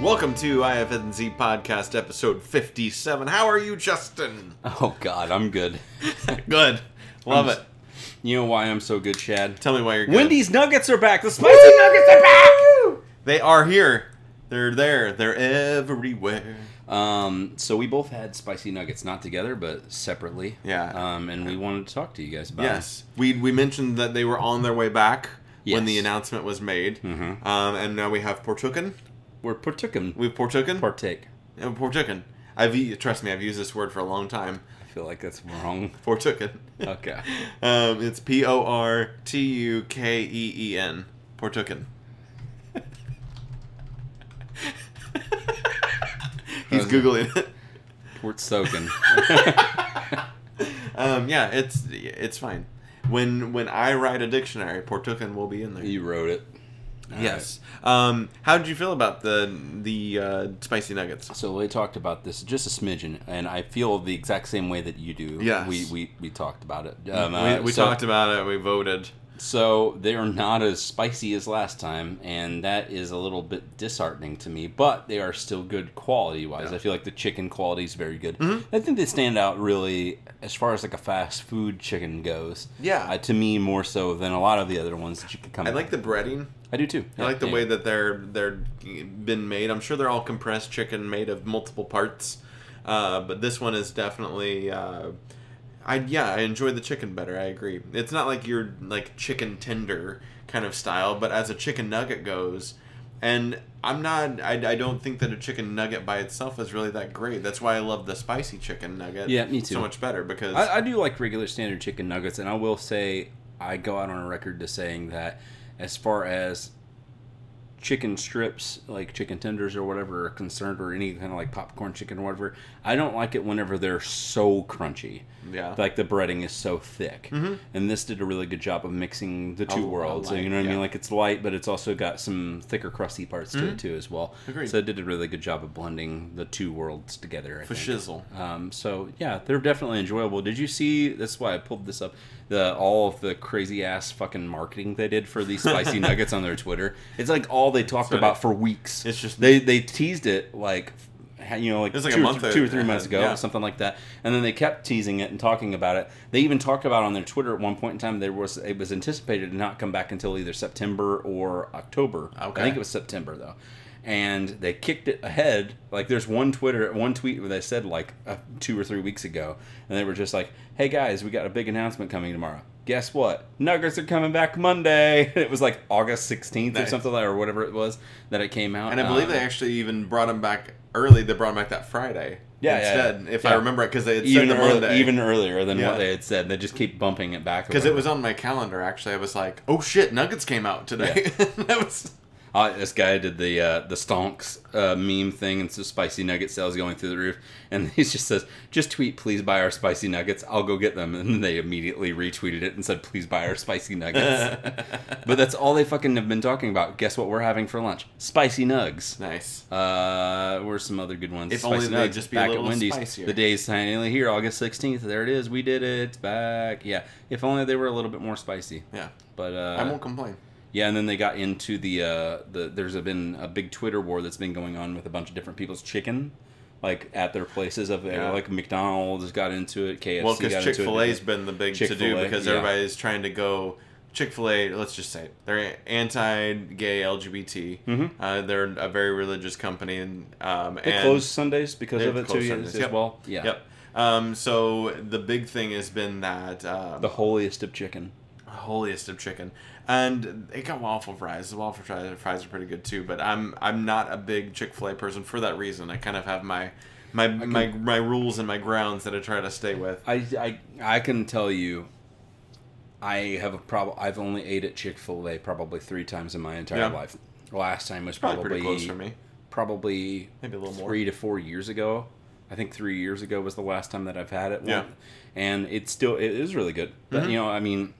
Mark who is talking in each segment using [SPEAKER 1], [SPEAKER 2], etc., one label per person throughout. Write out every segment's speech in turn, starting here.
[SPEAKER 1] Welcome to IFNZ Podcast Episode 57. How are you, Justin?
[SPEAKER 2] Oh God, I'm good.
[SPEAKER 1] Good. Love
[SPEAKER 2] I'm s-
[SPEAKER 1] it.
[SPEAKER 2] You know why I'm so good, Chad?
[SPEAKER 1] Tell me why you're good.
[SPEAKER 2] Wendy's nuggets are back. The spicy nuggets are back.
[SPEAKER 1] They are here. They're there. They're everywhere.
[SPEAKER 2] Um, so we both had spicy nuggets, not together, but separately.
[SPEAKER 1] Yeah.
[SPEAKER 2] Um, and we wanted to talk to you guys about.
[SPEAKER 1] Yes. We, we mentioned that they were on their way back when
[SPEAKER 2] Yes.
[SPEAKER 1] the announcement was made.
[SPEAKER 2] Mhm.
[SPEAKER 1] Um, and now we have Portukan.
[SPEAKER 2] it. We're partaking.
[SPEAKER 1] We've Portukan.
[SPEAKER 2] Partake.
[SPEAKER 1] Uh, Portukan. I've e- trust me. I've used this word for a long time.
[SPEAKER 2] I feel like that's wrong.
[SPEAKER 1] Portukan.
[SPEAKER 2] Okay.
[SPEAKER 1] um, it's P O R T U K E E N. Portukan. He's
[SPEAKER 2] That was-
[SPEAKER 1] googling it.
[SPEAKER 2] Port soaking.
[SPEAKER 1] Um, yeah, it's it's fine. When when I write a dictionary, Portukan will be in there.
[SPEAKER 2] you wrote it. All
[SPEAKER 1] yes. Um, how did you feel about the the uh, spicy nuggets?
[SPEAKER 2] So we talked about this just a smidgen, and I feel the exact same way that you do.
[SPEAKER 1] Yes.
[SPEAKER 2] We we, we talked about it. Um,
[SPEAKER 1] we we talked about it. We voted.
[SPEAKER 2] So they are not as spicy as last time, and that is a little bit disheartening to me. But they are still good quality wise.
[SPEAKER 1] Yeah. Mm-hmm.
[SPEAKER 2] I feel like the chicken quality is very good. I think they stand out really as far as like a fast food chicken goes.
[SPEAKER 1] Yeah.
[SPEAKER 2] uh, to me more so than a lot of the other ones that you could come.
[SPEAKER 1] I like the breading.
[SPEAKER 2] I do too.
[SPEAKER 1] I like the way that they're they're been made. I'm sure they're all compressed chicken made of multiple parts, uh, but this one is definitely. Uh, I yeah, I enjoy the chicken better. I agree. It's not like your like chicken tender kind of style, but as a chicken nugget goes, and I'm not. I, I don't think that a chicken nugget by itself is really that great. That's why I love the spicy chicken nugget.
[SPEAKER 2] Yeah, me too.
[SPEAKER 1] So much better because
[SPEAKER 2] I, I do like regular standard chicken nuggets, and I will say I go out on a record to saying that as far as chicken strips, like chicken tenders or whatever, are concerned, or any kind of like popcorn chicken or whatever, I don't like it whenever they're so crunchy.
[SPEAKER 1] yeah, Mm-hmm.
[SPEAKER 2] Like the breading is so thick, and this did a really good job of mixing the two
[SPEAKER 1] A- a
[SPEAKER 2] worlds.
[SPEAKER 1] light,
[SPEAKER 2] you know what
[SPEAKER 1] yeah.
[SPEAKER 2] I
[SPEAKER 1] Mm-hmm.
[SPEAKER 2] mean? Like it's light, but it's also got some thicker, crusty parts to it too, as well.
[SPEAKER 1] Agreed.
[SPEAKER 2] So it did a really good job of blending the two worlds together. I
[SPEAKER 1] for
[SPEAKER 2] think.
[SPEAKER 1] shizzle.
[SPEAKER 2] Um, so yeah, they're definitely enjoyable. Did you see? That's why I pulled this up. The all of the crazy ass fucking marketing they did for these spicy nuggets on their Twitter. It's like all they talked
[SPEAKER 1] That's right.
[SPEAKER 2] about for weeks.
[SPEAKER 1] It's just-
[SPEAKER 2] they they teased it like ha- you know like,
[SPEAKER 1] was like a
[SPEAKER 2] two, or
[SPEAKER 1] month
[SPEAKER 2] th- two or three
[SPEAKER 1] ahead,
[SPEAKER 2] months ago
[SPEAKER 1] yeah.
[SPEAKER 2] something like that and then they kept teasing it and talking about it they even talked about on their twitter at one point in time there was it was anticipated to not come back until either september or october
[SPEAKER 1] Okay.
[SPEAKER 2] i think it was september though and they kicked it ahead like there's one twitter one tweet where they said like uh, two or three weeks ago and they were just like hey guys we got a big announcement coming tomorrow guess what nuggets are coming back monday it was like august 16th or
[SPEAKER 1] Nice.
[SPEAKER 2] something like or whatever it was that it came out
[SPEAKER 1] And I believe
[SPEAKER 2] Um,
[SPEAKER 1] they actually even brought them back early. They brought them back that Friday.
[SPEAKER 2] Yeah, yeah, yeah.
[SPEAKER 1] Instead, if I
[SPEAKER 2] Yeah.
[SPEAKER 1] remember it, because they had said
[SPEAKER 2] even
[SPEAKER 1] the
[SPEAKER 2] early,
[SPEAKER 1] Monday.
[SPEAKER 2] even earlier than
[SPEAKER 1] Yeah.
[SPEAKER 2] what they had said. They just keep bumping it back
[SPEAKER 1] because it was on my calendar. Actually, I was like, "Oh shit, Nuggets came out today." that was
[SPEAKER 2] Uh, this guy did the uh, the stonks uh, meme thing, and so spicy nugget sales going through the roof. And he just says, "Just tweet, please buy our spicy nuggets. I'll go get them." And they immediately retweeted it and said, "Please buy our spicy nuggets." but that's all they fucking have been talking about. Guess what we're having for lunch? Spicy nugs.
[SPEAKER 1] nice.
[SPEAKER 2] Uh, where's some other good ones?
[SPEAKER 1] If only
[SPEAKER 2] Spicy
[SPEAKER 1] they'd
[SPEAKER 2] Nugs,
[SPEAKER 1] just be a little spicier.
[SPEAKER 2] The day's finally here, August 16th. There it is. We did it. It's back. Yeah. If only they were a little bit more spicy.
[SPEAKER 1] Yeah,
[SPEAKER 2] But uh,
[SPEAKER 1] I won't complain.
[SPEAKER 2] yeah, and then they got into the uh, the. There's a, been a big Twitter war that's been going on with a bunch of different people's chicken, like at their places of
[SPEAKER 1] Yeah.
[SPEAKER 2] like McDonald's got into it, KFC
[SPEAKER 1] Well,
[SPEAKER 2] got
[SPEAKER 1] because
[SPEAKER 2] into
[SPEAKER 1] Chick
[SPEAKER 2] it.
[SPEAKER 1] Fil A's been the big to do
[SPEAKER 2] Chick-fil-A,
[SPEAKER 1] because
[SPEAKER 2] yeah.
[SPEAKER 1] everybody's trying to go. Chick Fil A, let's just say it, they're anti-gay LGBT.
[SPEAKER 2] Mhm.
[SPEAKER 1] Uh, they're a very religious company, and um,
[SPEAKER 2] They
[SPEAKER 1] and
[SPEAKER 2] closed Sundays because
[SPEAKER 1] They've
[SPEAKER 2] of it too.
[SPEAKER 1] closed
[SPEAKER 2] yeah,
[SPEAKER 1] Sundays,
[SPEAKER 2] As
[SPEAKER 1] yep.
[SPEAKER 2] well, yeah.
[SPEAKER 1] Yep. Um, so the big thing has been that um,
[SPEAKER 2] The holiest of chicken.
[SPEAKER 1] holiest of chicken, and it got waffle fries. The waffle fries, fries are pretty good too, but I'm I'm not a big Chick Fil A person for that reason. I kind of have my my my, my rules and my grounds that I try to stay with.
[SPEAKER 2] I, I I can tell you, I have a problem. I've only ate at Chick Fil A probably three times in my entire
[SPEAKER 1] Yeah.
[SPEAKER 2] life. Last time was
[SPEAKER 1] Probably
[SPEAKER 2] probably
[SPEAKER 1] pretty close for me.
[SPEAKER 2] probably
[SPEAKER 1] Maybe a little more.
[SPEAKER 2] three to four years ago. I think three years ago was the last time that I've had it.
[SPEAKER 1] Yeah. Mm-hmm.
[SPEAKER 2] and it's still it is really good. But you know, I mean,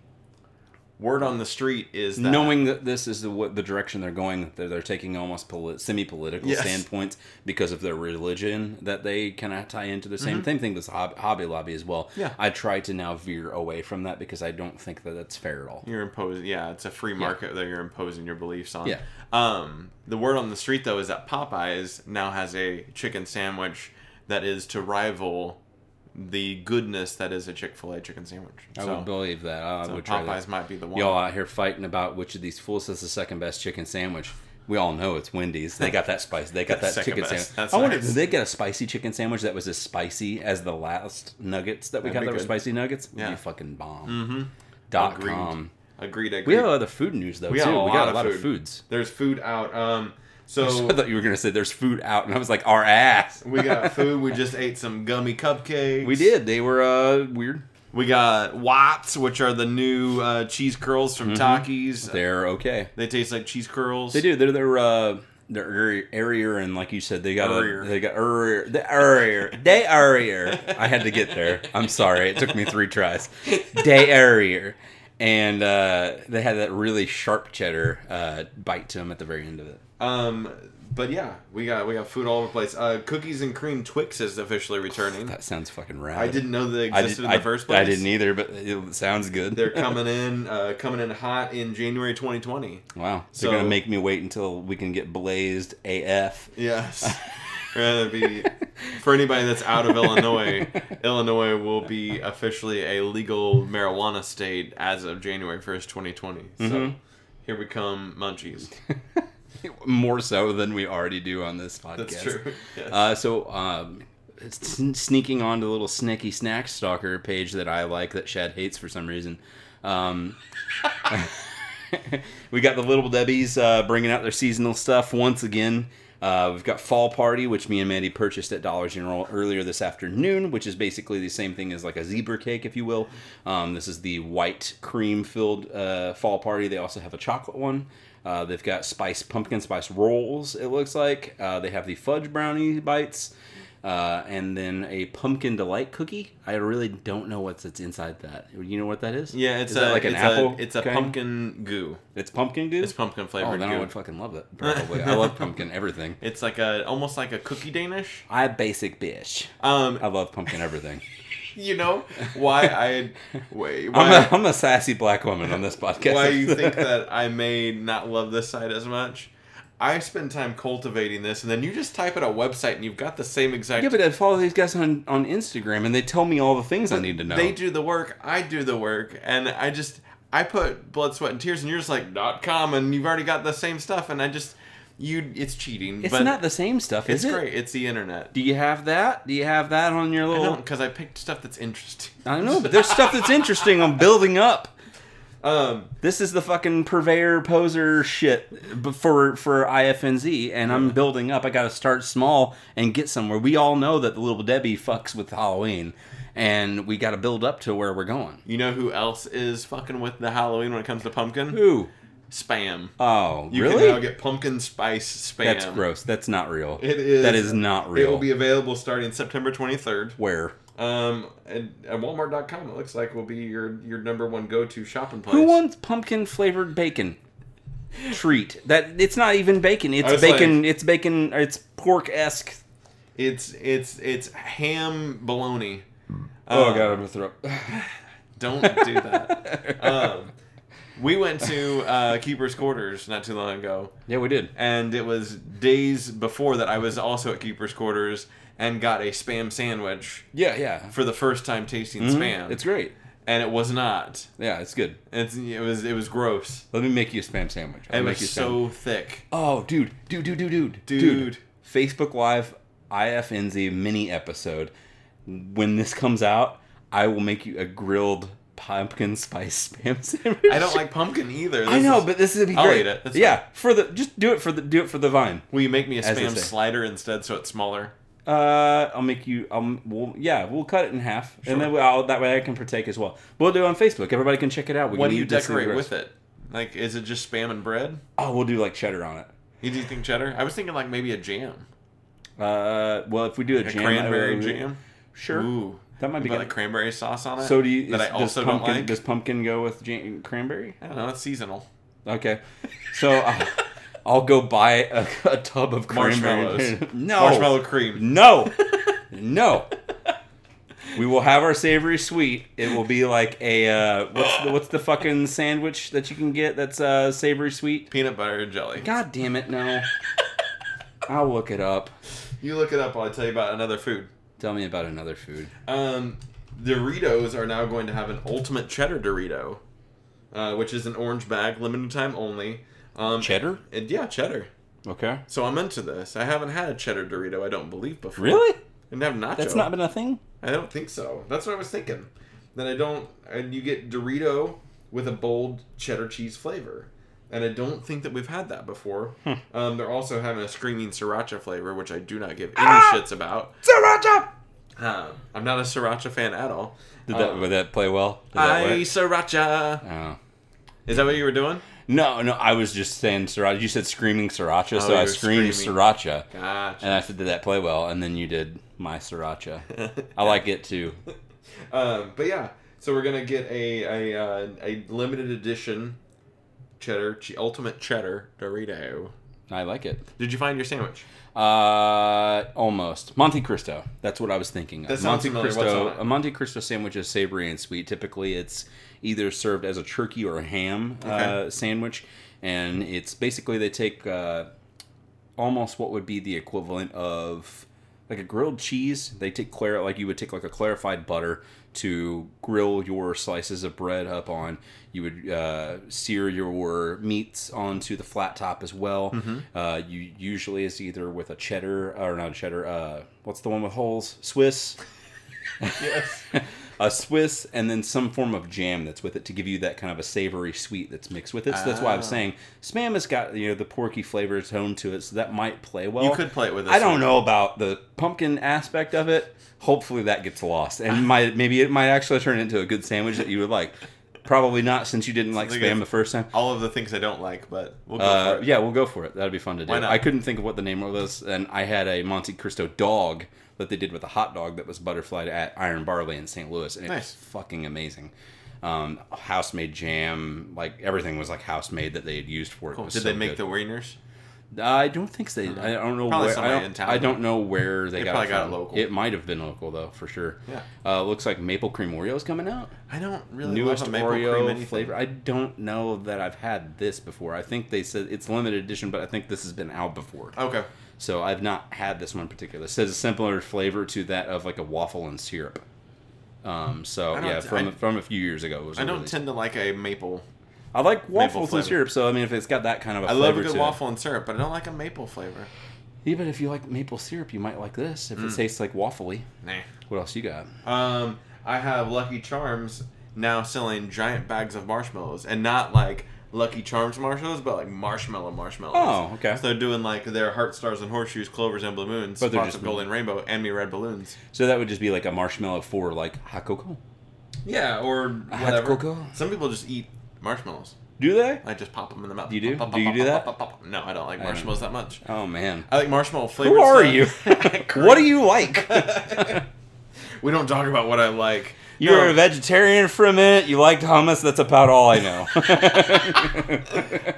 [SPEAKER 1] word on the street is that
[SPEAKER 2] knowing that this is the what the direction they're going, that they're, they're taking almost polit- semi-political
[SPEAKER 1] Yes.
[SPEAKER 2] standpoints because of their religion that they kind of tie into the same thing thing. This Hob- Hobby Lobby as well.
[SPEAKER 1] Mm-hmm. Yeah.
[SPEAKER 2] I try to now veer away from that because I don't think that that's fair at all.
[SPEAKER 1] You're imposing, yeah, it's a free market that you're imposing your beliefs on.
[SPEAKER 2] Yeah.
[SPEAKER 1] Um, the word on the street though is that Popeyes now has a chicken sandwich that is to rival the goodness that is a Chick Fil A chicken sandwich.
[SPEAKER 2] I
[SPEAKER 1] so,
[SPEAKER 2] would believe that. uh, I
[SPEAKER 1] so
[SPEAKER 2] would try that.
[SPEAKER 1] Popeyes might be the one.
[SPEAKER 2] Y'all out here fighting about which of these fools has the second best chicken sandwich. We all know it's Wendy's. They got that spice. They got
[SPEAKER 1] That's
[SPEAKER 2] that
[SPEAKER 1] second best.
[SPEAKER 2] chicken sandwich.
[SPEAKER 1] That's
[SPEAKER 2] I wonder
[SPEAKER 1] nice.
[SPEAKER 2] did they get a spicy chicken sandwich that was as spicy as the last nuggets that we
[SPEAKER 1] That'd be
[SPEAKER 2] got that were
[SPEAKER 1] good.
[SPEAKER 2] spicy nuggets? Would
[SPEAKER 1] Yeah. Mm-hmm.
[SPEAKER 2] be fucking bomb. Dot
[SPEAKER 1] Agreed.
[SPEAKER 2] com.
[SPEAKER 1] Agreed. Agreed.
[SPEAKER 2] We have other food news though
[SPEAKER 1] We
[SPEAKER 2] too.
[SPEAKER 1] have a
[SPEAKER 2] we
[SPEAKER 1] lot
[SPEAKER 2] got a
[SPEAKER 1] of
[SPEAKER 2] lot of
[SPEAKER 1] food.
[SPEAKER 2] foods.
[SPEAKER 1] There's food out. Um,
[SPEAKER 2] I
[SPEAKER 1] so
[SPEAKER 2] thought you were gonna say there's food out, and I was like, our ass.
[SPEAKER 1] we got food. We just ate some gummy cupcakes.
[SPEAKER 2] we did. They were uh weird.
[SPEAKER 1] We got Watts, which are the new uh, cheese curls from Takis.
[SPEAKER 2] They're okay.
[SPEAKER 1] They taste like cheese curls.
[SPEAKER 2] Mm-hmm. They do. They're they're uh they're air- airier and like you said, they got
[SPEAKER 1] Airier.
[SPEAKER 2] a, they got airier. They airier. They airier. I had to get there. I'm sorry. It took me three tries. They airier. And uh, they had that really sharp cheddar uh, bite to them at the very end of it.
[SPEAKER 1] Um, but yeah, we got we got food all over the place. Uh, cookies and cream Twix is officially returning.
[SPEAKER 2] That sounds fucking rad.
[SPEAKER 1] I didn't know they
[SPEAKER 2] I,
[SPEAKER 1] existed
[SPEAKER 2] did,
[SPEAKER 1] in the
[SPEAKER 2] I,
[SPEAKER 1] first place.
[SPEAKER 2] I didn't e- either, but it sounds good.
[SPEAKER 1] They're coming in, uh, coming in hot in January 2020.
[SPEAKER 2] wow. They're
[SPEAKER 1] So-
[SPEAKER 2] gonna make me wait until we can get blazed AF.
[SPEAKER 1] Yes. Rather be for anybody that's out of Illinois. Illinois will be officially a legal marijuana state as of January 1st, 2020.
[SPEAKER 2] Mm-hmm.
[SPEAKER 1] So here we come, munchies.
[SPEAKER 2] More so than we already do on this podcast.
[SPEAKER 1] That's true. Yes.
[SPEAKER 2] Uh, so, um, sn- sneaking on to the little sneaky snack stalker page that I like that Shad hates for some reason. Um, we got the Little Debbie's uh, bringing out their seasonal stuff once again. Uh, we've got Fall Party, which me and Mandy purchased at Dollar General earlier this afternoon, which is basically the same thing as like a zebra cake, if you will. Um, this is the white cream filled uh, Fall Party. They also have a chocolate one. Uh, they've got spice pumpkin spice rolls. It looks like uh, they have the fudge brownie bites, uh, and then a pumpkin delight cookie. I really don't know what's that's inside that. You know what that is?
[SPEAKER 1] yeah, it's
[SPEAKER 2] Is
[SPEAKER 1] a
[SPEAKER 2] that like an
[SPEAKER 1] it's
[SPEAKER 2] apple.
[SPEAKER 1] A, it's a
[SPEAKER 2] kind?
[SPEAKER 1] pumpkin goo.
[SPEAKER 2] It's pumpkin goo.
[SPEAKER 1] It's pumpkin
[SPEAKER 2] Oh,
[SPEAKER 1] flavored
[SPEAKER 2] then I
[SPEAKER 1] goo.
[SPEAKER 2] would fucking love that. Probably, I love pumpkin everything.
[SPEAKER 1] It's like a almost like a cookie Danish.
[SPEAKER 2] I basic bitch.
[SPEAKER 1] Um,
[SPEAKER 2] I love pumpkin everything.
[SPEAKER 1] you know why I wait
[SPEAKER 2] I'm
[SPEAKER 1] why
[SPEAKER 2] a, I'm a sassy black woman on this podcast.
[SPEAKER 1] why you think that I may not love this site as much? I spend time cultivating this, and then you just type in a website, and you've got the same exact.
[SPEAKER 2] yeah, but I follow these guys on, on Instagram, and they tell me all the things I need to know.
[SPEAKER 1] They do the work. I do the work, and I just I put blood, sweat, and tears, and you're just like dot com, and you've already got the same stuff, and I just you it's cheating.
[SPEAKER 2] It's
[SPEAKER 1] but
[SPEAKER 2] not the same stuff,
[SPEAKER 1] It's
[SPEAKER 2] is it?
[SPEAKER 1] great. It's the internet.
[SPEAKER 2] Do you have that? Do you have that on your
[SPEAKER 1] I
[SPEAKER 2] little?
[SPEAKER 1] don't because I picked stuff that's interesting.
[SPEAKER 2] I know, but there's stuff that's interesting. I'm building up.
[SPEAKER 1] Um,
[SPEAKER 2] This is the fucking purveyor poser shit b- for for IFNZ, and I'm building up. I got to start small and get somewhere. We all know that the little Debbie fucks with Halloween, and we got to build up to where we're going.
[SPEAKER 1] you know who else is fucking with the Halloween when it comes to pumpkin?
[SPEAKER 2] Ooh,
[SPEAKER 1] Spam.
[SPEAKER 2] oh,
[SPEAKER 1] You
[SPEAKER 2] really?
[SPEAKER 1] can now get pumpkin spice spam.
[SPEAKER 2] That's gross. That's not real.
[SPEAKER 1] It is.
[SPEAKER 2] That is not real.
[SPEAKER 1] It will be available starting September 23rd.
[SPEAKER 2] where?
[SPEAKER 1] Um, and at Walmart.com, it looks like will be your your number one go to shopping place.
[SPEAKER 2] Who wants pumpkin flavored bacon treat? That it's not even bacon.
[SPEAKER 1] I
[SPEAKER 2] It's
[SPEAKER 1] was like-
[SPEAKER 2] bacon. it's bacon. It's pork esque.
[SPEAKER 1] It's it's it's ham bologna. Um,
[SPEAKER 2] I'm gonna throw up.
[SPEAKER 1] Don't do that.
[SPEAKER 2] Uh,
[SPEAKER 1] um, we went to uh, Keeper's Quarters not too long ago.
[SPEAKER 2] yeah, we did.
[SPEAKER 1] and it was days before that I was also at Keeper's Quarters and got a spam sandwich
[SPEAKER 2] Yeah, yeah.
[SPEAKER 1] for the first time tasting spam.
[SPEAKER 2] Mm-hmm. It's great.
[SPEAKER 1] and it was not.
[SPEAKER 2] Yeah, it's good.
[SPEAKER 1] It's, it was it was gross.
[SPEAKER 2] Let me make you a spam sandwich. I'll
[SPEAKER 1] It
[SPEAKER 2] make
[SPEAKER 1] was
[SPEAKER 2] you a sandwich.
[SPEAKER 1] so thick.
[SPEAKER 2] Oh, dude, dude, dude, dude, dude,
[SPEAKER 1] Dude.
[SPEAKER 2] Facebook Live IFNZ mini episode. When this comes out, I will make you a grilled pumpkin spice spam sandwich.
[SPEAKER 1] I don't like pumpkin either.
[SPEAKER 2] I
[SPEAKER 1] This
[SPEAKER 2] know,
[SPEAKER 1] is-
[SPEAKER 2] but this would be
[SPEAKER 1] I'll
[SPEAKER 2] great.
[SPEAKER 1] eat it. That's
[SPEAKER 2] yeah, for the just do it for the do it for the vine.
[SPEAKER 1] will you make me a
[SPEAKER 2] As they
[SPEAKER 1] spam
[SPEAKER 2] say.
[SPEAKER 1] slider instead so it's smaller?
[SPEAKER 2] Uh, I'll make you. Um, we'll, yeah, we'll cut it in half, and then we- I'll, that way I can partake as well. We'll do it on Facebook. Everybody can check it out. We
[SPEAKER 1] What
[SPEAKER 2] can
[SPEAKER 1] do you
[SPEAKER 2] eat this in the
[SPEAKER 1] decorate
[SPEAKER 2] gross.
[SPEAKER 1] with it? Like, is it just spam and bread?
[SPEAKER 2] Oh, we'll do like cheddar on it.
[SPEAKER 1] You do you think cheddar? I was thinking like maybe a jam,
[SPEAKER 2] Uh, well, if we do a
[SPEAKER 1] a
[SPEAKER 2] jam, I
[SPEAKER 1] cranberry
[SPEAKER 2] would-
[SPEAKER 1] jam.
[SPEAKER 2] sure.
[SPEAKER 1] Ooh,
[SPEAKER 2] That might be
[SPEAKER 1] Put
[SPEAKER 2] good.
[SPEAKER 1] like cranberry sauce on it.
[SPEAKER 2] So do you?
[SPEAKER 1] that
[SPEAKER 2] is-
[SPEAKER 1] I also
[SPEAKER 2] does
[SPEAKER 1] don't
[SPEAKER 2] pumpkin,
[SPEAKER 1] like.
[SPEAKER 2] Does pumpkin go with jam- cranberry?
[SPEAKER 1] I don't know. It's seasonal.
[SPEAKER 2] Okay, so I'll, I'll go buy a, a tub of cranberry.
[SPEAKER 1] Marshmallows.
[SPEAKER 2] no,
[SPEAKER 1] Marshmallow cream.
[SPEAKER 2] no, no. We will have our savory sweet. It will be like a uh, what's the, what's the fucking sandwich that you can get that's uh, savory sweet?
[SPEAKER 1] Peanut butter and jelly.
[SPEAKER 2] God damn it, no. I'll look it up.
[SPEAKER 1] You look it up while I tell you about another food.
[SPEAKER 2] Tell me about another food.
[SPEAKER 1] Um, Doritos are now going to have an ultimate cheddar Dorito, uh, which is an orange bag, limited time only. Um,
[SPEAKER 2] Cheddar.
[SPEAKER 1] and yeah, cheddar.
[SPEAKER 2] Okay.
[SPEAKER 1] So I'm into this. I haven't had a cheddar Dorito, I don't believe, before.
[SPEAKER 2] Really?
[SPEAKER 1] I didn't have nacho.
[SPEAKER 2] That's not been a thing.
[SPEAKER 1] I don't think so. That's what I was thinking. That I don't. And you get Dorito with a bold cheddar cheese flavor, and I don't think that we've had that before.
[SPEAKER 2] Hmm.
[SPEAKER 1] um, they're also having a screaming sriracha flavor, which I do not give any
[SPEAKER 2] Ah!
[SPEAKER 1] shits about.
[SPEAKER 2] Sriracha.
[SPEAKER 1] Um, I'm not a sriracha fan at all.
[SPEAKER 2] Did that?
[SPEAKER 1] Um,
[SPEAKER 2] would that play well? Did that
[SPEAKER 1] I
[SPEAKER 2] work?
[SPEAKER 1] sriracha.
[SPEAKER 2] Oh.
[SPEAKER 1] Is that what you were doing?
[SPEAKER 2] No, no, I was just saying sriracha. You said screaming sriracha, so
[SPEAKER 1] you
[SPEAKER 2] I
[SPEAKER 1] were
[SPEAKER 2] screamed
[SPEAKER 1] Oh, screaming.
[SPEAKER 2] sriracha.
[SPEAKER 1] Gotcha.
[SPEAKER 2] And I said, did that play well? And then you did my sriracha. I like it too.
[SPEAKER 1] Um, but yeah, so we're gonna get a a, uh, a limited edition cheddar, che- ultimate cheddar Dorito.
[SPEAKER 2] I like it.
[SPEAKER 1] Did you find your sandwich?
[SPEAKER 2] Uh, almost Monte Cristo. That's what I was thinking. Of.
[SPEAKER 1] That sounds
[SPEAKER 2] Monte
[SPEAKER 1] familiar. What's
[SPEAKER 2] Cristo.
[SPEAKER 1] on it?
[SPEAKER 2] A Monte Cristo sandwich is savory and sweet. Typically, it's either served as a turkey or a ham uh,
[SPEAKER 1] Okay.
[SPEAKER 2] sandwich, and it's basically they take uh, almost what would be the equivalent of like a grilled cheese. They take clar like you would take like a clarified butter to grill your slices of bread up on. You would uh, sear your meats onto the flat top as well.
[SPEAKER 1] Mm-hmm.
[SPEAKER 2] Uh, you usually is either with a cheddar or not a cheddar. Uh, what's the one with holes? Swiss
[SPEAKER 1] Yes.
[SPEAKER 2] a Swiss, and then some form of jam that's with it to give you that kind of a savory sweet that's mixed with it. So that's why I was
[SPEAKER 1] Ah.
[SPEAKER 2] saying Spam has got you know the porky flavor tone to it, so that might play well.
[SPEAKER 1] You could play it with. a
[SPEAKER 2] Oh, I don't
[SPEAKER 1] sweet-
[SPEAKER 2] know about the pumpkin aspect of it. Hopefully that gets lost, and might maybe it might actually turn into a good sandwich that you would like. Probably not since you didn't like
[SPEAKER 1] Sounds like
[SPEAKER 2] Spam
[SPEAKER 1] it's-
[SPEAKER 2] the first time.
[SPEAKER 1] all of the things I don't like, but we'll go
[SPEAKER 2] Uh,
[SPEAKER 1] for it.
[SPEAKER 2] yeah, we'll go for it. That'd be fun to do.
[SPEAKER 1] Why not?
[SPEAKER 2] I couldn't think of what the name was, and I had a Monte Cristo dog that they did with a hot dog that was butterflied at Iron Barley in St. Louis, and it
[SPEAKER 1] Nice.
[SPEAKER 2] was fucking amazing. Um, house made jam, like everything was like house made that they had used for it.
[SPEAKER 1] Cool. Did they make the wieners?
[SPEAKER 2] the? I don't think so. they. I don't know.
[SPEAKER 1] Probably
[SPEAKER 2] Where, I,
[SPEAKER 1] somebody
[SPEAKER 2] don't,
[SPEAKER 1] in town.
[SPEAKER 2] I don't know where they,
[SPEAKER 1] They
[SPEAKER 2] got.
[SPEAKER 1] probably
[SPEAKER 2] it
[SPEAKER 1] got it
[SPEAKER 2] from.
[SPEAKER 1] local.
[SPEAKER 2] It might have been local though, for sure.
[SPEAKER 1] Yeah.
[SPEAKER 2] Uh, looks like maple cream Oreos coming out
[SPEAKER 1] I don't really
[SPEAKER 2] newest
[SPEAKER 1] love a maple
[SPEAKER 2] Oreo
[SPEAKER 1] cream anything.
[SPEAKER 2] flavor. I don't know that I've had this before. I think they said it's limited edition, but I think this has been out before.
[SPEAKER 1] Okay,
[SPEAKER 2] So I've not had this one in particular. It says a similar flavor to that of like a waffle and syrup. Um, so
[SPEAKER 1] I don't
[SPEAKER 2] yeah,
[SPEAKER 1] t-
[SPEAKER 2] from
[SPEAKER 1] I-
[SPEAKER 2] from a few years ago. It was
[SPEAKER 1] I don't
[SPEAKER 2] released.
[SPEAKER 1] tend to like a maple.
[SPEAKER 2] I like waffles and
[SPEAKER 1] flavor.
[SPEAKER 2] syrup. So I mean, if it's got that kind of a
[SPEAKER 1] I
[SPEAKER 2] flavor
[SPEAKER 1] love a good
[SPEAKER 2] to
[SPEAKER 1] waffle and syrup, but I don't like a maple flavor.
[SPEAKER 2] it. Even if you like maple syrup, you might like this. If it tastes like waffly,
[SPEAKER 1] Nah.
[SPEAKER 2] what else you got?
[SPEAKER 1] Um, I have Lucky Charms now selling giant bags of marshmallows, and not like Lucky Charms marshmallows, but like marshmallow marshmallows.
[SPEAKER 2] Oh, okay.
[SPEAKER 1] So they're doing like their heart stars and horseshoes, clovers and blue moons,
[SPEAKER 2] But
[SPEAKER 1] but
[SPEAKER 2] they're
[SPEAKER 1] spots
[SPEAKER 2] just-
[SPEAKER 1] of gold and rainbow, and me red balloons.
[SPEAKER 2] So that would just be like a marshmallow for like hot cocoa.
[SPEAKER 1] Yeah, or
[SPEAKER 2] hot
[SPEAKER 1] whatever.
[SPEAKER 2] cocoa.
[SPEAKER 1] Some people just eat marshmallows.
[SPEAKER 2] Do they?
[SPEAKER 1] I just pop them in the mouth.
[SPEAKER 2] You do?
[SPEAKER 1] Pop, pop,
[SPEAKER 2] Do you
[SPEAKER 1] pop,
[SPEAKER 2] do
[SPEAKER 1] pop,
[SPEAKER 2] that?
[SPEAKER 1] pop, pop, pop. No, I don't like
[SPEAKER 2] don't.
[SPEAKER 1] marshmallows that much.
[SPEAKER 2] Oh man.
[SPEAKER 1] I like marshmallow flavor.
[SPEAKER 2] Who are you? what do you like?
[SPEAKER 1] We don't talk about what I like.
[SPEAKER 2] You were
[SPEAKER 1] No.
[SPEAKER 2] a vegetarian for a minute. You liked hummus. That's about all I know.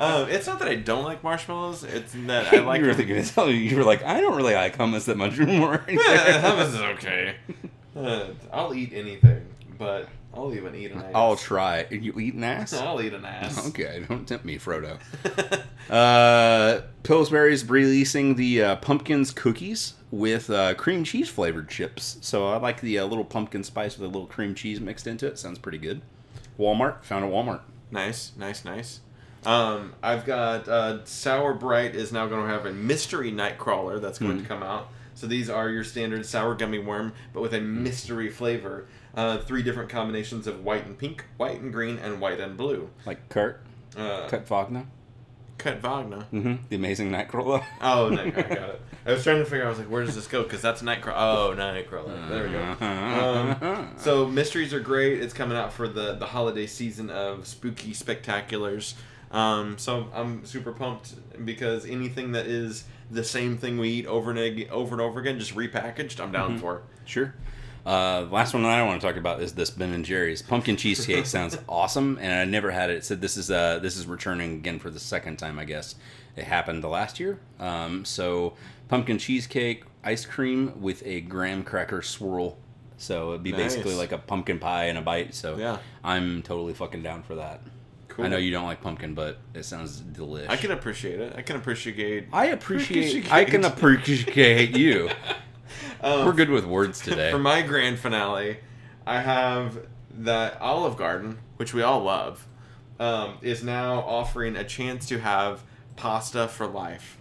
[SPEAKER 1] Um, it's not that I don't like marshmallows. It's that I like.
[SPEAKER 2] you were thinking, so you were like, I don't really like hummus that much anymore.
[SPEAKER 1] hummus is okay. Uh, I'll eat anything, but I'll even eat an ass.
[SPEAKER 2] I'll try. Are you eating ass?
[SPEAKER 1] I'll eat an ass.
[SPEAKER 2] Okay, don't tempt me, Frodo. Uh, Pillsbury's releasing the uh, pumpkins cookies with uh, cream cheese flavored chips. So I like the uh, little pumpkin spice with a little cream cheese mixed into it. Sounds pretty good. Walmart found at Walmart.
[SPEAKER 1] nice, nice, nice. Um, I've got uh, Sour Bright is now going to have a mystery Nightcrawler that's
[SPEAKER 2] Mm.
[SPEAKER 1] going to come out. So these are your standard sour gummy worm, but with a
[SPEAKER 2] Mm.
[SPEAKER 1] mystery flavor. Uh, three different combinations of white and pink, white and green, and white and blue.
[SPEAKER 2] Like Kurt,
[SPEAKER 1] Uh,
[SPEAKER 2] Kurt Wagner,
[SPEAKER 1] Cut Wagner.
[SPEAKER 2] hmm the amazing Nightcrawler.
[SPEAKER 1] Oh, Nightcrawler. I got it. I was trying to figure out. I was like, where does this go? Because that's Nightcrawler. Oh, Nightcrawler. There we
[SPEAKER 2] Mm-hmm.
[SPEAKER 1] go. Um, so mysteries are great. It's coming out for the the holiday season of spooky spectaculars. Um, so I'm super pumped because anything that
[SPEAKER 2] Mm-hmm.
[SPEAKER 1] is the same thing we eat over and ag- over and over again, just repackaged, I'm down for.
[SPEAKER 2] Sure. Uh, last one that I want to talk about is this Ben and Jerry's pumpkin cheesecake sounds awesome, and I never had it. It said this is uh, this is returning again for the second time, I guess. It happened the last year. Um, so pumpkin cheesecake ice cream with a graham cracker swirl. So it'd be basically
[SPEAKER 1] Nice.
[SPEAKER 2] like a pumpkin pie in a bite. So
[SPEAKER 1] Yeah.
[SPEAKER 2] I'm totally fucking down for that.
[SPEAKER 1] Cool.
[SPEAKER 2] I know you don't like pumpkin, but it sounds delicious.
[SPEAKER 1] I can appreciate it. I can appreciate.
[SPEAKER 2] I appreciate. I can appreciate you.
[SPEAKER 1] Um,
[SPEAKER 2] We're good with words today.
[SPEAKER 1] For my grand finale, I have the Olive Garden, which we all love, um, is now offering a chance to have pasta for life.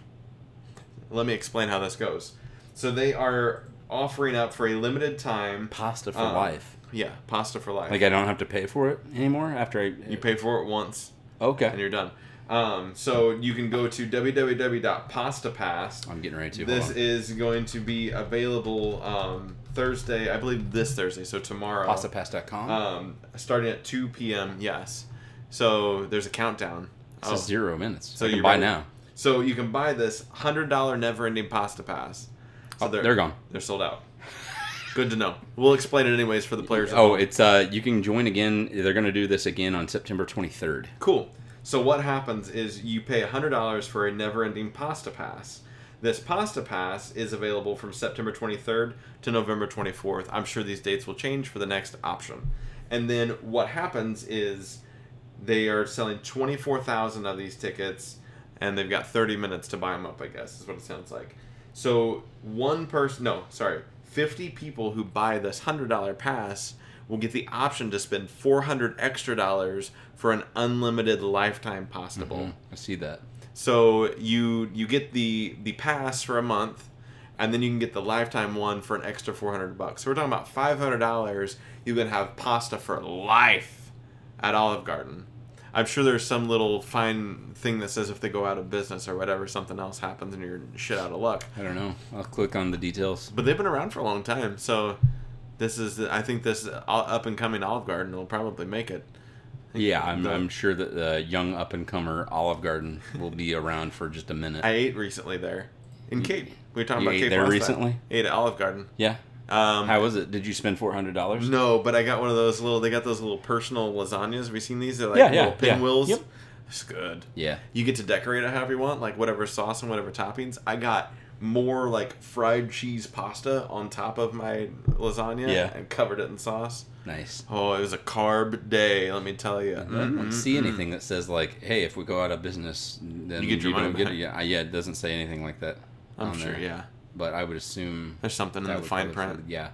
[SPEAKER 1] Let me explain how this goes. So they are offering up for a limited time.
[SPEAKER 2] Pasta for
[SPEAKER 1] um,
[SPEAKER 2] life.
[SPEAKER 1] Yeah, pasta for life.
[SPEAKER 2] Like I don't have to pay for it anymore after I.
[SPEAKER 1] you pay for it once and
[SPEAKER 2] Okay.
[SPEAKER 1] you're done. Um, so you can go to www.pastapass.
[SPEAKER 2] I'm getting ready to.
[SPEAKER 1] This
[SPEAKER 2] This is
[SPEAKER 1] is going to be available um, Thursday, I believe this Thursday, so tomorrow.
[SPEAKER 2] pastapass.com.
[SPEAKER 1] um, starting at 2 p.m. Yes. So there's a countdown.
[SPEAKER 2] this is zero minutes.
[SPEAKER 1] So
[SPEAKER 2] So you
[SPEAKER 1] you
[SPEAKER 2] can buy
[SPEAKER 1] ready?
[SPEAKER 2] now.
[SPEAKER 1] So you can buy this $100 never ending pasta pass. So
[SPEAKER 2] Oh, they're gone.
[SPEAKER 1] They're sold out. Good to know. We'll explain it anyways for the players. at
[SPEAKER 2] Oh,
[SPEAKER 1] home.
[SPEAKER 2] it's uh, you can join again. They're gonna do this again on September 23rd.
[SPEAKER 1] Cool. So what happens is you pay $100 for a never-ending pasta pass. This pasta pass is available from September 23rd to November 24th. I'm sure these dates will change for the next option. And then what happens is they are selling 24,000 of these tickets and they've got 30 minutes to buy them up, I guess is what it sounds like. So one person, no, sorry, 50 people who buy this $100 pass will get the option to spend 400 extra dollars for an unlimited lifetime pasta bowl.
[SPEAKER 2] Mm, I see that.
[SPEAKER 1] So you you get the the pass for a month, and then you can get the lifetime one for an extra four hundred bucks. So we're talking about five hundred dollars. You can have pasta for life at Olive Garden. I'm sure there's some little fine thing that says if they go out of business or whatever, something else happens and you're shit out of luck.
[SPEAKER 2] I don't know. I'll click on the details.
[SPEAKER 1] But they've been around for a long time, so this is I think this up and coming Olive Garden will probably make it.
[SPEAKER 2] Yeah, I'm,
[SPEAKER 1] The-
[SPEAKER 2] I'm sure that the young up and comer Olive Garden will be around for just a minute.
[SPEAKER 1] I ate recently there in Cape. We were talking
[SPEAKER 2] you
[SPEAKER 1] about
[SPEAKER 2] ate
[SPEAKER 1] Cape
[SPEAKER 2] there
[SPEAKER 1] last time.
[SPEAKER 2] recently?
[SPEAKER 1] Ate at Olive Garden.
[SPEAKER 2] yeah.
[SPEAKER 1] Um,
[SPEAKER 2] How was it? Did you spend four hundred dollars?
[SPEAKER 1] No, but I got one of those little. They got those little personal lasagnas. Have you seen these? They're like
[SPEAKER 2] Yeah, yeah,
[SPEAKER 1] little
[SPEAKER 2] yeah.
[SPEAKER 1] pinwheels.
[SPEAKER 2] Yep.
[SPEAKER 1] It's good.
[SPEAKER 2] Yeah.
[SPEAKER 1] You get to decorate it however you want, like whatever sauce and whatever toppings. I got more like fried cheese pasta on top of my lasagna
[SPEAKER 2] Yeah.
[SPEAKER 1] and covered it in sauce.
[SPEAKER 2] Nice.
[SPEAKER 1] Oh, it was a carb day, let me tell you.
[SPEAKER 2] Mm-hmm. I don't see anything that says like, "Hey, if we go out of business, then
[SPEAKER 1] Mm-hmm. You get your
[SPEAKER 2] don't
[SPEAKER 1] money
[SPEAKER 2] get
[SPEAKER 1] back.
[SPEAKER 2] it." Yeah, I- yeah, it doesn't say anything like that.
[SPEAKER 1] I'm
[SPEAKER 2] on
[SPEAKER 1] sure,
[SPEAKER 2] there.
[SPEAKER 1] yeah.
[SPEAKER 2] But I would assume
[SPEAKER 1] There's something
[SPEAKER 2] that
[SPEAKER 1] in the
[SPEAKER 2] would
[SPEAKER 1] fine
[SPEAKER 2] cover-
[SPEAKER 1] print.
[SPEAKER 2] Yeah,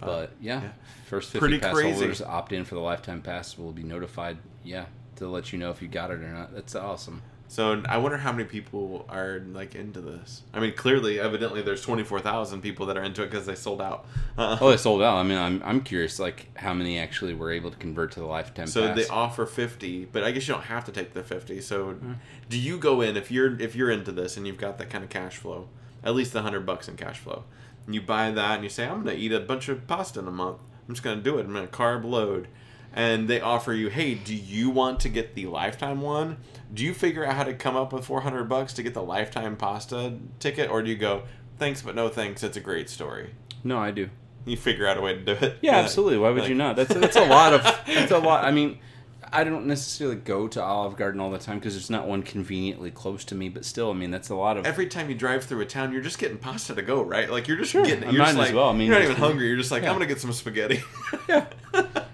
[SPEAKER 2] but, yeah,
[SPEAKER 1] yeah.
[SPEAKER 2] first fifty
[SPEAKER 1] Pretty
[SPEAKER 2] pass
[SPEAKER 1] crazy.
[SPEAKER 2] holders opt in for the lifetime pass will be notified. Yeah, to let you know if you got it or not. That's awesome.
[SPEAKER 1] So I wonder how many people are like into this. I mean, clearly, evidently, there's 24,000 people that are into it because they sold out. Uh,
[SPEAKER 2] Oh, it sold out. I mean, I'm I'm curious like how many actually were able to convert to the lifetime
[SPEAKER 1] So
[SPEAKER 2] pass.
[SPEAKER 1] they offer fifty, but I guess you don't have to take the fifty. So,
[SPEAKER 2] Mm-hmm.
[SPEAKER 1] do you go in if you're if you're into this and you've got that kind of cash flow, at least the hundred bucks in cash flow, and you buy that and you say, I'm gonna eat a bunch of pasta in a month. I'm just gonna do it. I'm gonna carb load, and they offer you, hey, do you want to get the lifetime one? Do you figure out how to come up with four hundred bucks to get the lifetime pasta ticket, or do you go, thanks but no thanks? It's a great story.
[SPEAKER 2] no, I do.
[SPEAKER 1] You figure out a way to do it.
[SPEAKER 2] Yeah, absolutely. Why would
[SPEAKER 1] like-
[SPEAKER 2] you not? That's that's a lot of that's a lot. I mean, I don't necessarily go to Olive Garden all the time because there's not one conveniently close to me. But still, I mean, that's a lot of.
[SPEAKER 1] every time you drive through a town, you're just getting pasta to go, right? Like you're just getting,
[SPEAKER 2] I
[SPEAKER 1] you're just
[SPEAKER 2] might as
[SPEAKER 1] like,
[SPEAKER 2] well. I mean,
[SPEAKER 1] you're not even
[SPEAKER 2] there's-
[SPEAKER 1] hungry. You're just like,
[SPEAKER 2] yeah.
[SPEAKER 1] I'm gonna get some spaghetti.
[SPEAKER 2] Yeah.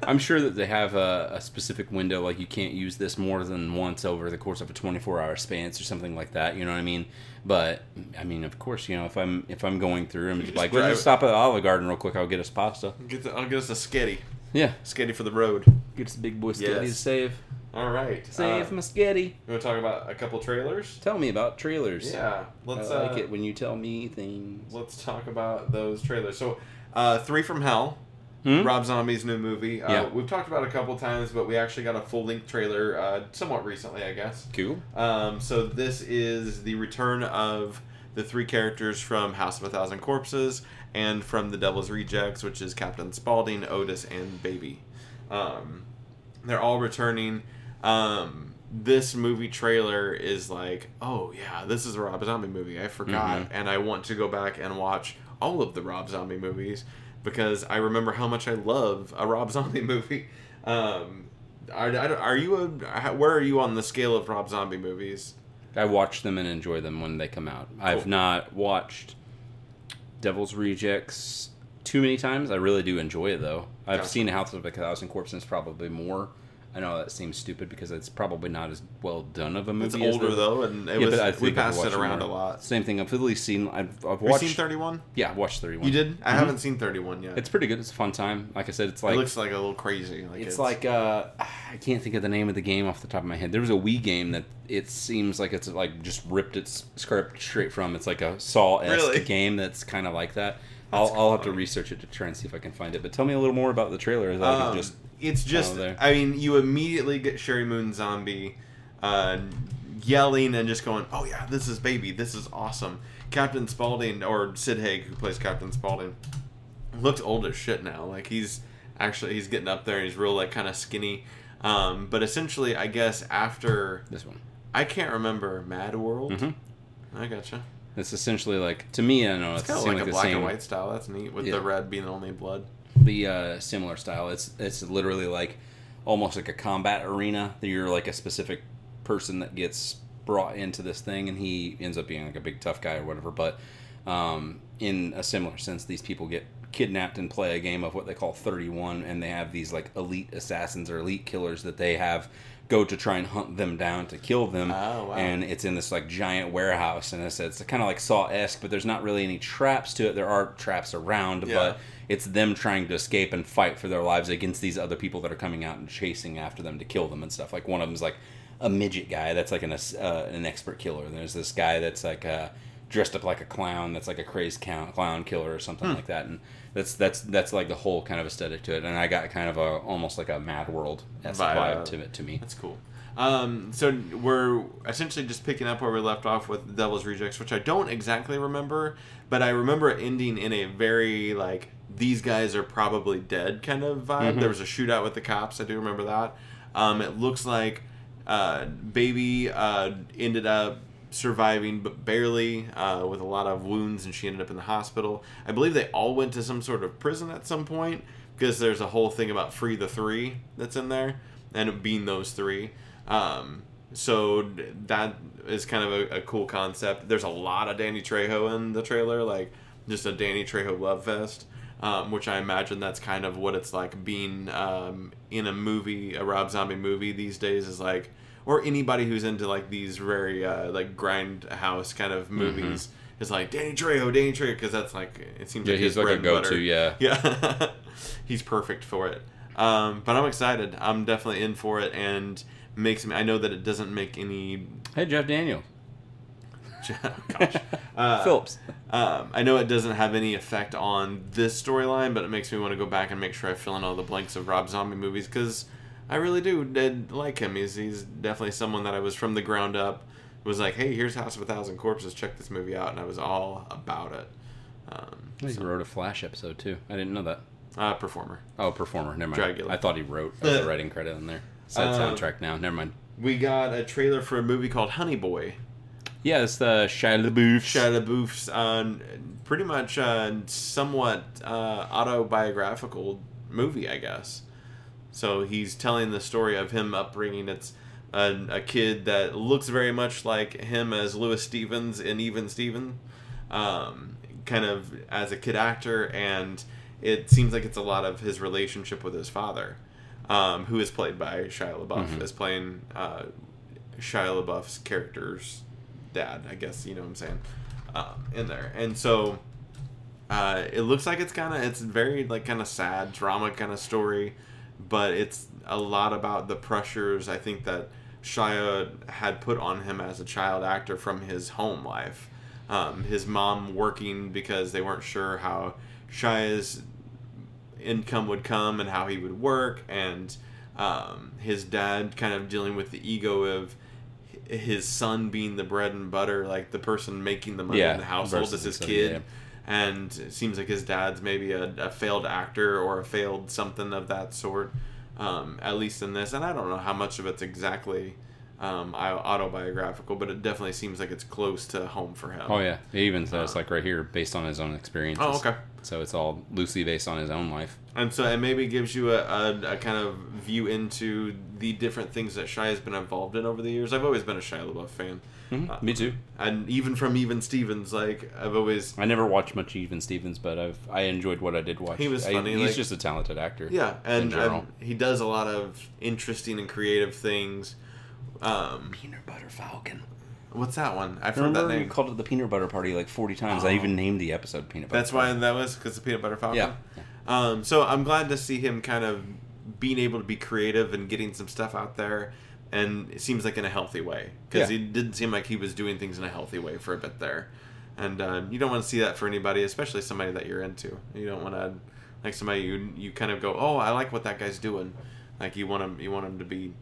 [SPEAKER 2] I'm sure that they have a, a specific window, like you can't use this more than once over the course of a 24-hour span or something like that. You know what I mean? But I mean, of course, you know, if I'm if I'm going through, I'm just,
[SPEAKER 1] just
[SPEAKER 2] like, let's
[SPEAKER 1] drive
[SPEAKER 2] just
[SPEAKER 1] it."
[SPEAKER 2] stop at Olive Garden real quick. I'll get us pasta.
[SPEAKER 1] get the, I'll get us a sketty,
[SPEAKER 2] Yeah,
[SPEAKER 1] sketty for the road.
[SPEAKER 2] get us big boy
[SPEAKER 1] Yes.
[SPEAKER 2] sketty to save
[SPEAKER 1] All right,
[SPEAKER 2] save
[SPEAKER 1] Uh,
[SPEAKER 2] my sketty.
[SPEAKER 1] you want to talk about a couple trailers?
[SPEAKER 2] Tell me about trailers.
[SPEAKER 1] Yeah, let's
[SPEAKER 2] I like
[SPEAKER 1] uh,
[SPEAKER 2] it when you tell me things.
[SPEAKER 1] let's talk about those trailers. So, uh, Three from Hell,
[SPEAKER 2] Hmm?
[SPEAKER 1] Rob Zombie's new movie. Uh,
[SPEAKER 2] Yeah.
[SPEAKER 1] we've talked about it a couple times, but we actually got a full length trailer uh, somewhat recently, I guess.
[SPEAKER 2] Cool.
[SPEAKER 1] Um, so this is the return of the three characters from House of a Thousand Corpses and from The Devil's Rejects, which is Captain Spaulding, Otis, and Baby. Um, they're all returning. Um, this movie trailer is like, oh yeah, this is a
[SPEAKER 2] Mm-hmm.
[SPEAKER 1] Rob Zombie movie. I forgot, and I want to go back and watch all of the Rob Zombie movies. because I remember how much I love a Rob Zombie movie. Um, I, I, are you a how- where are you on the scale of Rob Zombie movies?
[SPEAKER 2] I watch them and enjoy them when they come out. I've
[SPEAKER 1] Cool.
[SPEAKER 2] not watched Devil's Rejects too many times. I really do enjoy it though. I've
[SPEAKER 1] Gotcha.
[SPEAKER 2] seen House of a Thousand Corpses probably more. I know that seems stupid because it's probably not as well done of a movie.
[SPEAKER 1] It's
[SPEAKER 2] as
[SPEAKER 1] older
[SPEAKER 2] the-
[SPEAKER 1] though, and it
[SPEAKER 2] Yeah,
[SPEAKER 1] was
[SPEAKER 2] but I
[SPEAKER 1] we
[SPEAKER 2] think I've
[SPEAKER 1] passed it
[SPEAKER 2] watched them
[SPEAKER 1] around a
[SPEAKER 2] more.
[SPEAKER 1] lot.
[SPEAKER 2] Same thing. I've at least seen. I've, I've
[SPEAKER 1] Have
[SPEAKER 2] watched.
[SPEAKER 1] you seen Thirty One?
[SPEAKER 2] Yeah, I've watched thirty-one.
[SPEAKER 1] You did? I haven't seen Thirty One yet.
[SPEAKER 2] Mm-hmm. It's pretty good. It's a fun time. Like I said, it's like
[SPEAKER 1] it looks like a little crazy. Like
[SPEAKER 2] it's like uh, I can't think of the name of the game off the top of my head. There was a Wii game that it seems like it's like just ripped its script straight from. It's like a Saw esque
[SPEAKER 1] Really?
[SPEAKER 2] game that's kind of like that. I'll,
[SPEAKER 1] kinda
[SPEAKER 2] I'll have to
[SPEAKER 1] funny.
[SPEAKER 2] research it to try and see if I can find it. But tell me a little more about the trailer. As I
[SPEAKER 1] Um,
[SPEAKER 2] can just
[SPEAKER 1] it's just
[SPEAKER 2] there.
[SPEAKER 1] I mean you immediately get Sherry Moon Zombie uh, yelling and just going oh yeah this is baby this is awesome Captain Spaulding or Sid Haig who plays Captain Spaulding looks old as shit now like he's actually he's getting up there and he's real like kind of skinny um, but essentially I guess after
[SPEAKER 2] this one.
[SPEAKER 1] I can't remember Mad World
[SPEAKER 2] Mhm.
[SPEAKER 1] I gotcha
[SPEAKER 2] It's essentially like to me. I don't know.
[SPEAKER 1] it's
[SPEAKER 2] It's,
[SPEAKER 1] kind of
[SPEAKER 2] seemed
[SPEAKER 1] like, a
[SPEAKER 2] the
[SPEAKER 1] black
[SPEAKER 2] same,
[SPEAKER 1] and white style that's neat with
[SPEAKER 2] Yeah.
[SPEAKER 1] the red being the only blood
[SPEAKER 2] the uh, similar style. It's it's literally like almost like a combat arena. You're like a specific person that gets brought into this thing, and he ends up being like a big tough guy or whatever. But um, in a similar sense, these people get kidnapped and play a game of what they call 31, and they have these like elite assassins or elite killers that they have go to try and hunt them down to kill them
[SPEAKER 1] Oh, wow.
[SPEAKER 2] and it's in this like giant warehouse and it's, it's kind of like saw-esque but there's not really any traps to it there are traps around
[SPEAKER 1] Yeah.
[SPEAKER 2] but it's them trying to escape and fight for their lives against these other people that are coming out and chasing after them to kill them and stuff. Like one of them's like a midget guy that's like an ass- uh, an expert killer. And there's this guy that's like uh, dressed up like a clown that's like a crazed clown, clown killer or
[SPEAKER 1] Hmm.
[SPEAKER 2] something like that. And that's that's that's like the whole kind of aesthetic to it. And I got kind of a almost like a Mad World esque
[SPEAKER 1] Vibe.
[SPEAKER 2] vibe to it to me.
[SPEAKER 1] That's cool. Um, so we're essentially just picking up where we left off with Devil's Rejects, which I don't exactly remember, but I remember it ending in a very like these guys are probably dead kind of vibe. There was a shootout with the cops. I do remember that. Um, it looks like uh, Baby uh, ended up surviving but barely uh, with a lot of wounds and she ended up in the hospital i believe they all went to some sort of prison at some point because there's a whole thing about free the three that's in there and it being those three um, so d- that is kind of a, a cool concept there's a lot of danny trejo in the trailer like just a danny trejo love fest um, which i imagine that's kind of what it's like being um, in a movie a rob zombie movie these days is like or anybody who's into like these very uh, like grindhouse kind
[SPEAKER 2] Mm-hmm.
[SPEAKER 1] of movies is like Danny Trejo, Danny Trejo, because that's like it seems
[SPEAKER 2] Yeah,
[SPEAKER 1] like his
[SPEAKER 2] he's like
[SPEAKER 1] bread
[SPEAKER 2] a
[SPEAKER 1] and
[SPEAKER 2] go
[SPEAKER 1] butter.
[SPEAKER 2] to. Yeah,
[SPEAKER 1] yeah, he's perfect for it. Um, but I'm excited. I'm definitely in for it, and makes me. I know that it doesn't make any. oh
[SPEAKER 2] Hey, Jeff Daniel.
[SPEAKER 1] Gosh. Uh,
[SPEAKER 2] Phillips.
[SPEAKER 1] Um, I know it doesn't have any effect on this storyline, but it makes me want to go back and make sure I fill in all the blanks of Rob Zombie movies because I really do did like him. He's, he's definitely someone that I was from the ground up was like, hey, here's House of a Thousand Corpses. Check this movie out, and I was all about it. Um,
[SPEAKER 2] He wrote a Flash episode too. I didn't know that.
[SPEAKER 1] uh, performer.
[SPEAKER 2] Oh, performer. Never mind.
[SPEAKER 1] Dragula.
[SPEAKER 2] I thought he wrote I was writing credit on there. Said
[SPEAKER 1] Um,
[SPEAKER 2] soundtrack now. Never mind.
[SPEAKER 1] We got a trailer for a movie called Honey Boy.
[SPEAKER 2] Yeah, it's the Shia LaBeouf.
[SPEAKER 1] Shia LaBeouf's uh, pretty much uh, somewhat uh, autobiographical movie, I guess. So he's telling the story of him upbringing. It's a, a kid that looks very much like him as Lewis Stevens in Even Steven, um, kind of as a kid actor, and it seems like it's a lot of his relationship with his father, um, who is played by Shia LaBeouf, is playing uh, Shia LaBeouf's character's dad, I guess you know what I'm saying, um, in there, and so. Uh, it looks like it's kind of it's very like kind of sad drama kind of story, but it's a lot about the pressures I think that Shia had put on him as a child actor from his home life. Um, his mom working because they weren't sure how Shia's income would come and how he would work, and um, his dad kind of dealing with the ego of h- his son being the bread and butter, like the person making the money
[SPEAKER 2] Yeah,
[SPEAKER 1] in the household
[SPEAKER 2] versus
[SPEAKER 1] is his
[SPEAKER 2] his son,
[SPEAKER 1] kid.
[SPEAKER 2] yeah.
[SPEAKER 1] And it seems like his dad's maybe a, a failed actor or a failed something of that sort, um, at least in this. And I don't know how much of it's exactly um, i- autobiographical, but it definitely seems like it's close to home for him.
[SPEAKER 2] Oh yeah, it even says like right here, based on his own experiences.
[SPEAKER 1] Oh, okay.
[SPEAKER 2] So it's all loosely based on his own life.
[SPEAKER 1] And so it maybe gives you a, a, a kind of view into the different things that Shia has been involved in over the years. I've always been a Shia LaBeouf fan.
[SPEAKER 2] Mm-hmm.
[SPEAKER 1] Uh,
[SPEAKER 2] Me too.
[SPEAKER 1] and even from Even Stevens, like, I've always.
[SPEAKER 2] I never watched much Even Stevens, but I've I enjoyed what I did watch.
[SPEAKER 1] He was
[SPEAKER 2] I-
[SPEAKER 1] funny,
[SPEAKER 2] he's
[SPEAKER 1] like-
[SPEAKER 2] just a talented actor.
[SPEAKER 1] Yeah, and I've-
[SPEAKER 2] general.
[SPEAKER 1] he does a lot of interesting and creative things. Um,
[SPEAKER 2] Peanut butter falcon.
[SPEAKER 1] what's that one? I've heard
[SPEAKER 2] Remember
[SPEAKER 1] that
[SPEAKER 2] we
[SPEAKER 1] name.
[SPEAKER 2] called it the peanut butter party like forty times. I
[SPEAKER 1] Oh.
[SPEAKER 2] even named the episode peanut butter.
[SPEAKER 1] That's why that was because the peanut butter falcon.
[SPEAKER 2] Yeah.
[SPEAKER 1] Um, so I'm glad to see him kind of being able to be creative and getting some stuff out there, and it seems like in a healthy way because
[SPEAKER 2] Yeah.
[SPEAKER 1] he didn't seem like he was doing things in a healthy way for a bit there, and um, you don't want to see that for anybody, especially somebody that you're into. You don't want to like somebody you you kind of go, oh, I like what that guy's doing. Like you want him, you want him to be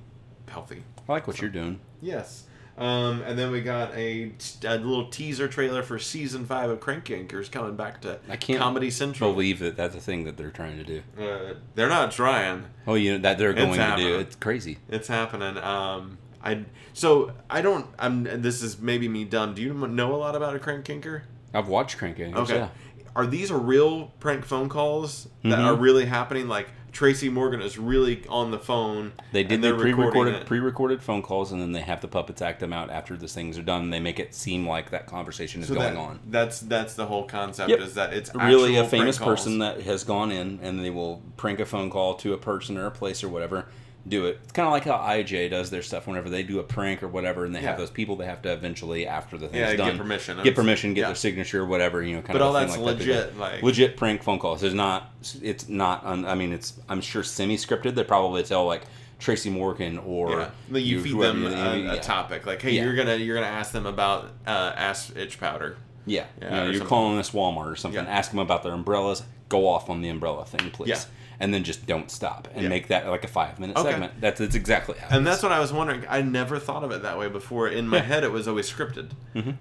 [SPEAKER 1] healthy.
[SPEAKER 2] I like what you're doing.
[SPEAKER 1] Yes. Um, and then we got a, a little teaser trailer for season five of Crank Yankers coming back to
[SPEAKER 2] I can't
[SPEAKER 1] Comedy Central.
[SPEAKER 2] Believe that that's a thing that they're trying to do.
[SPEAKER 1] Uh, they're not trying.
[SPEAKER 2] Oh, you know that they're
[SPEAKER 1] It's
[SPEAKER 2] going to
[SPEAKER 1] happening.
[SPEAKER 2] do. It's crazy.
[SPEAKER 1] It's happening. Um, I so I don't. I'm. and This is maybe me dumb. Do you know a lot about a crank kinker?
[SPEAKER 2] I've watched Crank Anchors,
[SPEAKER 1] Okay.
[SPEAKER 2] Yeah.
[SPEAKER 1] Are these real prank phone calls that
[SPEAKER 2] Mhm.
[SPEAKER 1] are really happening? Like Tracy Morgan is really on the phone.
[SPEAKER 2] They
[SPEAKER 1] and
[SPEAKER 2] did
[SPEAKER 1] they're
[SPEAKER 2] the
[SPEAKER 1] recording
[SPEAKER 2] pre-recorded
[SPEAKER 1] it.
[SPEAKER 2] pre-recorded phone calls, and then they have the puppets act them out after the things are done. and They make it seem like that conversation is
[SPEAKER 1] So
[SPEAKER 2] going
[SPEAKER 1] that-
[SPEAKER 2] on.
[SPEAKER 1] That's that's the whole concept.
[SPEAKER 2] Yep.
[SPEAKER 1] Is that it's
[SPEAKER 2] Really, a
[SPEAKER 1] actual prank
[SPEAKER 2] famous
[SPEAKER 1] calls.
[SPEAKER 2] person that has gone in, and they will prank a phone call to a person or a place or whatever. Do it. It's kind of like how IJ does their stuff whenever they do a prank or whatever, and they
[SPEAKER 1] Yeah.
[SPEAKER 2] have those people they have to eventually after the thing's
[SPEAKER 1] Yeah,
[SPEAKER 2] done
[SPEAKER 1] get permission.
[SPEAKER 2] get permission, get
[SPEAKER 1] yeah.
[SPEAKER 2] their signature, whatever you know. Kind
[SPEAKER 1] But
[SPEAKER 2] of
[SPEAKER 1] all
[SPEAKER 2] a thing
[SPEAKER 1] that's
[SPEAKER 2] like that.
[SPEAKER 1] legit, like-
[SPEAKER 2] legit prank phone calls. There's not. It's not. Un, I mean, it's. I'm sure semi scripted. They probably tell like Tracy Morgan or
[SPEAKER 1] Yeah. Like, you, feed
[SPEAKER 2] whoever
[SPEAKER 1] them
[SPEAKER 2] you-
[SPEAKER 1] a,
[SPEAKER 2] yeah.
[SPEAKER 1] a topic like, hey,
[SPEAKER 2] Yeah.
[SPEAKER 1] you're gonna you're gonna ask them about uh, ass itch powder.
[SPEAKER 2] Yeah,
[SPEAKER 1] Yeah,
[SPEAKER 2] you know,
[SPEAKER 1] or
[SPEAKER 2] you're
[SPEAKER 1] something.
[SPEAKER 2] calling this Walmart or something.
[SPEAKER 1] Yeah.
[SPEAKER 2] Ask them about their umbrellas. Go off on the umbrella thing, please.
[SPEAKER 1] Yeah.
[SPEAKER 2] And then just don't stop and
[SPEAKER 1] Yeah.
[SPEAKER 2] make that like a five minute
[SPEAKER 1] Okay.
[SPEAKER 2] segment. That's, that's exactly how. it
[SPEAKER 1] And
[SPEAKER 2] is.
[SPEAKER 1] that's what I was wondering. I never thought of it that way before. In my head, it was always scripted.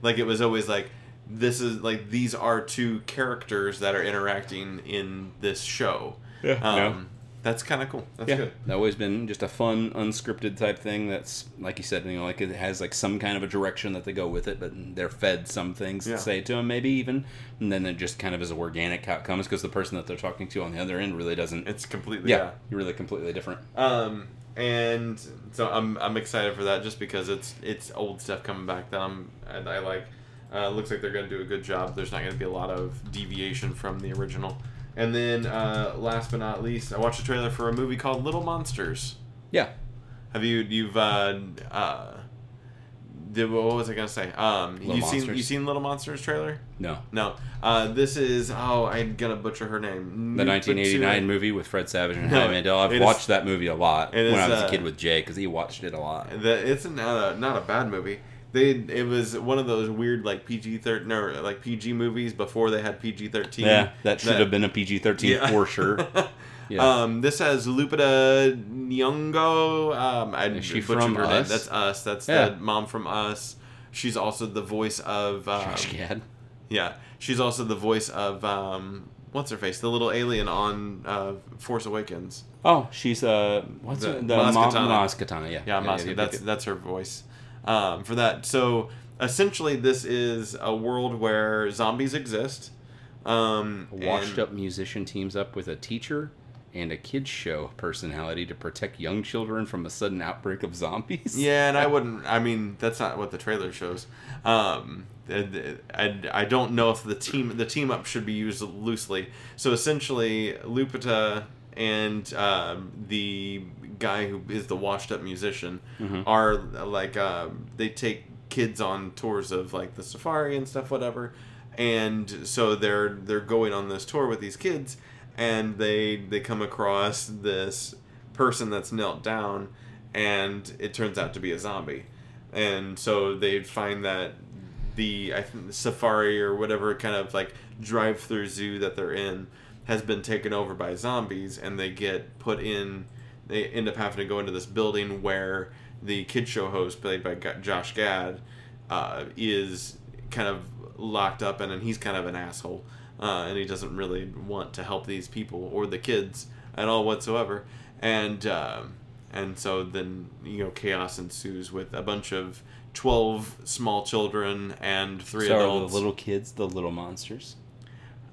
[SPEAKER 1] Like it was always like this is like these are two characters that are interacting in this show.
[SPEAKER 2] Yeah.
[SPEAKER 1] Um,
[SPEAKER 2] No.
[SPEAKER 1] That's kind of cool. That's
[SPEAKER 2] yeah.
[SPEAKER 1] good.
[SPEAKER 2] That's always been just a fun, unscripted type thing. That's like you said, you know, like it has like some kind of a direction that they go with it, but they're fed some things
[SPEAKER 1] Yeah.
[SPEAKER 2] to say to them, maybe even, and then it just kind of is organic how it comes because the person that they're talking to on the other end really doesn't.
[SPEAKER 1] It's completely
[SPEAKER 2] yeah, you're really completely different.
[SPEAKER 1] yeah. Um, and so I'm I'm excited for that just because it's it's old stuff coming back that I'm and I like. Uh, looks like they're gonna do a good job. There's not gonna be a lot of deviation from the original. And then uh, last but not least, I watched a trailer for a movie called Little Monsters.
[SPEAKER 2] Yeah,
[SPEAKER 1] Have you you've uh uh did, what was I gonna say? Um,
[SPEAKER 2] Little
[SPEAKER 1] you seen
[SPEAKER 2] Monsters.
[SPEAKER 1] you seen Little Monsters trailer?
[SPEAKER 2] no,
[SPEAKER 1] No. Uh, this is oh I'm gonna butcher her name.
[SPEAKER 2] the 1989
[SPEAKER 1] Nubatsu-
[SPEAKER 2] movie with Fred Savage and
[SPEAKER 1] No,
[SPEAKER 2] Howie Mandel. I've
[SPEAKER 1] it is-
[SPEAKER 2] watched that movie a lot
[SPEAKER 1] it
[SPEAKER 2] when I
[SPEAKER 1] is,
[SPEAKER 2] was
[SPEAKER 1] uh,
[SPEAKER 2] a kid with Jay because he watched it a lot.
[SPEAKER 1] The, it's not a not a bad movie. They it was one of those weird like PG thirteen or like PG movies before they had PG thirteen.
[SPEAKER 2] Yeah, that should have been a PG-13
[SPEAKER 1] Yeah.
[SPEAKER 2] for sure. Yeah.
[SPEAKER 1] Um, this has Lupita Nyong'o. Um, I
[SPEAKER 2] Is she
[SPEAKER 1] butchered
[SPEAKER 2] from
[SPEAKER 1] her name.
[SPEAKER 2] Us?
[SPEAKER 1] That's us. That's
[SPEAKER 2] Yeah.
[SPEAKER 1] the mom from Us. She's also the voice of um,
[SPEAKER 2] Trash can.
[SPEAKER 1] Yeah, she's also the voice of um, what's her face, the little alien on uh, Force Awakens.
[SPEAKER 2] Oh, she's uh, what's
[SPEAKER 1] The-
[SPEAKER 2] her, the
[SPEAKER 1] Maz
[SPEAKER 2] Maz Ma-
[SPEAKER 1] Kanata.
[SPEAKER 2] Maz Kanata, yeah,
[SPEAKER 1] Yeah, Masa, that's that's her voice um, for that. So essentially, this is a world where zombies exist. Um,
[SPEAKER 2] washed
[SPEAKER 1] and-
[SPEAKER 2] up musician teams up with a teacher and a kids show personality to protect young children from a sudden outbreak of zombies.
[SPEAKER 1] Yeah, and I wouldn't. I mean, that's not what the trailer shows. Um, I, I, I don't know if the team the team up should be used loosely. So essentially, Lupita and um, the guy who is the washed up musician are like um, they take kids on tours of like the safari and stuff, whatever. And so they're they're going on this tour with these kids, and they they come across this person that's knelt down and it turns out to be a zombie and so they find that the I think the safari or whatever kind of like drive through zoo that they're in has been taken over by zombies and they get put in they end up having to go into this building where the kid show host played by Ga- Josh Gad uh, is kind of locked up in, and he's kind of an asshole uh, and he doesn't really want to help these people or the kids at all whatsoever and um, and so then you know chaos ensues with a bunch of twelve small children and three
[SPEAKER 2] so are
[SPEAKER 1] adults,
[SPEAKER 2] the little kids the little monsters?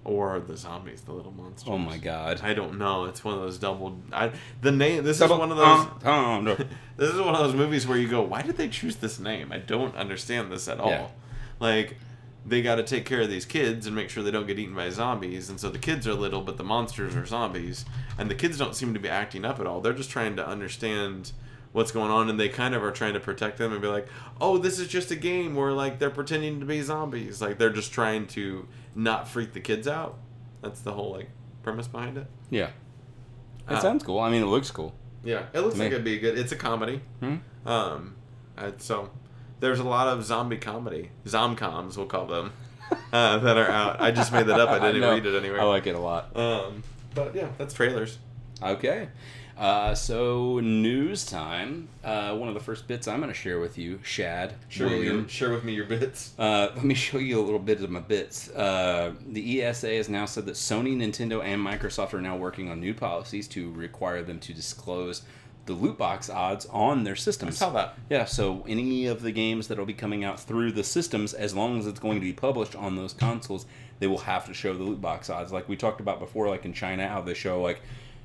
[SPEAKER 1] or the zombies, the little monsters.
[SPEAKER 2] Oh my god.
[SPEAKER 1] I don't know. It's one of those double. I, the name. This
[SPEAKER 2] Double uh,
[SPEAKER 1] is one of those.
[SPEAKER 2] entendre.
[SPEAKER 1] this is one of those movies where you go, why did they choose this name? I don't understand this at all.
[SPEAKER 2] Yeah.
[SPEAKER 1] Like, they got to take care of these kids and make sure they don't get eaten by zombies. And so the kids are little, but the monsters are zombies. And the kids don't seem to be acting up at all. They're just trying to understand what's going on and they kind of are trying to protect them and be like oh this is just a game where like they're pretending to be zombies like they're just trying to not freak the kids out that's the whole like premise behind it
[SPEAKER 2] Yeah. It
[SPEAKER 1] Uh,
[SPEAKER 2] sounds cool. I mean, it looks cool.
[SPEAKER 1] yeah it looks
[SPEAKER 2] Me-
[SPEAKER 1] like it'd be good it's a comedy
[SPEAKER 2] Hmm?
[SPEAKER 1] Um, and so there's a lot of zombie comedy, zomcoms we'll call them, uh, that are out. I just made that up. I didn't
[SPEAKER 2] know.
[SPEAKER 1] read it anywhere.
[SPEAKER 2] I like it a lot.
[SPEAKER 1] um, but yeah, that's trailers.
[SPEAKER 2] Okay. Uh, so news time. Uh, one of the first bits I'm going to share with you, Shad
[SPEAKER 1] Share with,
[SPEAKER 2] William.
[SPEAKER 1] your, share with me your bits.
[SPEAKER 2] Uh, let me show you a little bit of my bits. Uh, the ESA has now said that Sony, Nintendo, and Microsoft are now working on new policies to require them to disclose the loot box odds on their systems.
[SPEAKER 1] saw that.
[SPEAKER 2] Yeah, so any of the games that'll be coming out through the systems, as long as it's going to be published on those consoles, they will have to show the loot box odds. Like we talked about before, like in China, how they show like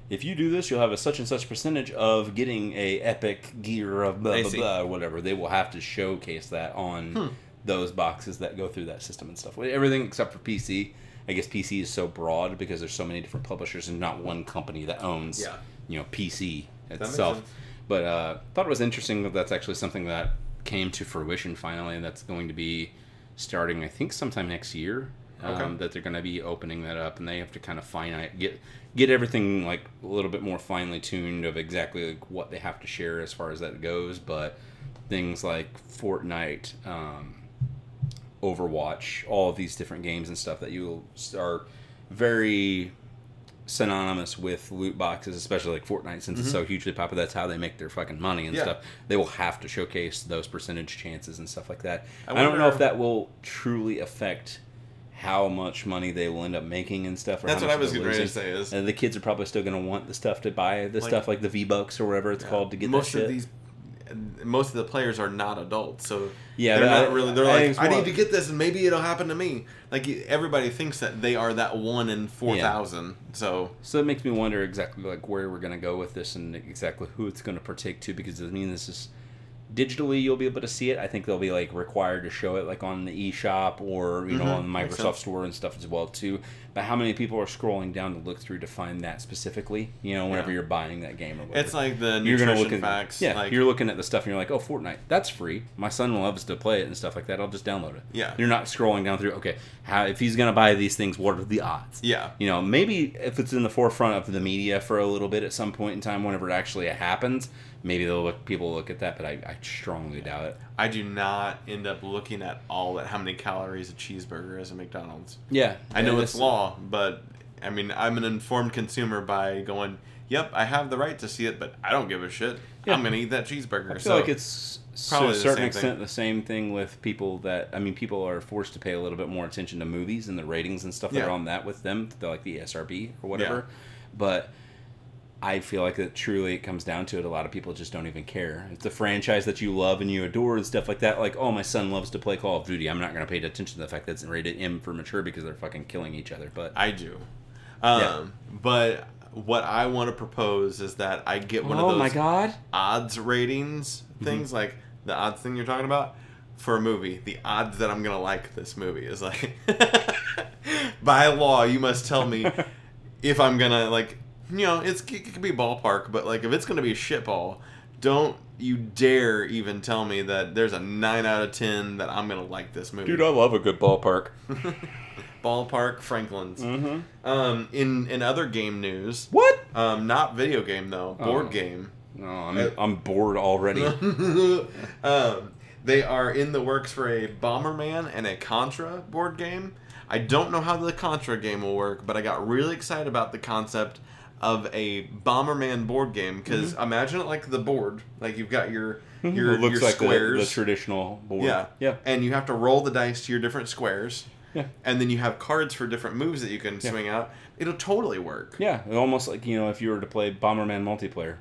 [SPEAKER 2] if you do this, you'll have a such and such percentage of getting a epic gear of blah
[SPEAKER 1] I
[SPEAKER 2] blah
[SPEAKER 1] see. Hmm.
[SPEAKER 2] blah or whatever. They will have to showcase that on those boxes that go through that system and stuff. Everything except for PC. I guess PC is so broad because there's so many different publishers and not one company that owns
[SPEAKER 1] Yeah.
[SPEAKER 2] you know PC
[SPEAKER 1] makes
[SPEAKER 2] itself.
[SPEAKER 1] sense.
[SPEAKER 2] But uh, thought it was interesting that that's actually something that came to fruition finally, and that's going to be starting, I think, sometime next year.
[SPEAKER 1] Okay.
[SPEAKER 2] Um, that they're going to be opening that up, and they have to kind of finite get get everything like a little bit more finely tuned of exactly like what they have to share as far as that goes. But things like Fortnite, um, Overwatch, all of these different games and stuff that you are very synonymous with loot boxes, especially like Fortnite, since it's so hugely popular. That's how they make their fucking money and
[SPEAKER 1] Mm-hmm. Yeah.
[SPEAKER 2] stuff. They will have to showcase those percentage chances and stuff like that.
[SPEAKER 1] I
[SPEAKER 2] I, don't know
[SPEAKER 1] wonder-
[SPEAKER 2] if that will truly affect how much money they will end up making and stuff. Or
[SPEAKER 1] That's
[SPEAKER 2] how
[SPEAKER 1] what I
[SPEAKER 2] much
[SPEAKER 1] was
[SPEAKER 2] they're
[SPEAKER 1] getting ready to
[SPEAKER 2] losing.
[SPEAKER 1] say is
[SPEAKER 2] And the kids are probably still going to want the stuff to buy the
[SPEAKER 1] Like-
[SPEAKER 2] stuff like the V Bucks or whatever it's called to get
[SPEAKER 1] most
[SPEAKER 2] that shit.
[SPEAKER 1] of these. Most of the players are not adults, so
[SPEAKER 2] Yeah,
[SPEAKER 1] they're
[SPEAKER 2] but
[SPEAKER 1] not
[SPEAKER 2] I-
[SPEAKER 1] really. They're
[SPEAKER 2] I think
[SPEAKER 1] like,
[SPEAKER 2] it's
[SPEAKER 1] I
[SPEAKER 2] more-
[SPEAKER 1] need to get this, and maybe it'll happen to me. Like everybody thinks that they are that one in four thousand. So
[SPEAKER 2] So it makes me wonder exactly like where we're gonna go with this and exactly who it's gonna partake to because I mean this is digitally you'll be able to see it. I think they'll be like required to show it like on the eShop or you know on the
[SPEAKER 1] Mm-hmm. makes
[SPEAKER 2] Microsoft
[SPEAKER 1] sense.
[SPEAKER 2] Store and stuff as well too. But how many people are scrolling down to look through to find that specifically? You know, whenever
[SPEAKER 1] Yeah.
[SPEAKER 2] you're buying that game or whatever.
[SPEAKER 1] it's like the
[SPEAKER 2] you're
[SPEAKER 1] nutrition
[SPEAKER 2] gonna look at
[SPEAKER 1] facts.
[SPEAKER 2] yeah.
[SPEAKER 1] like,
[SPEAKER 2] you're looking at the stuff and you're like, oh, Fortnite, that's free. My son loves to play it and stuff like that. I'll just download it.
[SPEAKER 1] Yeah.
[SPEAKER 2] you're not scrolling down through. Okay, how if he's gonna buy these things, what are the odds?
[SPEAKER 1] yeah,
[SPEAKER 2] you know, maybe if it's in the forefront of the media for a little bit at some point in time, whenever it actually happens, maybe they'll look, people will look at that, but I, I strongly doubt it.
[SPEAKER 1] I do not end up looking at all at how many calories a cheeseburger is at McDonald's.
[SPEAKER 2] Yeah.
[SPEAKER 1] I know it's law, but I mean, I'm an informed consumer by going, "Yep, I have the right to see it, but I don't give a shit.
[SPEAKER 2] Yeah.
[SPEAKER 1] I'm gonna eat that cheeseburger."
[SPEAKER 2] I feel
[SPEAKER 1] so
[SPEAKER 2] like it's to
[SPEAKER 1] probably
[SPEAKER 2] a
[SPEAKER 1] the
[SPEAKER 2] certain
[SPEAKER 1] same
[SPEAKER 2] extent
[SPEAKER 1] thing.
[SPEAKER 2] the same thing with people that, I mean, people are forced to pay a little bit more attention to movies and the ratings and stuff that
[SPEAKER 1] Yeah.
[SPEAKER 2] are on that with them, they're like the E SRB or whatever. But I feel like that truly it comes down to it. A lot of people just don't even care. It's a franchise that you love and you adore and stuff like that. Like, oh, my son loves to play Call of Duty. I'm not going to pay attention to the fact that it's rated M for mature because they're fucking killing each other. But
[SPEAKER 1] I do, um, but what I want to propose is that I get one
[SPEAKER 2] oh
[SPEAKER 1] of
[SPEAKER 2] my
[SPEAKER 1] those
[SPEAKER 2] god,
[SPEAKER 1] odds ratings
[SPEAKER 2] Mm-hmm.
[SPEAKER 1] things, like the odds thing you're talking about for a movie. The odds that I'm gonna like this movie is like by law you must tell me if I'm gonna like you know it's it could be ballpark, but like if it's gonna be a shitball, don't you dare even tell me that there's a nine out of ten that I'm gonna like this movie.
[SPEAKER 2] dude, uh- I love a good ballpark.
[SPEAKER 1] ballpark Franklin's.
[SPEAKER 2] Mm-hmm.
[SPEAKER 1] Um, in in other game news,
[SPEAKER 2] What?
[SPEAKER 1] um, not video game though, board
[SPEAKER 2] Oh.
[SPEAKER 1] game.
[SPEAKER 2] No, I'm I'm bored already.
[SPEAKER 1] um, they are in the works for a Bomberman and a Contra board game. I don't know how the Contra game will work, but I got really excited about the concept of a Bomberman board game because
[SPEAKER 2] Mm-hmm.
[SPEAKER 1] imagine it like the board, like you've got your your,
[SPEAKER 2] it looks
[SPEAKER 1] your
[SPEAKER 2] like the-
[SPEAKER 1] squares,
[SPEAKER 2] The, traditional board.
[SPEAKER 1] yeah,
[SPEAKER 2] Mm-hmm. yeah.
[SPEAKER 1] and you have to roll the dice to your different squares.
[SPEAKER 2] Yeah.
[SPEAKER 1] And then you have cards for different moves that you can swing out. It'll totally work.
[SPEAKER 2] Yeah, almost like you know if you were to play Bomberman multiplayer.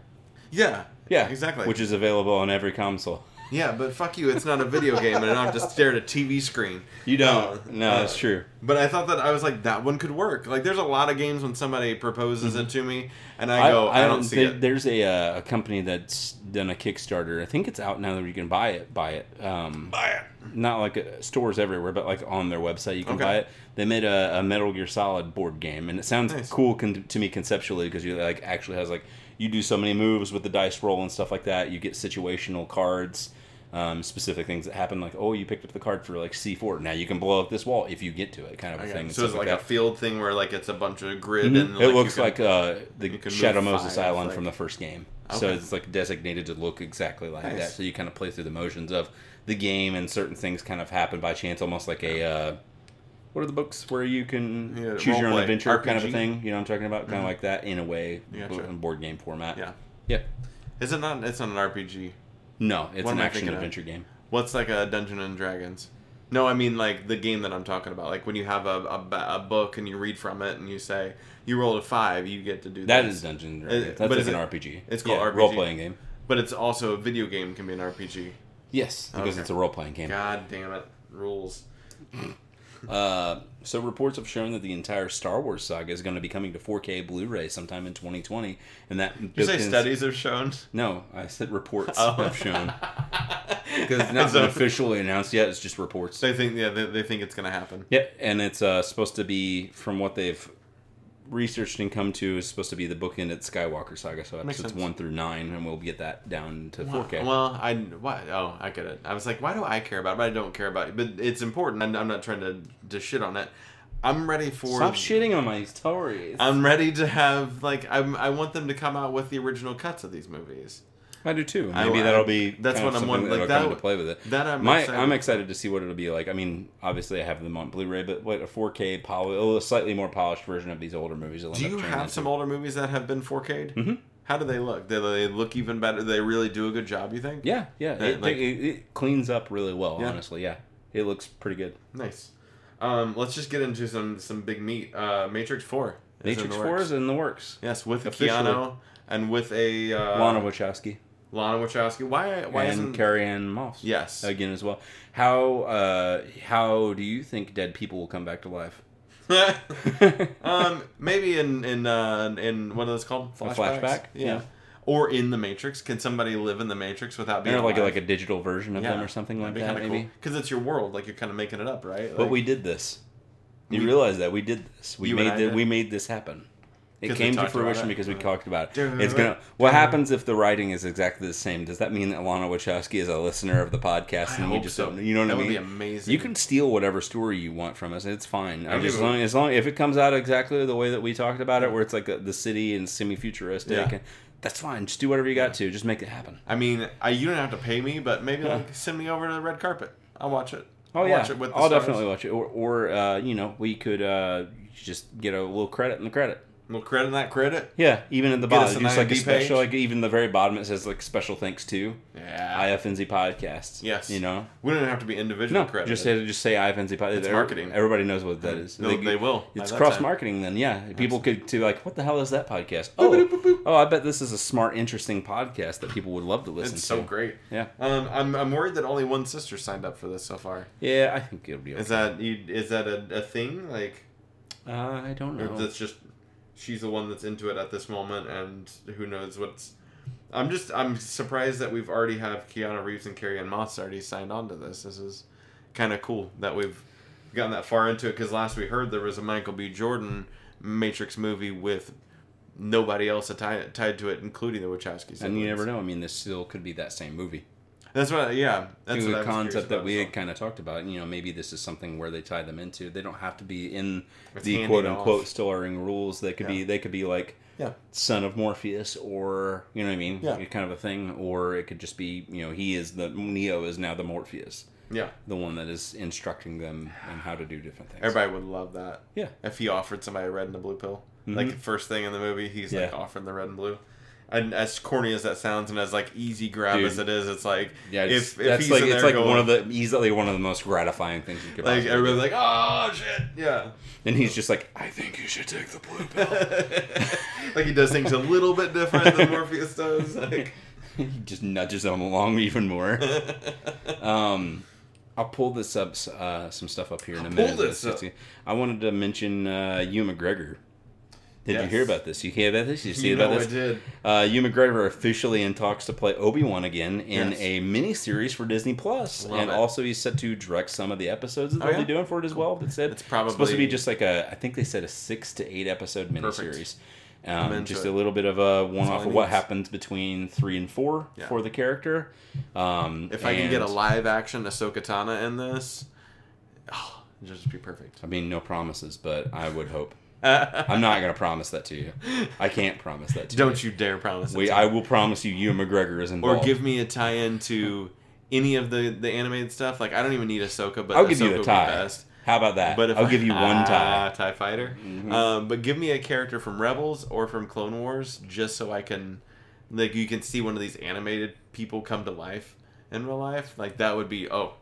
[SPEAKER 1] Yeah.
[SPEAKER 2] Yeah,
[SPEAKER 1] Exactly.
[SPEAKER 2] Which is available on every console.
[SPEAKER 1] Yeah, but fuck you. It's not a video game, and I don't have to stare at a TV screen.
[SPEAKER 2] You don't.
[SPEAKER 1] Uh,
[SPEAKER 2] no,
[SPEAKER 1] uh,
[SPEAKER 2] that's true.
[SPEAKER 1] But I thought that I was like that one could work. Like there's a lot of games when somebody proposes
[SPEAKER 2] Mm-hmm.
[SPEAKER 1] it to me, and I go, I, don't see
[SPEAKER 2] there-
[SPEAKER 1] it.
[SPEAKER 2] There's a, uh, a company that's done a Kickstarter. I think it's out now that you can buy it. Buy it. Um,
[SPEAKER 1] Buy it.
[SPEAKER 2] not like uh, stores everywhere, but like on their website, you can
[SPEAKER 1] Okay.
[SPEAKER 2] buy it. They made a, a Metal Gear Solid board game, and it sounds
[SPEAKER 1] Nice.
[SPEAKER 2] cool con- to me conceptually because you like actually has like you do so many moves with the dice roll and stuff like that. You get situational cards, um, specific things that happen. Like oh, you picked up the card for like C four. Now you can blow up this wall if you get to it, kind of a
[SPEAKER 1] Okay,
[SPEAKER 2] thing. and
[SPEAKER 1] So it's
[SPEAKER 2] stuff
[SPEAKER 1] like
[SPEAKER 2] that.
[SPEAKER 1] a field thing where like it's a bunch of grid
[SPEAKER 2] Mhm.
[SPEAKER 1] and like,
[SPEAKER 2] it
[SPEAKER 1] you
[SPEAKER 2] looks
[SPEAKER 1] can-
[SPEAKER 2] like uh,
[SPEAKER 1] you
[SPEAKER 2] the
[SPEAKER 1] can
[SPEAKER 2] Shadow
[SPEAKER 1] move
[SPEAKER 2] Moses
[SPEAKER 1] five,
[SPEAKER 2] Island
[SPEAKER 1] like-
[SPEAKER 2] from the first game. So
[SPEAKER 1] Okay.
[SPEAKER 2] it's like designated to look exactly like
[SPEAKER 1] Nice.
[SPEAKER 2] that. So you kind of play through the motions of the game, and certain things kind of happen by chance, almost like a uh, what are the books where you can
[SPEAKER 1] Yeah,
[SPEAKER 2] choose your own
[SPEAKER 1] role-play,
[SPEAKER 2] adventure kind of a
[SPEAKER 1] RPG.
[SPEAKER 2] thing. You know what I'm talking about? Kind of like that in a way,
[SPEAKER 1] Mm-hmm. Gotcha.
[SPEAKER 2] bo- in board game format.
[SPEAKER 1] yeah.
[SPEAKER 2] Yeah.
[SPEAKER 1] Is it not? It's not an RPG.
[SPEAKER 2] No, it's
[SPEAKER 1] What
[SPEAKER 2] an
[SPEAKER 1] am I
[SPEAKER 2] action
[SPEAKER 1] thinking of?
[SPEAKER 2] adventure game.
[SPEAKER 1] What's like a Dungeon and Dragons? No, I mean like the game that I'm talking about. Like when you have a, a, ba- a book and you read from it and you say you rolled a five, you get to do
[SPEAKER 2] That
[SPEAKER 1] this.
[SPEAKER 2] is Dungeon. Dragons. That's
[SPEAKER 1] but
[SPEAKER 2] like
[SPEAKER 1] is
[SPEAKER 2] an
[SPEAKER 1] it-
[SPEAKER 2] RPG.
[SPEAKER 1] it's called RPG?
[SPEAKER 2] role playing game.
[SPEAKER 1] But it's also a video game can be an RPG.
[SPEAKER 2] Yes, because
[SPEAKER 1] Okay.
[SPEAKER 2] it's a role playing game.
[SPEAKER 1] God damn it, rules.
[SPEAKER 2] Uh, so reports have shown that the entire Star Wars saga is going to be coming to 4K Blu-ray sometime in 2020, and that
[SPEAKER 1] You say studies have shown.
[SPEAKER 2] No, I said reports
[SPEAKER 1] Oh.
[SPEAKER 2] have shown because it's not
[SPEAKER 1] So-
[SPEAKER 2] been officially announced yet. It's just reports.
[SPEAKER 1] They think yeah, they, they think it's gonna happen.
[SPEAKER 2] Yeah, and it's uh, supposed to be from what they've researched and come to is supposed to be the bookend at Skywalker saga, so
[SPEAKER 1] Makes sense.
[SPEAKER 2] episodes one through nine, and we'll get that down to 4K.
[SPEAKER 1] Well, I why oh I get it. I was like, why do I care about it? But I don't care about it. But it's important, and I'm not trying to to shit on it. I'm ready for
[SPEAKER 2] Stop shitting on my stories.
[SPEAKER 1] I'm ready to have like I'm. I want them to come out with the original cuts of these movies.
[SPEAKER 2] I do too.
[SPEAKER 1] I-
[SPEAKER 2] Maybe
[SPEAKER 1] I-
[SPEAKER 2] that'll be
[SPEAKER 1] that's
[SPEAKER 2] kind of
[SPEAKER 1] what I'm
[SPEAKER 2] something
[SPEAKER 1] wondering, like,
[SPEAKER 2] that'll come
[SPEAKER 1] that
[SPEAKER 2] into
[SPEAKER 1] would-
[SPEAKER 2] play with it.
[SPEAKER 1] That I'm
[SPEAKER 2] My,
[SPEAKER 1] excited
[SPEAKER 2] I'm
[SPEAKER 1] for.
[SPEAKER 2] excited to see what it'll be like. I mean, obviously I have them on Blu-ray, but what a 4K, poly, a slightly more polished version of these older movies. will
[SPEAKER 1] Do
[SPEAKER 2] end up
[SPEAKER 1] you
[SPEAKER 2] turning
[SPEAKER 1] have
[SPEAKER 2] into.
[SPEAKER 1] some older movies that have been 4K'd? Mm-hmm. How do they look? Do they look even better? Do they really do a good job? You think?
[SPEAKER 2] Yeah, yeah.
[SPEAKER 1] Uh,
[SPEAKER 2] It,
[SPEAKER 1] like-
[SPEAKER 2] it, it cleans up really well.
[SPEAKER 1] Yeah.
[SPEAKER 2] Honestly, yeah, it looks pretty good.
[SPEAKER 1] Nice. Um, let's just get into some some big meat. Uh, Matrix Four. is in
[SPEAKER 2] Matrix
[SPEAKER 1] the
[SPEAKER 2] Four
[SPEAKER 1] works.
[SPEAKER 2] is in the works.
[SPEAKER 1] Yes, with
[SPEAKER 2] Officially.
[SPEAKER 1] Keanu and with a uh,
[SPEAKER 2] Lana Wachowski
[SPEAKER 1] Lana Wachowski. Why? Why
[SPEAKER 2] and
[SPEAKER 1] isn't?
[SPEAKER 2] Carrie Ann Moss.
[SPEAKER 1] yes.
[SPEAKER 2] again as well. How uh, how do you think dead people will come back to life?
[SPEAKER 1] um, maybe in in uh, in what are those called?
[SPEAKER 2] flashback?
[SPEAKER 1] Yeah.
[SPEAKER 2] Yeah.
[SPEAKER 1] Or in the Matrix? Can somebody live in the Matrix without being
[SPEAKER 2] Or like a,
[SPEAKER 1] alive?
[SPEAKER 2] like a digital version of them or something like that, maybe.
[SPEAKER 1] Because it's your world. Like you're kind of making it up, right?
[SPEAKER 2] But
[SPEAKER 1] Like,
[SPEAKER 2] we did this. You
[SPEAKER 1] We-
[SPEAKER 2] realize that we did this. We
[SPEAKER 1] You and
[SPEAKER 2] made
[SPEAKER 1] I
[SPEAKER 2] the,
[SPEAKER 1] did?
[SPEAKER 2] we made this happen. It
[SPEAKER 1] 'Cause we
[SPEAKER 2] came to
[SPEAKER 1] talked about
[SPEAKER 2] fruition
[SPEAKER 1] it.
[SPEAKER 2] because we
[SPEAKER 1] Yeah.
[SPEAKER 2] talked about it.
[SPEAKER 1] Do
[SPEAKER 2] It's
[SPEAKER 1] it.
[SPEAKER 2] gonna. What happens if the writing is exactly the same? Does that mean that Lana Wachowski is a listener of the podcast
[SPEAKER 1] I
[SPEAKER 2] and we
[SPEAKER 1] hope
[SPEAKER 2] just
[SPEAKER 1] so.
[SPEAKER 2] don't? You know what
[SPEAKER 1] that
[SPEAKER 2] I mean?
[SPEAKER 1] would be amazing.
[SPEAKER 2] You can steal whatever story you want from us. It's fine. I'm
[SPEAKER 1] do.
[SPEAKER 2] just long, as long if it comes out exactly the way that we talked about it, where it's like a, the city and semi futuristic,
[SPEAKER 1] Yeah.
[SPEAKER 2] and that's fine. Just do whatever you got to. Just make it happen.
[SPEAKER 1] I mean, I you don't have to pay me, but maybe like send me over to the red carpet. I'll watch it.
[SPEAKER 2] Oh
[SPEAKER 1] I'll
[SPEAKER 2] yeah,
[SPEAKER 1] watch it with the
[SPEAKER 2] I'll
[SPEAKER 1] stars.
[SPEAKER 2] definitely watch it. Or, or uh, you know, we could uh, just get a little credit in the credit.
[SPEAKER 1] We'll credit that credit.
[SPEAKER 2] Yeah, even at the
[SPEAKER 1] Get us
[SPEAKER 2] bottom,
[SPEAKER 1] an
[SPEAKER 2] just like a
[SPEAKER 1] IMDb
[SPEAKER 2] special,
[SPEAKER 1] page.
[SPEAKER 2] like even the very bottom, it says like special thanks to
[SPEAKER 1] Yeah.
[SPEAKER 2] IFNZ podcasts.
[SPEAKER 1] Yes.
[SPEAKER 2] you know,
[SPEAKER 1] we don't have to be individual
[SPEAKER 2] no,
[SPEAKER 1] credit.
[SPEAKER 2] just say just say IFNZ podcast.
[SPEAKER 1] It's marketing.
[SPEAKER 2] Everybody knows what that is.
[SPEAKER 1] No, they will by
[SPEAKER 2] It's
[SPEAKER 1] that
[SPEAKER 2] cross
[SPEAKER 1] time.
[SPEAKER 2] marketing. Then yeah, people could do like, what the hell is that podcast? Oh, oh, I bet this is a smart, interesting podcast that people would love to listen
[SPEAKER 1] it's
[SPEAKER 2] to.
[SPEAKER 1] so great.
[SPEAKER 2] Yeah,
[SPEAKER 1] Um, I'm, I'm worried that only one sister signed up for this so far.
[SPEAKER 2] yeah, I think it'll be. Okay.
[SPEAKER 1] Is that you, is that a, a thing? Like,
[SPEAKER 2] Uh, I don't
[SPEAKER 1] or
[SPEAKER 2] know.
[SPEAKER 1] that's just she's the one that's into it at this moment, and who knows what's. I'm just I'm surprised that we've already have Keanu Reeves and Carrie Ann Moss already signed on to this. This is kind of cool that we've gotten that far into it because last we heard there was a Michael B. Jordan Matrix movie with nobody else tied tied to it, including the Wachowskis.
[SPEAKER 2] and you never know. I mean, this still could be that same movie.
[SPEAKER 1] That's what. Yeah, that's
[SPEAKER 2] That's
[SPEAKER 1] what I
[SPEAKER 2] a
[SPEAKER 1] was curious
[SPEAKER 2] concept that
[SPEAKER 1] about
[SPEAKER 2] we
[SPEAKER 1] as
[SPEAKER 2] had kind of talked about. You know, maybe this is something where they tie them into. They don't have to be in
[SPEAKER 1] It's
[SPEAKER 2] the
[SPEAKER 1] handing
[SPEAKER 2] quote unquote
[SPEAKER 1] off.
[SPEAKER 2] starring rules. They could be.
[SPEAKER 1] Yeah.
[SPEAKER 2] They could be like
[SPEAKER 1] well. Yeah.
[SPEAKER 2] son of Morpheus, or you know what I mean,
[SPEAKER 1] Yeah.
[SPEAKER 2] kind of a thing. Or it could just be you know he is the Neo is now the Morpheus,
[SPEAKER 1] Yeah.
[SPEAKER 2] the one that is instructing them on how to do different things.
[SPEAKER 1] Everybody would love that.
[SPEAKER 2] Yeah. Mm-hmm.
[SPEAKER 1] If he offered somebody a red and a blue pill. Like the first thing in the movie, he's
[SPEAKER 2] Yeah.
[SPEAKER 1] like offering the red and blue. and as corny as that sounds, and as like easy grab
[SPEAKER 2] Dude.
[SPEAKER 1] as it is, it's like
[SPEAKER 2] Yeah, it's,
[SPEAKER 1] if, if
[SPEAKER 2] that's
[SPEAKER 1] he's
[SPEAKER 2] like
[SPEAKER 1] in
[SPEAKER 2] it's
[SPEAKER 1] there
[SPEAKER 2] like
[SPEAKER 1] going,
[SPEAKER 2] one of the easily one of the most gratifying things you could
[SPEAKER 1] like
[SPEAKER 2] possibly do.
[SPEAKER 1] everybody's like oh shit yeah,
[SPEAKER 2] And he's just like, I think you should take the blue pill.
[SPEAKER 1] like he does things a little bit different than Morpheus does. Like,
[SPEAKER 2] he just nudges him along even more. Um, I'll pull this up, uh, some stuff up here in a minute.
[SPEAKER 1] this up.
[SPEAKER 2] I wanted to mention uh, Hugh McGregor. Did you
[SPEAKER 1] Yes.
[SPEAKER 2] hear about this? You hear about this? You see
[SPEAKER 1] you
[SPEAKER 2] about
[SPEAKER 1] know I
[SPEAKER 2] this?
[SPEAKER 1] did.
[SPEAKER 2] Uh, Hugh McGregor officially in talks to play Obi Wan again in
[SPEAKER 1] Yes.
[SPEAKER 2] a miniseries for Disney Plus,
[SPEAKER 1] Love
[SPEAKER 2] and
[SPEAKER 1] it.
[SPEAKER 2] also he's set to direct some of the episodes that
[SPEAKER 1] Oh,
[SPEAKER 2] they'll
[SPEAKER 1] yeah?
[SPEAKER 2] be doing for it as well. That's it.
[SPEAKER 1] It's probably-
[SPEAKER 2] supposed to be just like a, I think they said a six to eight episode miniseries. Um,
[SPEAKER 1] into
[SPEAKER 2] just
[SPEAKER 1] it.
[SPEAKER 2] a little bit of a one
[SPEAKER 1] all
[SPEAKER 2] off
[SPEAKER 1] it
[SPEAKER 2] of what
[SPEAKER 1] needs.
[SPEAKER 2] happens between three and four
[SPEAKER 1] Yeah.
[SPEAKER 2] for the character. Um,
[SPEAKER 1] If I can get a
[SPEAKER 2] and-
[SPEAKER 1] live action Ahsoka Tana in this, oh, it'd just be perfect.
[SPEAKER 2] I mean, no promises, but I would hope. I'm not going to promise that to you. I can't promise that to
[SPEAKER 1] Don't you dare promise it.
[SPEAKER 2] you. We,
[SPEAKER 1] to
[SPEAKER 2] I will promise you, Ewan McGregor is
[SPEAKER 1] or
[SPEAKER 2] involved.
[SPEAKER 1] give me a tie-in to any of the the animated stuff. Like I don't even need Ahsoka, but
[SPEAKER 2] I'll
[SPEAKER 1] Ahsoka
[SPEAKER 2] give you
[SPEAKER 1] would
[SPEAKER 2] a
[SPEAKER 1] be
[SPEAKER 2] tie.
[SPEAKER 1] best.
[SPEAKER 2] How about that?
[SPEAKER 1] But if
[SPEAKER 2] I'll
[SPEAKER 1] I-
[SPEAKER 2] give you one tie.
[SPEAKER 1] Ah,
[SPEAKER 2] Mm-hmm.
[SPEAKER 1] tie fighter. Um, but give me a character from Rebels or from Clone Wars, just so I can, like, you can see one of these animated people come to life in real life. Like that would be oh,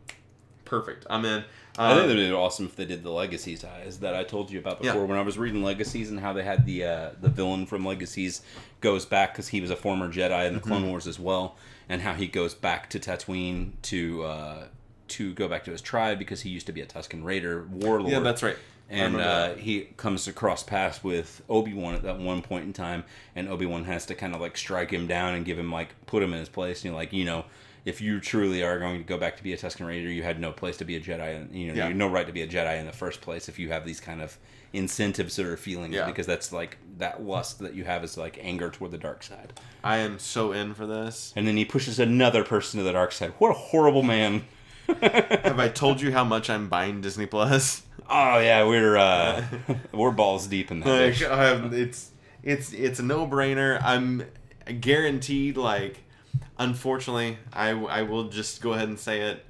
[SPEAKER 1] perfect. I'm in.
[SPEAKER 2] I think
[SPEAKER 1] Um,
[SPEAKER 2] it would be awesome if they did the Legacy ties that I told you about
[SPEAKER 1] Yeah.
[SPEAKER 2] before. When I was reading Legacies and how they had the uh, the villain from Legacies goes back because he was a former Jedi in
[SPEAKER 1] Mm-hmm.
[SPEAKER 2] the Clone Wars as well, and how he goes back to Tatooine to uh, to go back to his tribe because he used to be a Tusken Raider warlord.
[SPEAKER 1] yeah, that's right. I
[SPEAKER 2] and
[SPEAKER 1] remember
[SPEAKER 2] uh,
[SPEAKER 1] that.
[SPEAKER 2] he comes across paths with Obi Wan at that one point in time, and Obi Wan has to kind of like strike him down and give him like put him in his place, and you're like you know. If you truly are going to go back to be a Tusken Raider, you had no place to be a Jedi, and you know
[SPEAKER 1] Yeah.
[SPEAKER 2] you had no right to be a Jedi in the first place. If you have these kind of incentives or feelings,
[SPEAKER 1] Yeah.
[SPEAKER 2] because that's like that lust that you have is like anger toward the dark side.
[SPEAKER 1] I am so in for this.
[SPEAKER 2] And then he pushes another person to the dark side. What a horrible man!
[SPEAKER 1] Have I told you how much I'm buying Disney Plus?
[SPEAKER 2] Oh yeah, we're uh, we're balls deep in that.
[SPEAKER 1] Like
[SPEAKER 2] dish.
[SPEAKER 1] um, it's it's it's a no brainer. I'm guaranteed. Like, unfortunately, I I will just go ahead and say it.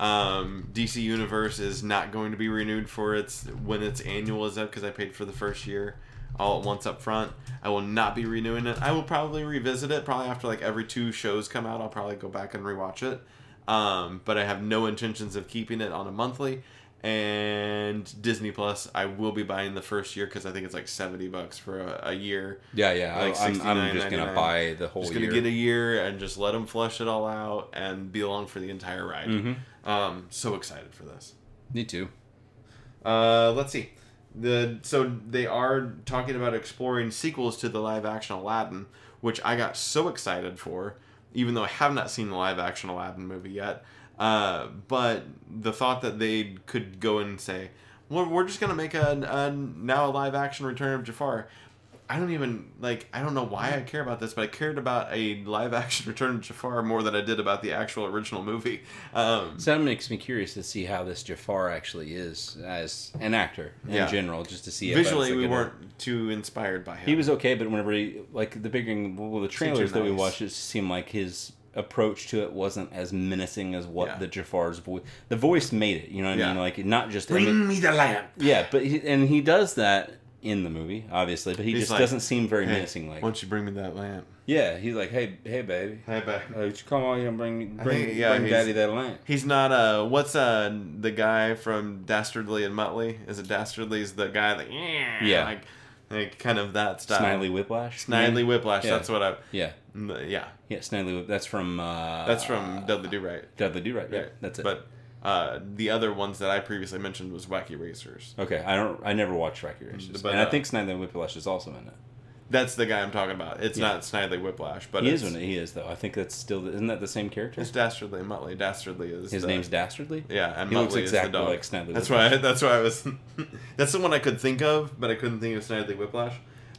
[SPEAKER 1] Um, DC Universe is not going to be renewed for its when its annual is up because I paid for the first year all at once up front. I will not be renewing it. I will probably revisit it probably after like every two shows come out. I'll probably go back and rewatch it. Um, but I have no intentions of keeping it on a monthly. And Disney Plus, I will be buying the first year because I think it's like seventy bucks for a, a year.
[SPEAKER 2] Yeah, yeah.
[SPEAKER 1] Like
[SPEAKER 2] I, I'm, I'm just gonna
[SPEAKER 1] $69.99.
[SPEAKER 2] buy the whole
[SPEAKER 1] just gonna
[SPEAKER 2] year.
[SPEAKER 1] get a year and just let them flush it all out and be along for the entire ride.
[SPEAKER 2] Mm-hmm.
[SPEAKER 1] Um, so excited for this.
[SPEAKER 2] Me too.
[SPEAKER 1] Uh, let's see. The so they are talking about exploring sequels to the live action Aladdin, which I got so excited for, even though I have not seen the live action Aladdin movie yet. Uh, but the thought that they could go and say, "Well, we're just gonna make a, a now a live action Return of Jafar." I don't even like. I don't know why I care about this, but I cared about a live action Return of Jafar more than I did about the actual original movie. Um,
[SPEAKER 2] So that makes me curious to see how this Jafar actually is as an actor in
[SPEAKER 1] Yeah.
[SPEAKER 2] general, just to see if that's
[SPEAKER 1] visually,
[SPEAKER 2] a
[SPEAKER 1] we
[SPEAKER 2] good-
[SPEAKER 1] weren't too inspired by him.
[SPEAKER 2] He was okay, but whenever he like the bigger well, the trailers that we
[SPEAKER 1] nice.
[SPEAKER 2] watched, it seemed like his approach to it wasn't as menacing as what
[SPEAKER 1] Yeah.
[SPEAKER 2] the Jafar's voice. The voice made it. You know what I
[SPEAKER 1] Yeah.
[SPEAKER 2] mean? Like not just
[SPEAKER 1] me the lamp.
[SPEAKER 2] yeah, but he, and he does that in the movie, obviously, but he
[SPEAKER 1] He's
[SPEAKER 2] just
[SPEAKER 1] like,
[SPEAKER 2] doesn't seem very menacing. Like
[SPEAKER 1] Why don't you bring me that lamp?
[SPEAKER 2] yeah, he's like hey hey baby.
[SPEAKER 1] Hey, babe.
[SPEAKER 2] Uh, you come on here and bring me,
[SPEAKER 1] I
[SPEAKER 2] bring,
[SPEAKER 1] think- yeah,
[SPEAKER 2] bring
[SPEAKER 1] he's-
[SPEAKER 2] daddy that lamp.
[SPEAKER 1] He's not uh what's uh the guy from Dastardly and Muttley? Is it Dastardly's the guy that yeah,
[SPEAKER 2] Yeah.
[SPEAKER 1] like like kind of that style.
[SPEAKER 2] Snidely Whiplash.
[SPEAKER 1] Snidely Whiplash,
[SPEAKER 2] Yeah.
[SPEAKER 1] that's what I
[SPEAKER 2] Yeah,
[SPEAKER 1] yeah.
[SPEAKER 2] yeah. Snidely Whip. That's from. Uh,
[SPEAKER 1] That's from Dudley Do Right.
[SPEAKER 2] Dudley Do Right. Yeah, that's it.
[SPEAKER 1] But uh the other ones that I previously mentioned was Wacky Racers.
[SPEAKER 2] okay, I don't. I never watched Rocky Races,
[SPEAKER 1] But,
[SPEAKER 2] and I
[SPEAKER 1] uh,
[SPEAKER 2] think Snidely Whiplash is also in it.
[SPEAKER 1] That's the guy I'm talking about. It's
[SPEAKER 2] Yeah.
[SPEAKER 1] not Snidely Whiplash, but
[SPEAKER 2] He
[SPEAKER 1] it's,
[SPEAKER 2] is in it. He is though. I think that's still. Isn't that the same character?
[SPEAKER 1] it's Dastardly and Muttley. Dastardly is
[SPEAKER 2] His
[SPEAKER 1] the-
[SPEAKER 2] name's Dastardly.
[SPEAKER 1] Yeah, and
[SPEAKER 2] He
[SPEAKER 1] Muttley
[SPEAKER 2] looks
[SPEAKER 1] is
[SPEAKER 2] exactly
[SPEAKER 1] the dog.
[SPEAKER 2] like Snidely
[SPEAKER 1] That's
[SPEAKER 2] Whiplash.
[SPEAKER 1] why. That's why I was. that's the one I could think of, but I couldn't think of Snidely Whiplash.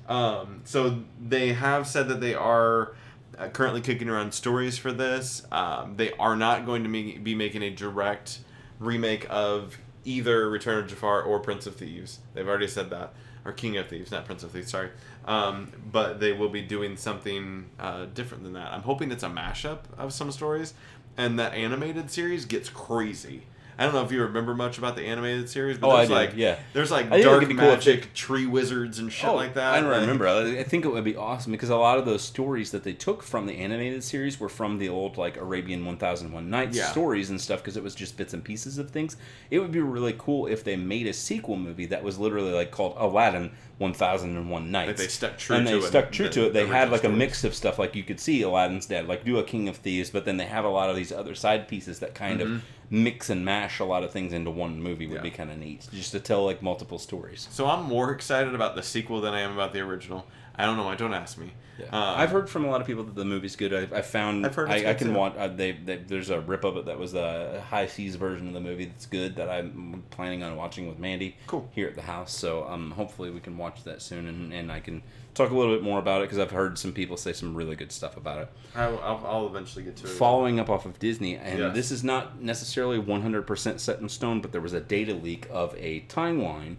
[SPEAKER 1] Um, so they have said that they are uh, currently kicking around stories for this. Um, they are not going to make, be making a direct remake of either Return of Jafar or Prince of Thieves. They've already said that, or King of Thieves, not Prince of Thieves. Sorry, um, but they will be doing something uh, different than that. I'm hoping it's a mashup of some stories, and that animated series gets crazy. I don't know if you remember much about the animated series, but
[SPEAKER 2] Oh, I
[SPEAKER 1] there's
[SPEAKER 2] do,
[SPEAKER 1] like
[SPEAKER 2] yeah.
[SPEAKER 1] there's like
[SPEAKER 2] I think it
[SPEAKER 1] dark
[SPEAKER 2] could be cool if
[SPEAKER 1] magic, tree wizards, and shit like that.
[SPEAKER 2] Oh, I don't
[SPEAKER 1] Like,
[SPEAKER 2] remember. I I think it would be awesome because a lot of those stories that they took from the animated series were from the old like Arabian 1001 Nights
[SPEAKER 1] Yeah.
[SPEAKER 2] stories and stuff because it was just bits and pieces of things. It would be really cool if they made a sequel movie that was literally like called Aladdin 1001 Nights.
[SPEAKER 1] they stuck true
[SPEAKER 2] and they
[SPEAKER 1] to it,
[SPEAKER 2] stuck true
[SPEAKER 1] the-
[SPEAKER 2] to it. They
[SPEAKER 1] the
[SPEAKER 2] had
[SPEAKER 1] original
[SPEAKER 2] like a
[SPEAKER 1] stories.
[SPEAKER 2] mix of stuff like you could see Aladdin's dad like do a King of Thieves, but then they have a lot of these other side pieces that kind of mix and mash a lot of things into one movie
[SPEAKER 1] Mm-hmm.
[SPEAKER 2] would
[SPEAKER 1] Yeah.
[SPEAKER 2] be kind of neat just to tell like multiple stories.
[SPEAKER 1] So I'm more excited about the sequel than I am about the original. I don't know. why. Don't ask me. Um,
[SPEAKER 2] I've heard from a lot of people that the movie's good. I, I found
[SPEAKER 1] I've heard it's
[SPEAKER 2] I, I
[SPEAKER 1] good,
[SPEAKER 2] can
[SPEAKER 1] too.
[SPEAKER 2] want. Uh, they, they, there's a rip of it that was the high seas version of the movie that's good that I'm planning on watching with Mandy.
[SPEAKER 1] Cool.
[SPEAKER 2] Here at the house, so um, hopefully we can watch that soon and, and I can talk a little bit more about it because I've heard some people say some really good stuff about it.
[SPEAKER 1] I, will I'll eventually get to it.
[SPEAKER 2] Following up off of Disney, and
[SPEAKER 1] Yes.
[SPEAKER 2] this is not necessarily 100% set in stone, but there was a data leak of a timeline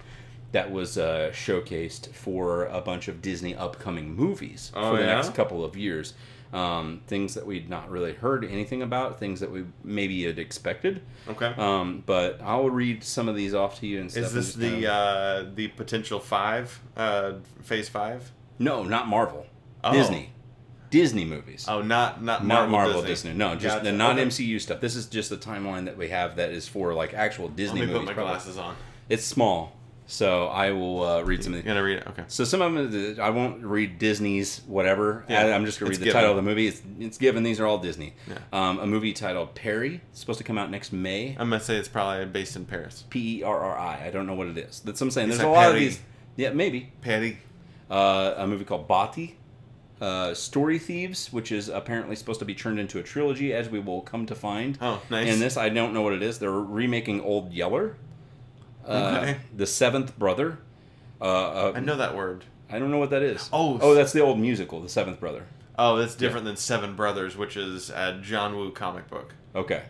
[SPEAKER 2] that was uh, showcased for a bunch of Disney upcoming movies
[SPEAKER 1] Oh,
[SPEAKER 2] for the
[SPEAKER 1] yeah?
[SPEAKER 2] next couple of years. Um, things that we'd not really heard anything about, things that we maybe had expected.
[SPEAKER 1] Okay.
[SPEAKER 2] Um, but I'll read some of these off to you and stuff.
[SPEAKER 1] Is
[SPEAKER 2] and
[SPEAKER 1] this
[SPEAKER 2] just kind
[SPEAKER 1] the
[SPEAKER 2] of-
[SPEAKER 1] uh, the potential five uh, phase five?
[SPEAKER 2] no, not Marvel.
[SPEAKER 1] Oh.
[SPEAKER 2] Disney. Disney movies.
[SPEAKER 1] Oh, not not
[SPEAKER 2] not
[SPEAKER 1] Marvel,
[SPEAKER 2] Marvel Disney. No, just
[SPEAKER 1] Gotcha.
[SPEAKER 2] the non
[SPEAKER 1] Okay.
[SPEAKER 2] MCU stuff. This is just the timeline that we have that is for like actual
[SPEAKER 1] Let
[SPEAKER 2] Disney
[SPEAKER 1] me
[SPEAKER 2] movies.
[SPEAKER 1] put my
[SPEAKER 2] probably.
[SPEAKER 1] glasses on.
[SPEAKER 2] It's small, so I will uh, read some of
[SPEAKER 1] You
[SPEAKER 2] the.
[SPEAKER 1] gonna read it? Okay.
[SPEAKER 2] So some of them, I won't read Disney's whatever.
[SPEAKER 1] Yeah,
[SPEAKER 2] I, am just gonna read
[SPEAKER 1] it's
[SPEAKER 2] the
[SPEAKER 1] given.
[SPEAKER 2] title of the movie. It's, it's given. These are all Disney.
[SPEAKER 1] Yeah.
[SPEAKER 2] Um, a movie titled Perry, It's supposed to come out next May.
[SPEAKER 1] I'm gonna say it's probably based in Paris.
[SPEAKER 2] P E R R I. I don't know what it is. That's what I'm saying.
[SPEAKER 1] It's
[SPEAKER 2] There's a
[SPEAKER 1] like
[SPEAKER 2] lot of
[SPEAKER 1] Perry.
[SPEAKER 2] these. Yeah, maybe.
[SPEAKER 1] Patty.
[SPEAKER 2] uh, a movie called Bati, uh, Story Thieves, which is apparently supposed to be turned into a trilogy, as we will come to find.
[SPEAKER 1] Oh, nice.
[SPEAKER 2] And this, I don't know what it is. They're remaking Old Yeller, uh,
[SPEAKER 1] Okay.
[SPEAKER 2] The Seventh Brother. Uh,
[SPEAKER 1] I
[SPEAKER 2] uh,
[SPEAKER 1] know that word.
[SPEAKER 2] I don't know what that is.
[SPEAKER 1] Oh,
[SPEAKER 2] oh, that's the old musical, The Seventh Brother.
[SPEAKER 1] Oh, that's different than Seven Brothers, which is a John Woo comic book
[SPEAKER 2] Okay,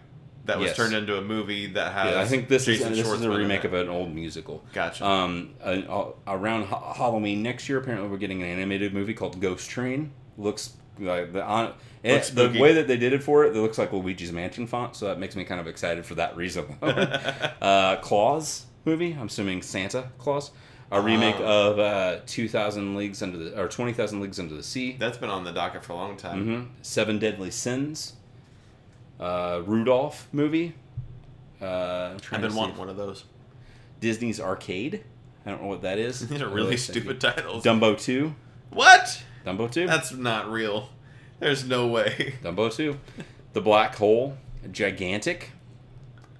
[SPEAKER 1] that was
[SPEAKER 2] Yes.
[SPEAKER 1] turned into a movie that has.
[SPEAKER 2] yeah, I think this is
[SPEAKER 1] Jason
[SPEAKER 2] this is a
[SPEAKER 1] Schwartzman in
[SPEAKER 2] remake
[SPEAKER 1] it.
[SPEAKER 2] of an old musical.
[SPEAKER 1] Gotcha.
[SPEAKER 2] Um, an- uh, around ha- Halloween next year, apparently we're getting an animated movie called Ghost Train. Looks like the on it-
[SPEAKER 1] Looks
[SPEAKER 2] the
[SPEAKER 1] spooky.
[SPEAKER 2] way that they did it for it, it looks like Luigi's Mansion font, so that makes me kind of excited for that reason. uh, Claus movie, I'm assuming Santa Claus, a remake
[SPEAKER 1] Oh.
[SPEAKER 2] of uh, Two Thousand Leagues Under the or Twenty Thousand Leagues Under the Sea,
[SPEAKER 1] That's been on the docket for a long time.
[SPEAKER 2] hmm Seven Deadly Sins, uh, Rudolph movie. Uh, I'm trying
[SPEAKER 1] I've been
[SPEAKER 2] to see
[SPEAKER 1] wanting
[SPEAKER 2] if-
[SPEAKER 1] one of those.
[SPEAKER 2] Disney's Arcade. I don't know what that is.
[SPEAKER 1] These
[SPEAKER 2] I
[SPEAKER 1] are
[SPEAKER 2] really
[SPEAKER 1] really
[SPEAKER 2] think-
[SPEAKER 1] stupid titles.
[SPEAKER 2] Dumbo 2.
[SPEAKER 1] What?
[SPEAKER 2] Dumbo 2.
[SPEAKER 1] That's not real. There's no way.
[SPEAKER 2] Dumbo 2. The Black Hole. Gigantic.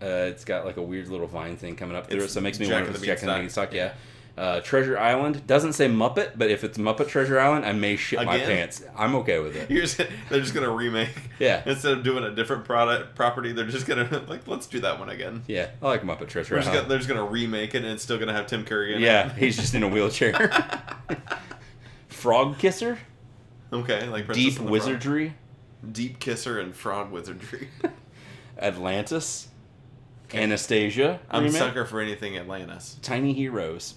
[SPEAKER 2] Uh, it's got like a weird little vine thing coming up through
[SPEAKER 1] It's
[SPEAKER 2] it, so it makes me
[SPEAKER 1] Jack
[SPEAKER 2] wonder
[SPEAKER 1] and
[SPEAKER 2] if it's
[SPEAKER 1] the
[SPEAKER 2] Jack and the
[SPEAKER 1] Beanstalk.
[SPEAKER 2] Beanstalk. Yeah. Uh, Treasure Island doesn't say Muppet, but if it's Muppet Treasure Island, I may shit my
[SPEAKER 1] Again?
[SPEAKER 2] pants. I'm okay with it.
[SPEAKER 1] You're just- they're just gonna remake.
[SPEAKER 2] Yeah.
[SPEAKER 1] Instead of doing a different product property, they're just gonna like let's do that one again.
[SPEAKER 2] Yeah, I like Muppet Treasure
[SPEAKER 1] They're just, gonna,
[SPEAKER 2] Island.
[SPEAKER 1] they're just gonna remake it and it's still gonna have Tim Curry in
[SPEAKER 2] Yeah,
[SPEAKER 1] it.
[SPEAKER 2] he's just in a wheelchair. Frog Kisser,
[SPEAKER 1] Yeah. Okay. Like Princess
[SPEAKER 2] Deep
[SPEAKER 1] and the
[SPEAKER 2] Wizardry,
[SPEAKER 1] Frog. Deep Kisser and Frog Wizardry.
[SPEAKER 2] Atlantis, Anastasia.
[SPEAKER 1] I'm a
[SPEAKER 2] remake.
[SPEAKER 1] sucker for anything Atlantis.
[SPEAKER 2] Tiny Heroes,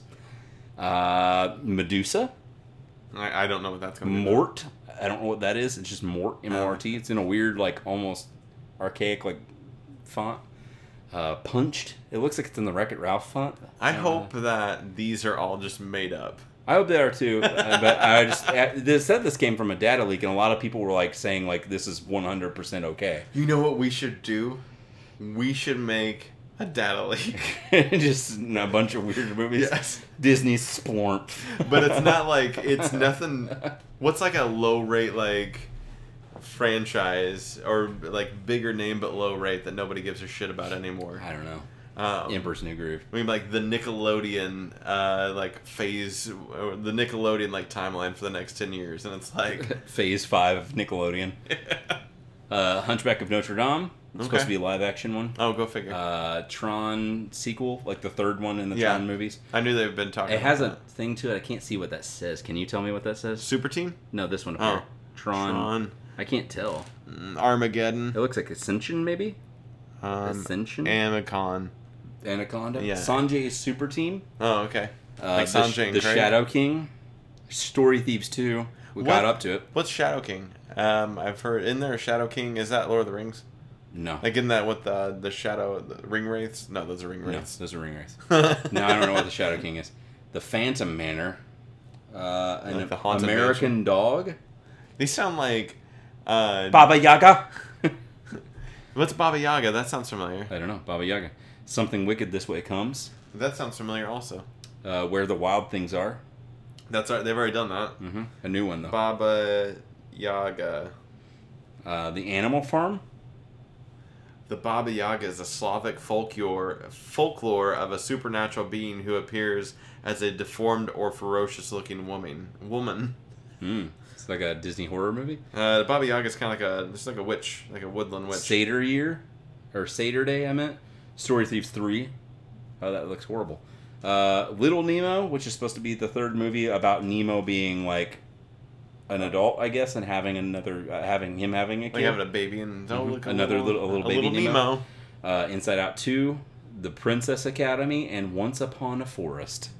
[SPEAKER 2] uh, Medusa,
[SPEAKER 1] I, I don't know what that's gonna be.
[SPEAKER 2] Mort. I don't know what that is. It's just Mort, M O R
[SPEAKER 1] Oh.
[SPEAKER 2] T. It's in a weird, like almost archaic, like font. Uh, punched. It looks like it's in the Wreck It Ralph font.
[SPEAKER 1] I
[SPEAKER 2] Uh,
[SPEAKER 1] hope that these are all just made up.
[SPEAKER 2] I hope they are too. uh, but I just I, they said this came from a data leak, and a lot of people were like saying like this is one hundred percent okay.
[SPEAKER 1] You know what we should do? We should make a data leak.
[SPEAKER 2] just a bunch of weird movies.
[SPEAKER 1] Yes.
[SPEAKER 2] Disney splorp.
[SPEAKER 1] but it's not like it's nothing. What's like a low rate like franchise or like bigger name but low rate that nobody gives a shit about anymore?
[SPEAKER 2] I don't know.
[SPEAKER 1] Um,
[SPEAKER 2] Emperor's New Groove.
[SPEAKER 1] I mean, like the Nickelodeon, uh, like phase, or the Nickelodeon like timeline for the next ten years, and it's like,
[SPEAKER 2] Phase five of Nickelodeon. Uh, Hunchback of Notre Dame. It's supposed
[SPEAKER 1] Okay.
[SPEAKER 2] to be a live action one.
[SPEAKER 1] oh, go figure.
[SPEAKER 2] Uh, Tron sequel, like the third one in the
[SPEAKER 1] Yeah.
[SPEAKER 2] Tron movies.
[SPEAKER 1] I knew they've been talking.
[SPEAKER 2] It
[SPEAKER 1] about
[SPEAKER 2] has a
[SPEAKER 1] that.
[SPEAKER 2] thing to it. I can't see what that says. Can you tell me what that says?
[SPEAKER 1] super team.
[SPEAKER 2] No, this one. Up
[SPEAKER 1] Oh.
[SPEAKER 2] here. Tron.
[SPEAKER 1] Tron,
[SPEAKER 2] I can't tell.
[SPEAKER 1] mm, Armageddon,
[SPEAKER 2] It looks like Ascension, maybe.
[SPEAKER 1] um,
[SPEAKER 2] Ascension.
[SPEAKER 1] Amicon.
[SPEAKER 2] Anaconda.
[SPEAKER 1] Yeah.
[SPEAKER 2] Sanjay's Super Team.
[SPEAKER 1] Oh, okay.
[SPEAKER 2] Uh,
[SPEAKER 1] Like
[SPEAKER 2] the,
[SPEAKER 1] Sanjay and
[SPEAKER 2] the
[SPEAKER 1] Craig?
[SPEAKER 2] Shadow King. Story Thieves two. We
[SPEAKER 1] What?
[SPEAKER 2] got up to it.
[SPEAKER 1] What's Shadow King? Um, I've heard in there Shadow King. Is that Lord of the Rings?
[SPEAKER 2] No.
[SPEAKER 1] Like in that with the the shadow the ring wraiths? No, those are ring
[SPEAKER 2] no,
[SPEAKER 1] wraiths.
[SPEAKER 2] those are ring wraiths.
[SPEAKER 1] No,
[SPEAKER 2] No, I don't know what the Shadow King is. The Phantom Manor. Uh, an
[SPEAKER 1] Like the haunted
[SPEAKER 2] American dog.
[SPEAKER 1] These sound like uh
[SPEAKER 2] Baba Yaga.
[SPEAKER 1] what's Baba Yaga? That sounds familiar.
[SPEAKER 2] I don't know. Baba Yaga. Something wicked this way comes.
[SPEAKER 1] That sounds familiar also.
[SPEAKER 2] Uh, where the wild things are.
[SPEAKER 1] That's our, they've already done that.
[SPEAKER 2] hmm A new one though.
[SPEAKER 1] Baba Yaga.
[SPEAKER 2] Uh, the Animal Farm.
[SPEAKER 1] The Baba Yaga is a Slavic folklore folklore of a supernatural being who appears as a deformed or ferocious looking woman. Woman.
[SPEAKER 2] Mm. It's like a Disney horror movie.
[SPEAKER 1] Uh, the Baba Yaga is kind of like a it's like a witch, like a woodland witch.
[SPEAKER 2] Seder Year, or Seder Day, I meant. Story Thieves Three. Oh, that looks horrible. Uh, Little Nemo, which is supposed to be the third movie about Nemo being like an adult, I guess, and having another, uh, having him having a
[SPEAKER 1] like
[SPEAKER 2] kid.
[SPEAKER 1] having a baby and oh,
[SPEAKER 2] Mhm.
[SPEAKER 1] look, a
[SPEAKER 2] Another little- a little baby Nemo.
[SPEAKER 1] Nemo.
[SPEAKER 2] uh, Inside Out Two, The Princess Academy, and Once Upon a Forest.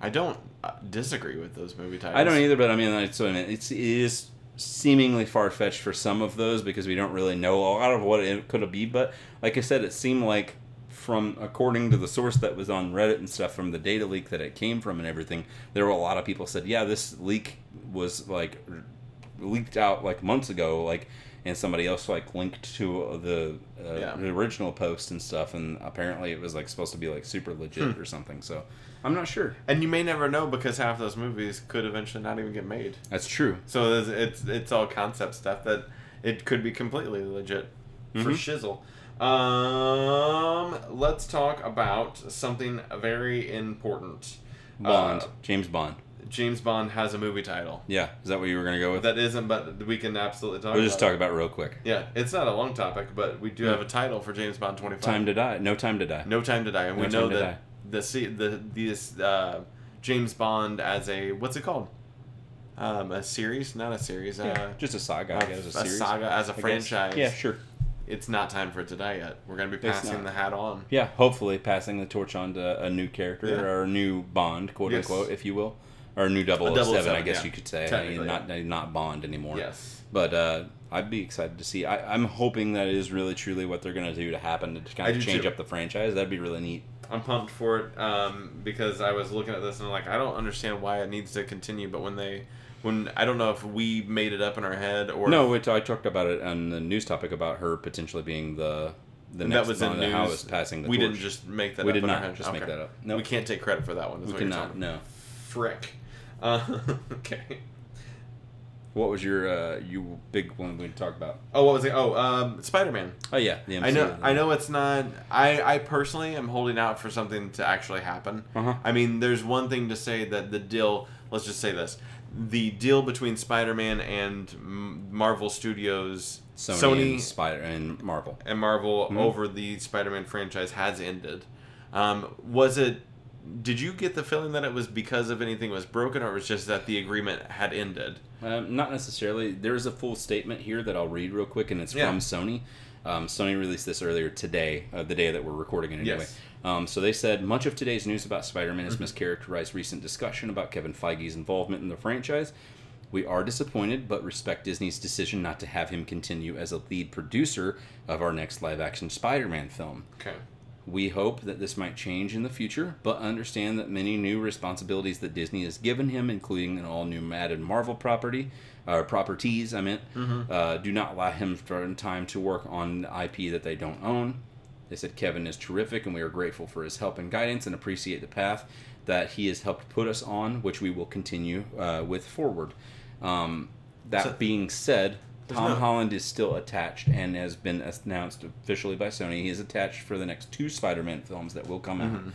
[SPEAKER 1] I don't uh, disagree with those movie titles.
[SPEAKER 2] I don't either, but I mean, like, so it's it is seemingly far fetched for some of those because we don't really know a lot of what it could have been. But like I said, it seemed like from according to the source that was on Reddit and stuff from the data leak that it came from and everything, there were a lot of people said, yeah, this leak was like r- leaked out like months ago, like. And somebody else like linked to the, uh,
[SPEAKER 1] Yeah.
[SPEAKER 2] the original post and stuff, and apparently it was like supposed to be like super legit or something. So Hmm. I'm not sure.
[SPEAKER 1] And you may never know because half those movies could eventually not even get made.
[SPEAKER 2] That's true.
[SPEAKER 1] So it's it's, it's all concept stuff that it could be completely legit
[SPEAKER 2] Mm-hmm.
[SPEAKER 1] for shizzle. Um, let's talk about something very important.
[SPEAKER 2] Bond,
[SPEAKER 1] Uh,
[SPEAKER 2] James Bond.
[SPEAKER 1] James Bond has a movie title.
[SPEAKER 2] Yeah, is that what you were gonna go with?
[SPEAKER 1] That isn't, but we can absolutely talk.
[SPEAKER 2] we'll just
[SPEAKER 1] about
[SPEAKER 2] talk about it real quick.
[SPEAKER 1] it. Yeah, it's not a long topic, but we do have a title for James Bond twenty five.
[SPEAKER 2] Time to die. No time to die.
[SPEAKER 1] No Time to Die, and we
[SPEAKER 2] No
[SPEAKER 1] know
[SPEAKER 2] Time to
[SPEAKER 1] that the se- the this uh, James Bond as a what's it called? Um, a series, not a series.
[SPEAKER 2] Yeah,
[SPEAKER 1] Uh,
[SPEAKER 2] just a saga.
[SPEAKER 1] a,
[SPEAKER 2] I guess,
[SPEAKER 1] a
[SPEAKER 2] a, series.
[SPEAKER 1] saga as a
[SPEAKER 2] I guess.
[SPEAKER 1] franchise.
[SPEAKER 2] Yeah, sure.
[SPEAKER 1] It's not time for it to die yet. We're gonna be
[SPEAKER 2] It's
[SPEAKER 1] passing
[SPEAKER 2] not.
[SPEAKER 1] the hat on.
[SPEAKER 2] Yeah, hopefully passing the torch on to a new character
[SPEAKER 1] Yeah.
[SPEAKER 2] or a new Bond, quote
[SPEAKER 1] Yes.
[SPEAKER 2] unquote, if you will, or a new 007, I
[SPEAKER 1] 007,
[SPEAKER 2] guess
[SPEAKER 1] yeah.
[SPEAKER 2] you could say. I mean,
[SPEAKER 1] Technically,
[SPEAKER 2] not not Bond anymore.
[SPEAKER 1] Yes.
[SPEAKER 2] But uh, I'd be excited to see. I, I'm hoping that is really truly what they're gonna do to happen to
[SPEAKER 1] I
[SPEAKER 2] kind
[SPEAKER 1] do
[SPEAKER 2] of change
[SPEAKER 1] too.
[SPEAKER 2] up the franchise. That'd be really neat.
[SPEAKER 1] I'm pumped for it um, because I was looking at this and I'm like, I don't understand why it needs to continue. But when they, when I don't know if we made it up in our head or
[SPEAKER 2] No, it, I talked about it on the news topic about her potentially being the the
[SPEAKER 1] That
[SPEAKER 2] next
[SPEAKER 1] was in
[SPEAKER 2] Bond and how
[SPEAKER 1] news.
[SPEAKER 2] it's passing the
[SPEAKER 1] we
[SPEAKER 2] torch.
[SPEAKER 1] didn't just make that.
[SPEAKER 2] We
[SPEAKER 1] up
[SPEAKER 2] did
[SPEAKER 1] in our
[SPEAKER 2] not
[SPEAKER 1] head.
[SPEAKER 2] just make that up. No.
[SPEAKER 1] we can't take credit for that one. Is
[SPEAKER 2] we
[SPEAKER 1] what you're
[SPEAKER 2] cannot.
[SPEAKER 1] talking
[SPEAKER 2] No.
[SPEAKER 1] frick. Uh, okay.
[SPEAKER 2] What was your uh, you big one we talked about?
[SPEAKER 1] Oh, what was it? Oh, um, Spider Man.
[SPEAKER 2] Oh yeah, the
[SPEAKER 1] I know. I know it's not. I I personally am holding out for something to actually happen.
[SPEAKER 2] Uh-huh.
[SPEAKER 1] I mean, there's one thing to say that the deal. Let's just say this: the deal between Spider Man and M- Marvel Studios,
[SPEAKER 2] Sony, and Hmm? Spider and Marvel.
[SPEAKER 1] and Marvel over the Spider-Man franchise has ended. Um, was it? Did you get the feeling that it was because of anything was broken, or it was just that the agreement had ended?
[SPEAKER 2] Um, not necessarily. There is a full statement here that I'll read real quick, and it's
[SPEAKER 1] Yeah.
[SPEAKER 2] from Sony. Um, Sony released this earlier today, uh, the day that we're recording it anyway.
[SPEAKER 1] Yes. Mm-hmm.
[SPEAKER 2] Um, so they said much of today's news about Spider Man has mischaracterized recent discussion about Kevin Feige's involvement in the franchise. We are disappointed, but respect Disney's decision not to have him continue as a lead producer of our next live action Spider Man film.
[SPEAKER 1] Okay.
[SPEAKER 2] We hope that this might change in the future, but understand that many new responsibilities that Disney has given him, including an all-new Mad and Marvel property, or properties, I meant, uh, do not allow him for time to work on the IP that they don't own. They said Kevin is terrific, and we are grateful for his help and guidance, and appreciate the path that he has helped put us on, which we will continue uh, with forward. Um, that
[SPEAKER 1] So-
[SPEAKER 2] being said,
[SPEAKER 1] There's
[SPEAKER 2] Tom
[SPEAKER 1] no-
[SPEAKER 2] Holland is still attached and has been announced officially by Sony. He is attached for the next two Spider-Man films that will come
[SPEAKER 1] Mm-hmm.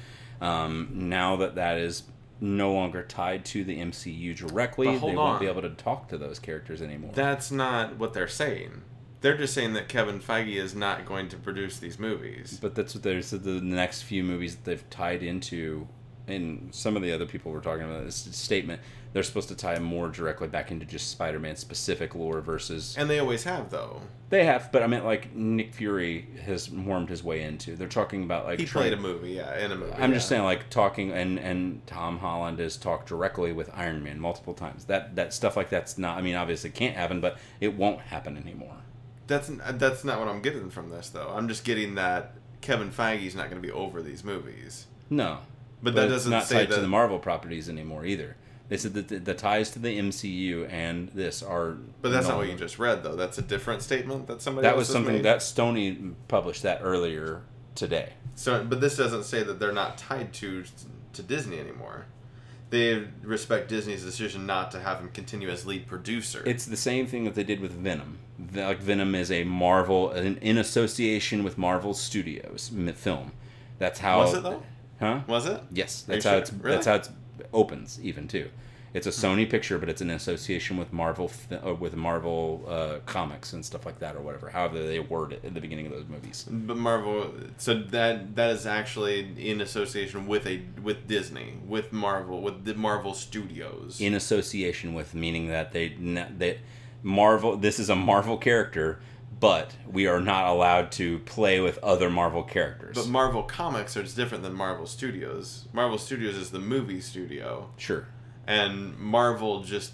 [SPEAKER 2] out. Um, now that that is no longer tied to the MCU directly,
[SPEAKER 1] But
[SPEAKER 2] they
[SPEAKER 1] hold
[SPEAKER 2] won't
[SPEAKER 1] on.
[SPEAKER 2] be able to talk to those characters anymore.
[SPEAKER 1] That's not what they're saying. They're just saying that Kevin Feige is not going to produce these movies.
[SPEAKER 2] but that's what there's the the next few movies that they've tied into, and some of the other people were talking about this statement. They're supposed to tie more directly back into just Spider-Man specific lore versus
[SPEAKER 1] And they always have, though.
[SPEAKER 2] They have, but I meant like Nick Fury has wormed his way into. They're talking about like
[SPEAKER 1] He
[SPEAKER 2] trying-
[SPEAKER 1] played a movie, yeah, in a movie.
[SPEAKER 2] I'm just
[SPEAKER 1] yeah.
[SPEAKER 2] saying like talking and and Tom Holland has talked directly with Iron Man multiple times. That that stuff like that's not. I mean, obviously can't happen, but it won't happen anymore.
[SPEAKER 1] That's that's not what I'm getting from this though. I'm just getting that Kevin Feige's not going to be over these movies.
[SPEAKER 2] No,
[SPEAKER 1] But that
[SPEAKER 2] it's
[SPEAKER 1] doesn't
[SPEAKER 2] not
[SPEAKER 1] say
[SPEAKER 2] tied
[SPEAKER 1] that-
[SPEAKER 2] to the Marvel properties anymore either. They said that the, the ties to the MCU and this are.
[SPEAKER 1] But that's not what you
[SPEAKER 2] null.
[SPEAKER 1] just read though. That's a different statement that somebody
[SPEAKER 2] That
[SPEAKER 1] else
[SPEAKER 2] was
[SPEAKER 1] has
[SPEAKER 2] something
[SPEAKER 1] made.
[SPEAKER 2] that Stoney published that earlier today.
[SPEAKER 1] So, but this doesn't say that they're not tied to to Disney anymore. They respect Disney's decision not to have him continue as lead producer.
[SPEAKER 2] It's the same thing that they did with Venom. The- Like Venom is a Marvel in, in association with Marvel Studios m- film. That's how.
[SPEAKER 1] was it though?
[SPEAKER 2] Huh?
[SPEAKER 1] Was it?
[SPEAKER 2] Yes,
[SPEAKER 1] Are you
[SPEAKER 2] that's how
[SPEAKER 1] sure?
[SPEAKER 2] it's
[SPEAKER 1] Really?
[SPEAKER 2] that's how it's opens even too. It's a Sony picture, but it's in association with Marvel fi- uh, with Marvel uh, comics and stuff like that, or whatever. However, they word it at the beginning of those movies.
[SPEAKER 1] But Marvel, so that that is actually in association with a with Disney, with Marvel, with the Marvel Studios.
[SPEAKER 2] In association with, meaning that they n- that Marvel. This is a Marvel character, but we are not allowed to play with other Marvel characters.
[SPEAKER 1] but Marvel Comics are different than Marvel Studios. Marvel Studios is the movie studio,
[SPEAKER 2] sure,
[SPEAKER 1] and Marvel just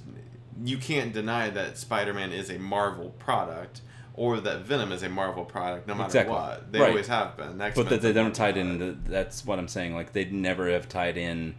[SPEAKER 1] you can't deny that Spider-Man is a Marvel product or that Venom is a Marvel product no matter
[SPEAKER 2] Exactly.
[SPEAKER 1] what. They
[SPEAKER 2] Right.
[SPEAKER 1] always have been. X-Men's
[SPEAKER 2] but that they
[SPEAKER 1] a
[SPEAKER 2] don't tie it
[SPEAKER 1] Marvel
[SPEAKER 2] in. The, that's what I'm saying. Like they'd never have tied in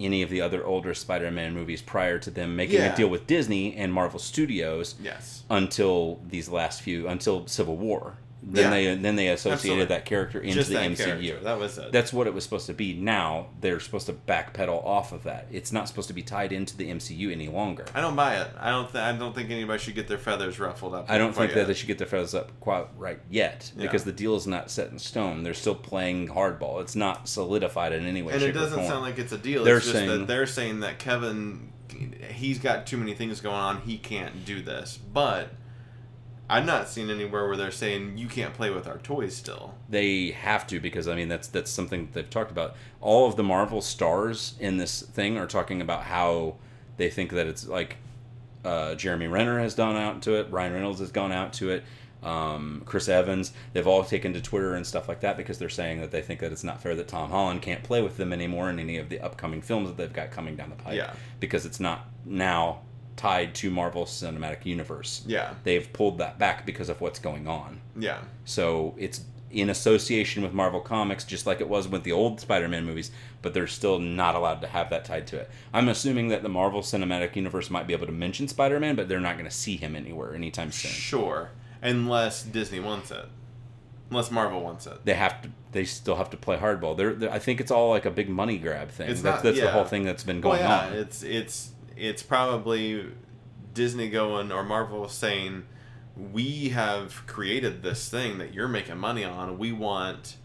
[SPEAKER 2] any of the other older Spider-Man movies prior to them making
[SPEAKER 1] Yeah.
[SPEAKER 2] a deal with Disney and Marvel Studios
[SPEAKER 1] product. Yes.
[SPEAKER 2] until these last few until Civil War. Then
[SPEAKER 1] Yeah.
[SPEAKER 2] they then they associated
[SPEAKER 1] Absolutely.
[SPEAKER 2] that character into
[SPEAKER 1] Just
[SPEAKER 2] the
[SPEAKER 1] that
[SPEAKER 2] MCU.
[SPEAKER 1] character. That was it.
[SPEAKER 2] That's what it was supposed to be. Now they're supposed to backpedal off of that. It's not supposed to be tied into the MCU any longer.
[SPEAKER 1] I don't buy it. I don't. Th- I don't think anybody should get their feathers ruffled up.
[SPEAKER 2] I don't
[SPEAKER 1] quite
[SPEAKER 2] think that
[SPEAKER 1] yet.
[SPEAKER 2] they should get their feathers up quite right yet
[SPEAKER 1] Yeah.
[SPEAKER 2] because the deal is not set in stone. They're still playing hardball. It's not solidified in any way,
[SPEAKER 1] and
[SPEAKER 2] shape,
[SPEAKER 1] it doesn't
[SPEAKER 2] or form.
[SPEAKER 1] sound like it's a deal.
[SPEAKER 2] They're
[SPEAKER 1] it's just that
[SPEAKER 2] saying-
[SPEAKER 1] they're saying that Kevin, he's got too many things going on. He can't do this. But I've not seen anywhere where they're saying you can't play with our toys still.
[SPEAKER 2] they have to because I mean that's that's something that they've talked about. All of the Marvel stars in this thing are talking about how they think that it's like uh, Jeremy Renner has gone out to it, Ryan Reynolds has gone out to it, um, Chris Evans. They've all taken to Twitter and stuff like that because they're saying that they think that it's not fair that Tom Holland can't play with them anymore in any of the upcoming films that they've got coming down the pipe
[SPEAKER 1] Yeah.
[SPEAKER 2] because it's not now tied to Marvel Cinematic Universe.
[SPEAKER 1] Yeah.
[SPEAKER 2] They've pulled that back because of what's going on.
[SPEAKER 1] Yeah.
[SPEAKER 2] So it's in association with Marvel Comics, just like it was with the old Spider Man movies, but they're still not allowed to have that tied to it. I'm assuming that the Marvel Cinematic Universe might be able to mention Spider Man, but they're not going to see him anywhere anytime soon.
[SPEAKER 1] Sure. Unless Disney wants it. Unless Marvel wants it.
[SPEAKER 2] They have to. They still have to play hardball. They're, they're- I think it's all like a big money grab thing.
[SPEAKER 1] It's
[SPEAKER 2] that's
[SPEAKER 1] not-
[SPEAKER 2] that's
[SPEAKER 1] yeah.
[SPEAKER 2] the whole thing that's been going
[SPEAKER 1] well, yeah,
[SPEAKER 2] on.
[SPEAKER 1] it's it's it's probably Disney going or Marvel saying we have created this thing that you're making money on. We want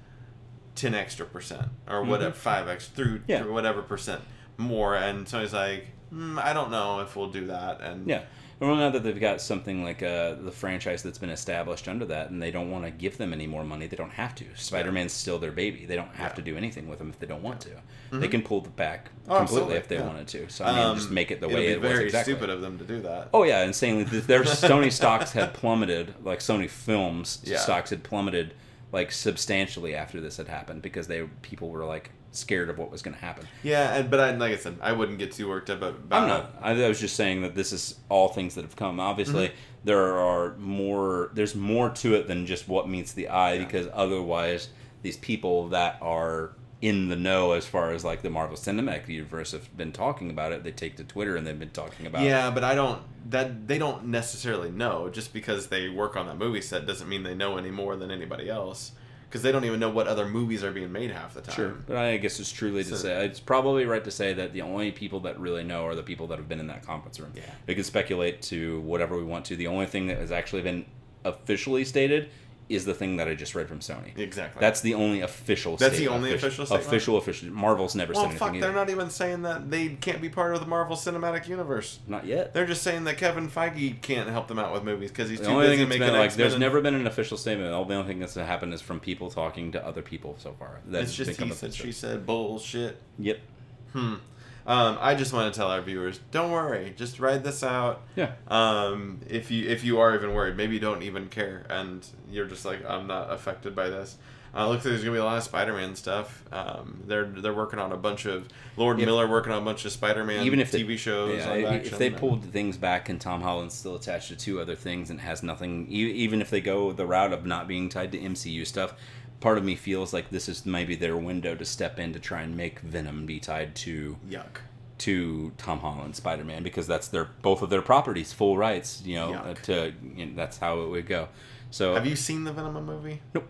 [SPEAKER 1] ten extra percent or whatever five x through,
[SPEAKER 2] Mm-hmm. Yeah.
[SPEAKER 1] through whatever percent more. And so he's like, mm, I don't know if we'll do that. And
[SPEAKER 2] Yeah. And well, now that they've got something like uh, the franchise that's been established under that, and they don't want to give them any more money, they don't have to. Spider Man's still their baby. They don't have
[SPEAKER 1] Yeah. Mm-hmm.
[SPEAKER 2] to do anything with them if they don't want to. They can pull it back
[SPEAKER 1] Oh,
[SPEAKER 2] completely
[SPEAKER 1] absolutely,
[SPEAKER 2] if they
[SPEAKER 1] yeah.
[SPEAKER 2] wanted to. So, I mean,
[SPEAKER 1] um,
[SPEAKER 2] just make it the
[SPEAKER 1] it'd
[SPEAKER 2] way
[SPEAKER 1] be
[SPEAKER 2] it
[SPEAKER 1] very
[SPEAKER 2] was exactly.
[SPEAKER 1] stupid of them to do that.
[SPEAKER 2] Oh yeah, and saying that their Sony stocks had plummeted, like Sony Films
[SPEAKER 1] Yeah.
[SPEAKER 2] stocks had plummeted, like substantially after this had happened because they people were like scared of what was going to happen.
[SPEAKER 1] Yeah, and, but I, like I said, I wouldn't get too worked up about
[SPEAKER 2] I'm
[SPEAKER 1] it.
[SPEAKER 2] not. I, I was just saying that this is all things that have come. Obviously, there are more. There's more to it than just what meets the eye, because otherwise, these people that are in the know as far as like the Marvel Cinematic Universe have been talking about it. They take to Twitter and they've been talking about. it.
[SPEAKER 1] Yeah, but I don't. That they don't necessarily know. Just because they work on that movie set doesn't mean they know any more than anybody else. Because they don't even know what other movies are being made half the time.
[SPEAKER 2] Sure, but I guess it's truly to
[SPEAKER 1] So-
[SPEAKER 2] say it's probably right to say that the only people that really know are the people that have been in that conference room.
[SPEAKER 1] Yeah.
[SPEAKER 2] we can speculate to whatever we want to. The only thing that has actually been officially stated is the thing that I just read from Sony.
[SPEAKER 1] Exactly.
[SPEAKER 2] That's the only official.
[SPEAKER 1] That's the
[SPEAKER 2] statement.
[SPEAKER 1] only
[SPEAKER 2] Offici-
[SPEAKER 1] official statement?
[SPEAKER 2] Official, official. Marvel's never
[SPEAKER 1] well,
[SPEAKER 2] said anything
[SPEAKER 1] fuck.
[SPEAKER 2] either.
[SPEAKER 1] They're not even saying that they can't be part of the Marvel Cinematic Universe.
[SPEAKER 2] Not yet.
[SPEAKER 1] They're just saying that Kevin Feige can't help them out with movies because he's
[SPEAKER 2] the
[SPEAKER 1] too
[SPEAKER 2] only
[SPEAKER 1] busy
[SPEAKER 2] thing that's
[SPEAKER 1] making
[SPEAKER 2] been like,
[SPEAKER 1] X-Men
[SPEAKER 2] there's
[SPEAKER 1] and-
[SPEAKER 2] never been an official statement. All the only thing that's happened is from people talking to other people so far. That's
[SPEAKER 1] It's just
[SPEAKER 2] become
[SPEAKER 1] he said,
[SPEAKER 2] official.
[SPEAKER 1] she said, bullshit.
[SPEAKER 2] Yep.
[SPEAKER 1] Hmm. Um, I just want to tell our viewers, don't worry, just ride this out.
[SPEAKER 2] Yeah.
[SPEAKER 1] Um, if you if you are even worried, maybe you don't even care, and you're just like, I'm not affected by this. Uh, looks like there's gonna be a lot of Spider-Man stuff. Um, they're they're working on a bunch of Lord
[SPEAKER 2] If-
[SPEAKER 1] Miller working on a bunch of Spider-Man
[SPEAKER 2] Even if they-
[SPEAKER 1] TV shows.
[SPEAKER 2] Yeah,
[SPEAKER 1] live
[SPEAKER 2] i- if
[SPEAKER 1] action,
[SPEAKER 2] they
[SPEAKER 1] and-
[SPEAKER 2] pulled things back and Tom Holland's still attached to two other things and has nothing, e- even if they go the route of not being tied to MCU stuff, part of me feels like this is maybe their window to step in to try and make Venom be tied to
[SPEAKER 1] yuck.
[SPEAKER 2] to Tom Holland Spider Man because that's their both of their properties, full rights. You know,
[SPEAKER 1] Yuck.
[SPEAKER 2] uh, to you know, that's how it would go. So
[SPEAKER 1] Have you seen the Venom movie?
[SPEAKER 2] Oh. Nope.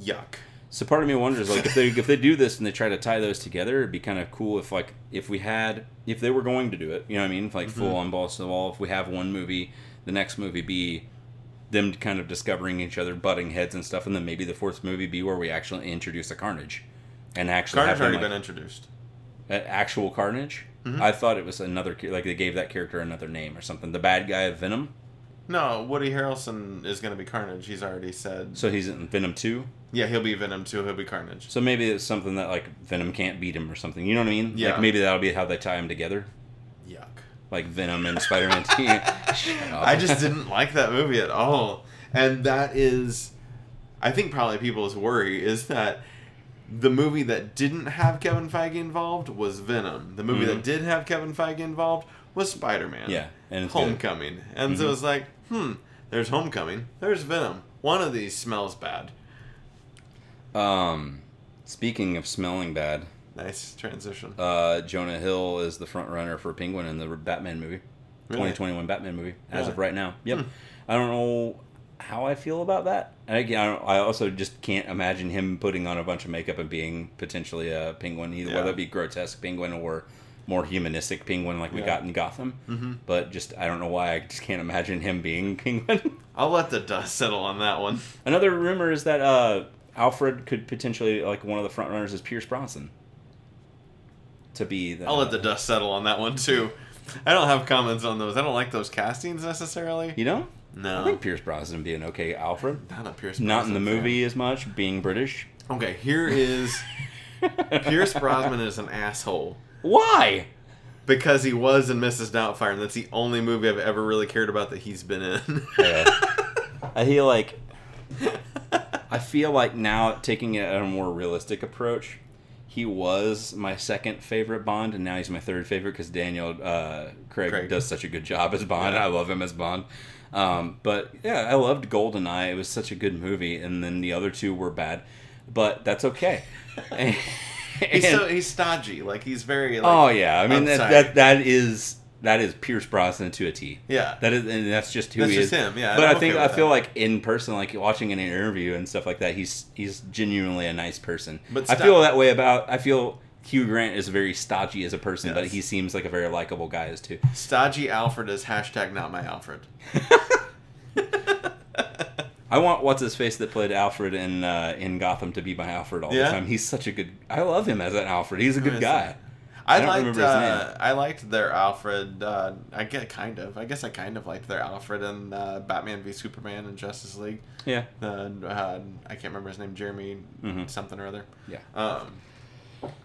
[SPEAKER 1] Yuck.
[SPEAKER 2] So part of me wonders, like, if they if they do this and they try to tie those together, it'd be kind of cool if like if we had if they were going to do it, you know what I mean, like
[SPEAKER 1] Mm-hmm.
[SPEAKER 2] full on balls to the wall. If we have one movie, the next movie be them kind of discovering each other, butting heads and stuff, and then maybe the fourth movie be where we actually introduce a Carnage, and actually
[SPEAKER 1] Carnage
[SPEAKER 2] have them,
[SPEAKER 1] already
[SPEAKER 2] like,
[SPEAKER 1] been introduced.
[SPEAKER 2] a- actual Carnage.
[SPEAKER 1] Mm-hmm.
[SPEAKER 2] I thought it was another ca- like they gave that character another name or something. The bad guy of Venom,
[SPEAKER 1] No, Woody Harrelson is going to be Carnage. He's already said.
[SPEAKER 2] so he's in Venom two.
[SPEAKER 1] Yeah, he'll be Venom too. He'll be Carnage.
[SPEAKER 2] So maybe it's something that like Venom can't beat him or something. You know what I mean?
[SPEAKER 1] Yeah.
[SPEAKER 2] Like maybe that'll be how they tie him together.
[SPEAKER 1] Yuck.
[SPEAKER 2] like Venom and Spider Man.
[SPEAKER 1] I just didn't like that movie at all. And that is, I think, probably people's worry is that the movie that didn't have Kevin Feige involved was Venom. The movie that did have Kevin Feige involved was Spider Man.
[SPEAKER 2] Mm. Yeah,
[SPEAKER 1] Oh,
[SPEAKER 2] and it's good. Mm-hmm.
[SPEAKER 1] Homecoming. And so it's like, hmm, there's Homecoming, there's Venom. One of these smells bad.
[SPEAKER 2] Um, speaking of smelling bad,
[SPEAKER 1] Nice transition.
[SPEAKER 2] uh, Jonah Hill is the front runner for Penguin in the Batman movie,
[SPEAKER 1] Really?
[SPEAKER 2] 2021 Batman movie, as
[SPEAKER 1] Yeah. Hmm.
[SPEAKER 2] of right now. Yep. I don't know how I feel about that. And again, I, don't, I also just can't imagine him putting on a bunch of makeup and being potentially a penguin, either
[SPEAKER 1] Yeah.
[SPEAKER 2] whether it be grotesque penguin or more humanistic penguin like we
[SPEAKER 1] Yeah. Hmm.
[SPEAKER 2] got in Gotham. Mm-hmm. But just I don't know why I just can't imagine him being penguin.
[SPEAKER 1] I'll let the dust settle on that one.
[SPEAKER 2] Another rumor is that uh, Alfred could potentially like one of the front runners is Pierce Bronson to be the.
[SPEAKER 1] I'll let the dust settle on that one too. I don't have comments on those. I don't like those castings necessarily.
[SPEAKER 2] you know. I
[SPEAKER 1] No,
[SPEAKER 2] think Pierce Brosnan would be an okay Alfred.
[SPEAKER 1] not a Pierce.
[SPEAKER 2] Not in the
[SPEAKER 1] Brosnan
[SPEAKER 2] movie as much, being British.
[SPEAKER 1] fan. Okay, here is Pierce Brosnan is an asshole
[SPEAKER 2] Why?
[SPEAKER 1] because he was in Mrs. Doubtfire, and that's the only movie I've ever really cared about that he's been in.
[SPEAKER 2] I feel like I feel like now taking it a more realistic approach. He was my second favorite Bond, and now he's my third favorite because Daniel uh, Craig,
[SPEAKER 1] Craig.
[SPEAKER 2] does such a good job as Bond. I love him as Bond. Um, but yeah, I loved Goldeneye. It was such a good movie, and then the other two were bad, but that's okay. And-
[SPEAKER 1] he's so he's stodgy, like he's very. Like,
[SPEAKER 2] oh yeah, I mean that,
[SPEAKER 1] outside.
[SPEAKER 2] that that is that is Pierce Brosnan to a T.
[SPEAKER 1] yeah.
[SPEAKER 2] That is, and that's just who
[SPEAKER 1] That's
[SPEAKER 2] he
[SPEAKER 1] just
[SPEAKER 2] is.
[SPEAKER 1] him, yeah,
[SPEAKER 2] But
[SPEAKER 1] I'm
[SPEAKER 2] I think
[SPEAKER 1] okay
[SPEAKER 2] I
[SPEAKER 1] with
[SPEAKER 2] feel
[SPEAKER 1] that.
[SPEAKER 2] like in person, like watching an interview and stuff like that, he's he's genuinely a nice person.
[SPEAKER 1] But
[SPEAKER 2] I
[SPEAKER 1] stop.
[SPEAKER 2] feel that way about. I feel Hugh Grant is very stodgy as a person, but
[SPEAKER 1] Yes.
[SPEAKER 2] he seems like a very likable guy as too.
[SPEAKER 1] stodgy Alfred is hashtag not my Alfred.
[SPEAKER 2] I want what's his face that played Alfred in uh, in Gotham to be my Alfred all
[SPEAKER 1] Yeah?
[SPEAKER 2] the time. He's such a good. I love him as an Alfred. He's a
[SPEAKER 1] is
[SPEAKER 2] good guy.
[SPEAKER 1] I,
[SPEAKER 2] I don't
[SPEAKER 1] liked.
[SPEAKER 2] remember his
[SPEAKER 1] uh,
[SPEAKER 2] name.
[SPEAKER 1] I liked their Alfred. Uh, I get kind of. I guess I kind of liked their Alfred in uh, Batman v Superman and Justice League.
[SPEAKER 2] Yeah,
[SPEAKER 1] The uh, I can't remember his name. Jeremy
[SPEAKER 2] Mm-hmm.
[SPEAKER 1] something or other.
[SPEAKER 2] yeah.
[SPEAKER 1] Um,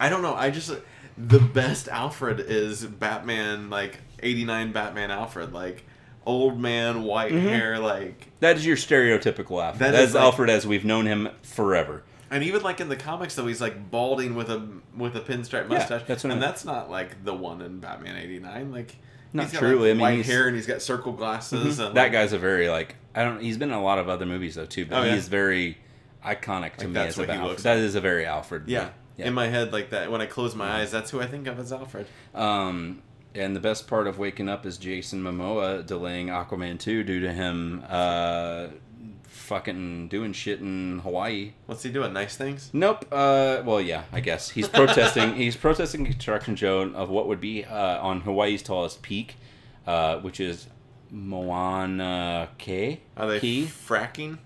[SPEAKER 1] I don't know. I just the best Alfred is Batman like '89 Batman Alfred like old man white
[SPEAKER 2] Mm-hmm.
[SPEAKER 1] hair like
[SPEAKER 2] That is your stereotypical Alfred.
[SPEAKER 1] That
[SPEAKER 2] That
[SPEAKER 1] is
[SPEAKER 2] is
[SPEAKER 1] like-
[SPEAKER 2] Alfred as we've known him forever.
[SPEAKER 1] And even like in the comics, though, he's like balding with a with a pinstripe mustache.
[SPEAKER 2] that's what I
[SPEAKER 1] and
[SPEAKER 2] mean.
[SPEAKER 1] that's not like the one in Batman '89. Like,
[SPEAKER 2] Not
[SPEAKER 1] he's got
[SPEAKER 2] truly, I
[SPEAKER 1] Like,
[SPEAKER 2] mean,
[SPEAKER 1] white
[SPEAKER 2] he's-
[SPEAKER 1] hair and he's got circle glasses. And,
[SPEAKER 2] Mm-hmm. That
[SPEAKER 1] like,
[SPEAKER 2] guy's a very like I don't. He's been in a lot of other movies though too, but
[SPEAKER 1] Oh, yeah?
[SPEAKER 2] he's very iconic to
[SPEAKER 1] Like,
[SPEAKER 2] me
[SPEAKER 1] that's
[SPEAKER 2] as a
[SPEAKER 1] what he
[SPEAKER 2] Alfred.
[SPEAKER 1] looks
[SPEAKER 2] that is a very Alfred.
[SPEAKER 1] Yeah.
[SPEAKER 2] yeah.
[SPEAKER 1] In my head, like that. When I close my eyes, that's who I think of as Alfred.
[SPEAKER 2] um, and the best part of waking up is Jason Momoa delaying Aquaman two due to him uh, fucking doing shit in Hawaii.
[SPEAKER 1] What's he doing? Nice things.
[SPEAKER 2] Nope. Uh, well, yeah, I guess he's protesting. he's protesting construction zone of what would be uh, on Hawaii's tallest peak, uh, which is Moana K.
[SPEAKER 1] Are they
[SPEAKER 2] Key?
[SPEAKER 1] fracking?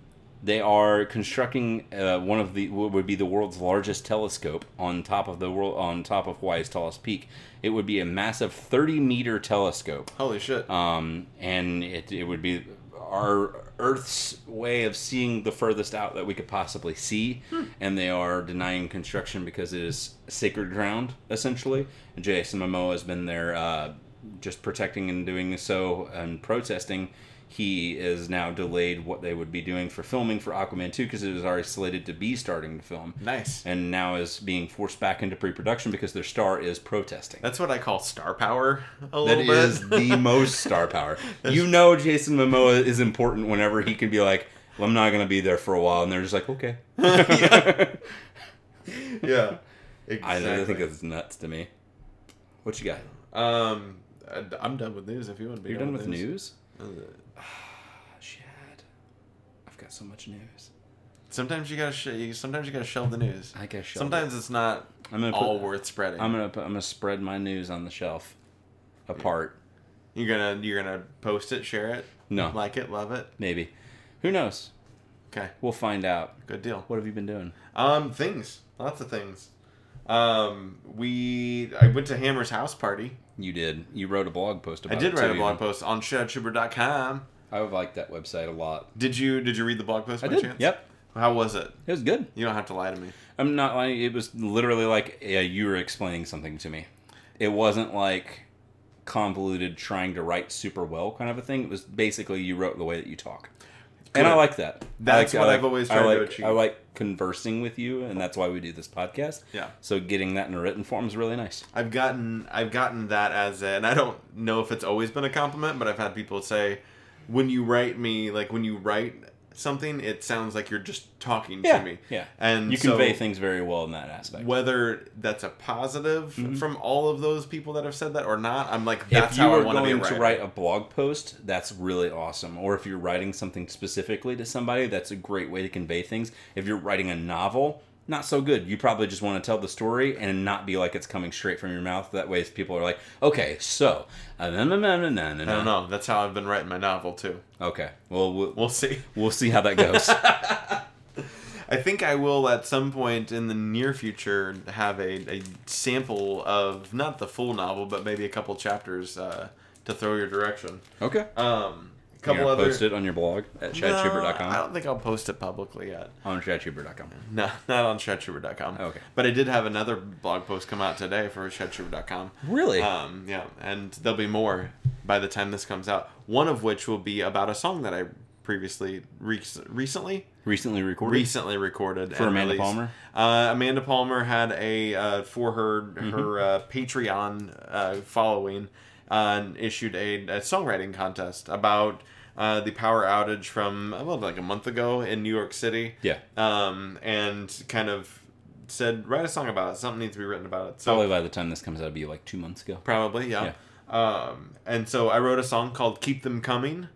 [SPEAKER 2] They are constructing uh, one of the what would be the world's largest telescope on top of the world on top of Hawaii's tallest peak. It would be a massive thirty meter telescope,
[SPEAKER 1] Holy shit!
[SPEAKER 2] um, and it, it would be our Earth's way of seeing the furthest out that we could possibly see, and they are denying construction because it is sacred ground, essentially. And Jason Momoa has been there, uh, just protecting and doing so and protesting. He is now delayed what they would be doing for filming for Aquaman 2 because it was already slated to be starting to film.
[SPEAKER 1] Nice.
[SPEAKER 2] And now is being forced back into pre production because their star is protesting.
[SPEAKER 1] That's what I call star power. A
[SPEAKER 2] That
[SPEAKER 1] little
[SPEAKER 2] is
[SPEAKER 1] bit.
[SPEAKER 2] the most star power. You know, Jason Momoa is important whenever he can be like, well, "I'm not going to be there for a while," and they're just like, "Okay."
[SPEAKER 1] yeah.
[SPEAKER 2] I
[SPEAKER 1] Exactly.
[SPEAKER 2] know, I think that's nuts to me. What you got?
[SPEAKER 1] Um, I- I'm done with news. If you want to be
[SPEAKER 2] You're done with news?
[SPEAKER 1] news,
[SPEAKER 2] Oh, shit, I've got so much news.
[SPEAKER 1] sometimes you gotta sh- you- sometimes you gotta shelve the news.
[SPEAKER 2] I guess shelve
[SPEAKER 1] sometimes it's not
[SPEAKER 2] I'm gonna put,
[SPEAKER 1] all worth spreading.
[SPEAKER 2] I'm gonna put, I'm gonna spread my news on the shelf, apart.
[SPEAKER 1] you're gonna you're gonna post it, share it,
[SPEAKER 2] No,
[SPEAKER 1] like it, love it.
[SPEAKER 2] maybe. Who knows?
[SPEAKER 1] Okay,
[SPEAKER 2] We'll find out.
[SPEAKER 1] good deal.
[SPEAKER 2] What have you been doing?
[SPEAKER 1] Um, things, lots of things. Um, we I went to Hammer's house party.
[SPEAKER 2] You did. You wrote a blog post
[SPEAKER 1] I
[SPEAKER 2] about.
[SPEAKER 1] did
[SPEAKER 2] it,
[SPEAKER 1] write
[SPEAKER 2] too,
[SPEAKER 1] a blog
[SPEAKER 2] Uh, even.
[SPEAKER 1] post on shadowtrooper.com.
[SPEAKER 2] I would like that website a lot.
[SPEAKER 1] Did you did you read the blog post
[SPEAKER 2] I
[SPEAKER 1] by
[SPEAKER 2] did.
[SPEAKER 1] chance?
[SPEAKER 2] Yep.
[SPEAKER 1] How was it?
[SPEAKER 2] It was good.
[SPEAKER 1] You don't have to lie to me.
[SPEAKER 2] I'm not lying. It was literally like yeah, you were explaining something to me. It wasn't like convoluted trying to write super well kind of a thing. It was basically you wrote the way that you talk. And I
[SPEAKER 1] Good.
[SPEAKER 2] like that. I
[SPEAKER 1] That's
[SPEAKER 2] like- I
[SPEAKER 1] what
[SPEAKER 2] like-
[SPEAKER 1] I've always
[SPEAKER 2] I
[SPEAKER 1] tried to
[SPEAKER 2] like-
[SPEAKER 1] achieve.
[SPEAKER 2] I like conversing with you, and that's why we do this podcast.
[SPEAKER 1] Yeah.
[SPEAKER 2] So getting that in a written form is really nice.
[SPEAKER 1] I've gotten I've gotten that as a, and I don't know if it's always been a compliment, but I've had people say when you write me like when you write something, it sounds like you're just talking
[SPEAKER 2] Yeah,
[SPEAKER 1] to me.
[SPEAKER 2] yeah.
[SPEAKER 1] and
[SPEAKER 2] You
[SPEAKER 1] so
[SPEAKER 2] convey things very well in that aspect.
[SPEAKER 1] Whether that's a positive from all of those people that have said that or not, I'm like that's
[SPEAKER 2] Mm-hmm. if you
[SPEAKER 1] how
[SPEAKER 2] are
[SPEAKER 1] I want to be a
[SPEAKER 2] going to
[SPEAKER 1] writer.
[SPEAKER 2] write a blog post, that's really awesome. Or if you're writing something specifically to somebody, that's a great way to convey things. If you're writing a novel, not so good. You probably just want to tell the story and not be like it's coming straight from your mouth. That way, people are like, okay, so. uh, I
[SPEAKER 1] I don't
[SPEAKER 2] don't
[SPEAKER 1] know. That's how I've been writing my novel too.
[SPEAKER 2] Okay. Well, we'll,
[SPEAKER 1] We'll see.
[SPEAKER 2] we'll see how that goes.
[SPEAKER 1] I think I will at some point in the near future have a, a sample of not the full novel, but maybe a couple chapters uh, to throw your direction.
[SPEAKER 2] okay.
[SPEAKER 1] Um, a
[SPEAKER 2] You're
[SPEAKER 1] couple
[SPEAKER 2] gonna
[SPEAKER 1] other.
[SPEAKER 2] post it on your blog at
[SPEAKER 1] No, I
[SPEAKER 2] chadchuber.com.
[SPEAKER 1] don't think I'll post it publicly yet.
[SPEAKER 2] on chadchuber.com.
[SPEAKER 1] No, not on shadchuber.com.
[SPEAKER 2] Oh, Okay.
[SPEAKER 1] But I did have another blog post come out today for shadchuber.com.
[SPEAKER 2] Really?
[SPEAKER 1] Um, yeah, and there'll be more by the time this comes out. One of which will be about a song that I previously rec recently
[SPEAKER 2] Recently recorded.
[SPEAKER 1] recently recorded
[SPEAKER 2] For
[SPEAKER 1] and
[SPEAKER 2] Amanda
[SPEAKER 1] released.
[SPEAKER 2] Palmer?
[SPEAKER 1] Uh, Amanda Palmer had a uh, for her
[SPEAKER 2] Mm-hmm.
[SPEAKER 1] her uh, Patreon uh, following uh, and issued a, a songwriting contest about uh, the power outage from about like a month ago in New York City.
[SPEAKER 2] yeah.
[SPEAKER 1] Um, and kind of said write a song about it. Something needs to be written about it. So
[SPEAKER 2] Probably by the time this comes out, it'll be like two months ago.
[SPEAKER 1] Probably, yeah. Um, and so I wrote a song called "Keep Them Coming,"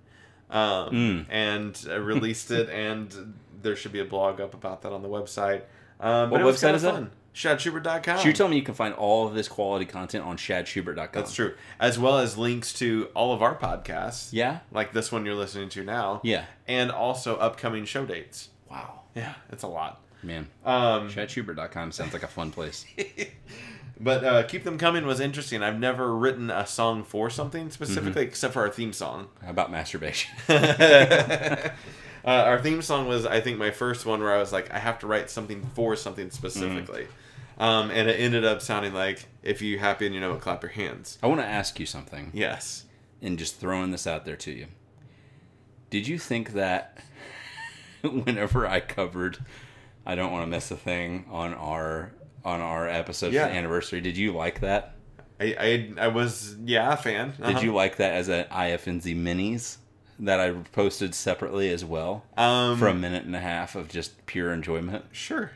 [SPEAKER 1] um,
[SPEAKER 2] Mm.
[SPEAKER 1] and I released it. And there should be a blog up about that on the website. Um,
[SPEAKER 2] What
[SPEAKER 1] but it was
[SPEAKER 2] website
[SPEAKER 1] kinda
[SPEAKER 2] is that?
[SPEAKER 1] fun. ShadShubert.com.
[SPEAKER 2] Should you tell me you can find all of this quality content on shadschubert.com?
[SPEAKER 1] That's true, as well as links to all of our podcasts.
[SPEAKER 2] Yeah?
[SPEAKER 1] like this one you're listening to now.
[SPEAKER 2] Yeah.
[SPEAKER 1] and also upcoming show dates.
[SPEAKER 2] Wow.
[SPEAKER 1] Yeah, it's a lot.
[SPEAKER 2] Man,
[SPEAKER 1] Um,
[SPEAKER 2] shadschubert.com sounds like a fun place.
[SPEAKER 1] But uh, "Keep Them Coming" was interesting. I've never written a song for something specifically,
[SPEAKER 2] Mm-hmm.
[SPEAKER 1] except for our theme song.
[SPEAKER 2] How about masturbation?
[SPEAKER 1] uh, our theme song was, I think, my first one where I was like, I have to write something for something specifically.
[SPEAKER 2] Mm.
[SPEAKER 1] Um, and it ended up sounding like, if you happy and you know it, clap your hands.
[SPEAKER 2] I want to ask you something
[SPEAKER 1] Yes.
[SPEAKER 2] and just throwing this out there to you. Did you think that whenever I covered I don't want to miss a thing on our on our episode
[SPEAKER 1] Yeah.
[SPEAKER 2] for the anniversary, did you like that?
[SPEAKER 1] I, I, I was, yeah, a fan.
[SPEAKER 2] Did
[SPEAKER 1] Uh-huh.
[SPEAKER 2] you like that as an IFNZ minis that I posted separately as well
[SPEAKER 1] Um,
[SPEAKER 2] for a minute and a half of just pure enjoyment?
[SPEAKER 1] sure.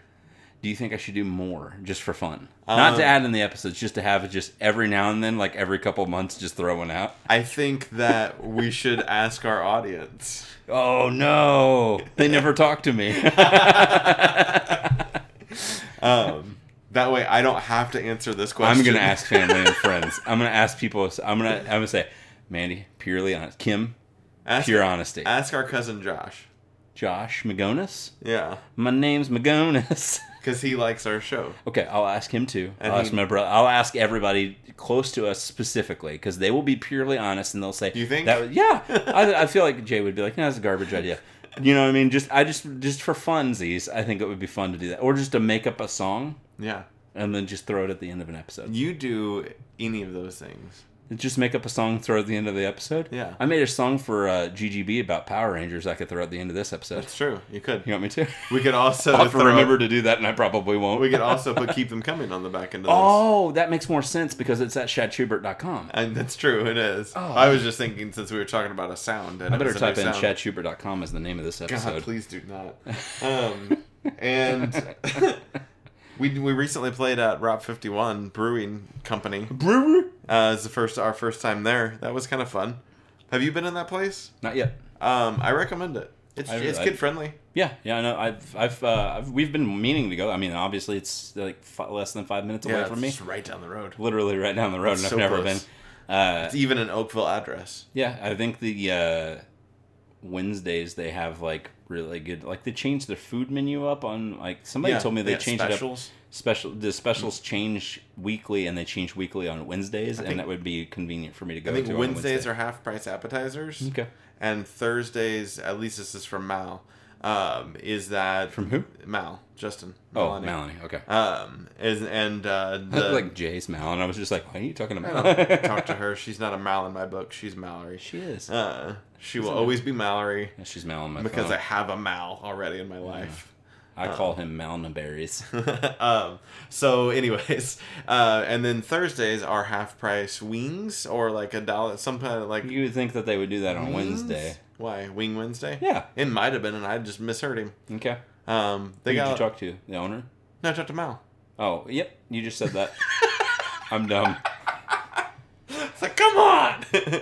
[SPEAKER 2] do you think I should do more just for fun? Not to add in the episodes, just to have it just every now and then, like every couple months, just throwing out.
[SPEAKER 1] I think that we should ask our audience.
[SPEAKER 2] Oh no, they never talk to me.
[SPEAKER 1] Um, that way I don't have to answer this question.
[SPEAKER 2] I'm gonna ask family and friends. I'm gonna ask people. I'm gonna I'm gonna say, Mandy, purely honest. Kim,
[SPEAKER 1] ask,
[SPEAKER 2] pure honesty.
[SPEAKER 1] ask our cousin Josh.
[SPEAKER 2] Josh McGonis.
[SPEAKER 1] Yeah.
[SPEAKER 2] My name's McGonis.
[SPEAKER 1] because he likes our show.
[SPEAKER 2] Okay, I'll ask him too.
[SPEAKER 1] And
[SPEAKER 2] I'll
[SPEAKER 1] he-
[SPEAKER 2] ask my brother. I'll ask everybody close to us specifically because they will be purely honest and they'll say,
[SPEAKER 1] You think?
[SPEAKER 2] That, was- yeah, I, I feel like Jay would be like, "No, that's a garbage idea." You know what I mean? Just I just just for funsies, I think it would be fun to do that, or just to make up a song
[SPEAKER 1] Yeah,
[SPEAKER 2] and then just throw it at the end of an episode.
[SPEAKER 1] you do any of those things.
[SPEAKER 2] Just make up a song, throw it at the end of the episode.
[SPEAKER 1] Yeah.
[SPEAKER 2] I made a song for uh, GGB about Power Rangers. I could throw at the end of this episode.
[SPEAKER 1] That's true. You could.
[SPEAKER 2] You want me to?
[SPEAKER 1] We could also
[SPEAKER 2] I'll have to
[SPEAKER 1] throw-
[SPEAKER 2] remember to do that, and I probably won't.
[SPEAKER 1] We could also put keep them coming on the back end of this.
[SPEAKER 2] Oh, that makes more sense because it's at shadschubert.com.
[SPEAKER 1] And that's true, it is. I was just thinking since we were talking about a sound. And
[SPEAKER 2] Oh. I
[SPEAKER 1] it
[SPEAKER 2] better
[SPEAKER 1] was a new
[SPEAKER 2] type in
[SPEAKER 1] sound.
[SPEAKER 2] shadschubert.com as the name of this
[SPEAKER 1] God,
[SPEAKER 2] episode.
[SPEAKER 1] please do not. Um, and we we recently played at Route 51 Brewing Company.
[SPEAKER 2] Brewer?
[SPEAKER 1] Uh, it's the first our first time there. That was kind of fun. Have you been in that place?
[SPEAKER 2] Not yet.
[SPEAKER 1] Um, I recommend it. It's
[SPEAKER 2] I-
[SPEAKER 1] it's
[SPEAKER 2] I-
[SPEAKER 1] kid friendly.
[SPEAKER 2] Yeah, yeah, I know. I've, I've, uh, I've, we've been meaning to go. I mean, obviously, it's like f- less than five minutes away
[SPEAKER 1] Yeah, it's
[SPEAKER 2] from me.
[SPEAKER 1] just right down the road.
[SPEAKER 2] Literally right down the road, and
[SPEAKER 1] It's
[SPEAKER 2] I've
[SPEAKER 1] so
[SPEAKER 2] never
[SPEAKER 1] close.
[SPEAKER 2] been. Uh,
[SPEAKER 1] It's even an Oakville address.
[SPEAKER 2] yeah, I think the uh, Wednesdays they have like really good. Like they changed their food menu up on like somebody
[SPEAKER 1] Yeah, Mm.
[SPEAKER 2] told me they,
[SPEAKER 1] they have
[SPEAKER 2] changed
[SPEAKER 1] specials.
[SPEAKER 2] it up. Special the specials change weekly, and they change weekly on Wednesdays,
[SPEAKER 1] think-
[SPEAKER 2] and that would be convenient for me to go.
[SPEAKER 1] I think
[SPEAKER 2] to on a
[SPEAKER 1] Wednesdays
[SPEAKER 2] Wednesday.
[SPEAKER 1] are half price appetizers.
[SPEAKER 2] Okay.
[SPEAKER 1] And Thursdays, at least this is from Mal, um, is that
[SPEAKER 2] From who?
[SPEAKER 1] Mal, Justin.
[SPEAKER 2] Oh,
[SPEAKER 1] Malani.
[SPEAKER 2] Melanie. Okay.
[SPEAKER 1] Um, is and uh,
[SPEAKER 2] I
[SPEAKER 1] the,
[SPEAKER 2] was like Jay's Mal, and I was just like, "Why are you talking
[SPEAKER 1] I
[SPEAKER 2] about?"
[SPEAKER 1] don't talk to her. She's not a Mal in my book. She's Mallory.
[SPEAKER 2] She is.
[SPEAKER 1] Uh, she will always be Mallory
[SPEAKER 2] Yeah, She's Mal on my
[SPEAKER 1] because uh, I
[SPEAKER 2] phone.
[SPEAKER 1] have a Mal already in my life.
[SPEAKER 2] I, call him Malna Berries.
[SPEAKER 1] um, so, anyways, uh, and then Thursdays are half price wings or like a dollar, some kind of like
[SPEAKER 2] you would think that they would do that on Wednesday.
[SPEAKER 1] Why Wing Wednesday?
[SPEAKER 2] Yeah.
[SPEAKER 1] it might have been, and I just misheard him.
[SPEAKER 2] Okay.
[SPEAKER 1] Um, they
[SPEAKER 2] Who did
[SPEAKER 1] got
[SPEAKER 2] you talk to? The owner?
[SPEAKER 1] no I talked to Mal.
[SPEAKER 2] Oh, yep. You just said that. I'm dumb.
[SPEAKER 1] It's like, come on. um, they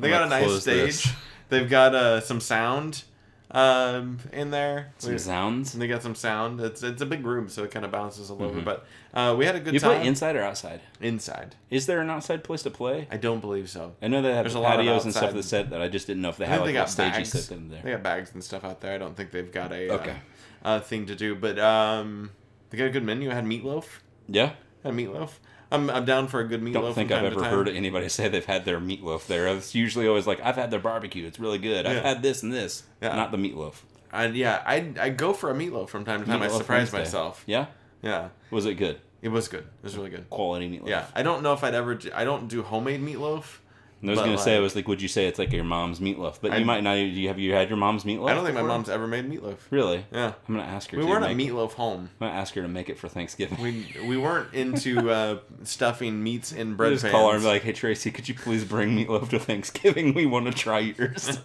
[SPEAKER 1] got
[SPEAKER 2] gonna
[SPEAKER 1] a nice
[SPEAKER 2] close
[SPEAKER 1] stage.
[SPEAKER 2] this.
[SPEAKER 1] They've got uh, some sound um, in there.
[SPEAKER 2] Some
[SPEAKER 1] We-
[SPEAKER 2] sounds.
[SPEAKER 1] they got some sound. It's it's a big room, so it kind of bounces all over. But uh, we had a good
[SPEAKER 2] Mm-hmm. You
[SPEAKER 1] time
[SPEAKER 2] play inside or outside?
[SPEAKER 1] inside.
[SPEAKER 2] Is there an outside place to play?
[SPEAKER 1] I don't believe so.
[SPEAKER 2] I know they have
[SPEAKER 1] There's a lot of
[SPEAKER 2] patios and stuff
[SPEAKER 1] outside.
[SPEAKER 2] that said that. I just didn't know if they
[SPEAKER 1] I
[SPEAKER 2] had
[SPEAKER 1] think they
[SPEAKER 2] like a
[SPEAKER 1] got
[SPEAKER 2] stage you
[SPEAKER 1] bags.
[SPEAKER 2] sit in there.
[SPEAKER 1] They got bags and stuff out there. I don't think they've got a
[SPEAKER 2] Okay.
[SPEAKER 1] uh, uh, thing to do. But um, they got a good menu. I had meatloaf.
[SPEAKER 2] Yeah.
[SPEAKER 1] Had meatloaf. I'm I'm down for a good meatloaf.
[SPEAKER 2] Don't think
[SPEAKER 1] from
[SPEAKER 2] I've
[SPEAKER 1] time to
[SPEAKER 2] ever
[SPEAKER 1] time.
[SPEAKER 2] heard anybody say they've had their meatloaf there. It's usually always like, I've had their barbecue. It's really good. I've
[SPEAKER 1] Yeah.
[SPEAKER 2] had this and this.
[SPEAKER 1] Yeah.
[SPEAKER 2] Not the meatloaf.
[SPEAKER 1] And yeah, I I go for a meatloaf from time to time. I
[SPEAKER 2] Meatloaf
[SPEAKER 1] surprise
[SPEAKER 2] Wednesday.
[SPEAKER 1] myself.
[SPEAKER 2] Yeah.
[SPEAKER 1] Yeah,
[SPEAKER 2] Was it good?
[SPEAKER 1] it was good. It was really good.
[SPEAKER 2] Quality meatloaf.
[SPEAKER 1] Yeah, I don't know if I'd ever. Do, I don't do homemade meatloaf.
[SPEAKER 2] And I was
[SPEAKER 1] but,
[SPEAKER 2] gonna say, I
[SPEAKER 1] like,
[SPEAKER 2] was like, would you say it's like your mom's meatloaf? But
[SPEAKER 1] I-
[SPEAKER 2] you might not. Do you have you had your mom's meatloaf?
[SPEAKER 1] I don't think my
[SPEAKER 2] before?
[SPEAKER 1] mom's ever made meatloaf.
[SPEAKER 2] Really?
[SPEAKER 1] Yeah,
[SPEAKER 2] I'm gonna ask her.
[SPEAKER 1] we
[SPEAKER 2] to
[SPEAKER 1] weren't a
[SPEAKER 2] make-
[SPEAKER 1] meatloaf home.
[SPEAKER 2] I'm gonna ask her to make it for Thanksgiving. We
[SPEAKER 1] We we weren't into uh, stuffing meats in bread
[SPEAKER 2] just
[SPEAKER 1] pans.
[SPEAKER 2] call her and be like, hey Tracy, could you please bring meatloaf to Thanksgiving? We want to try yours.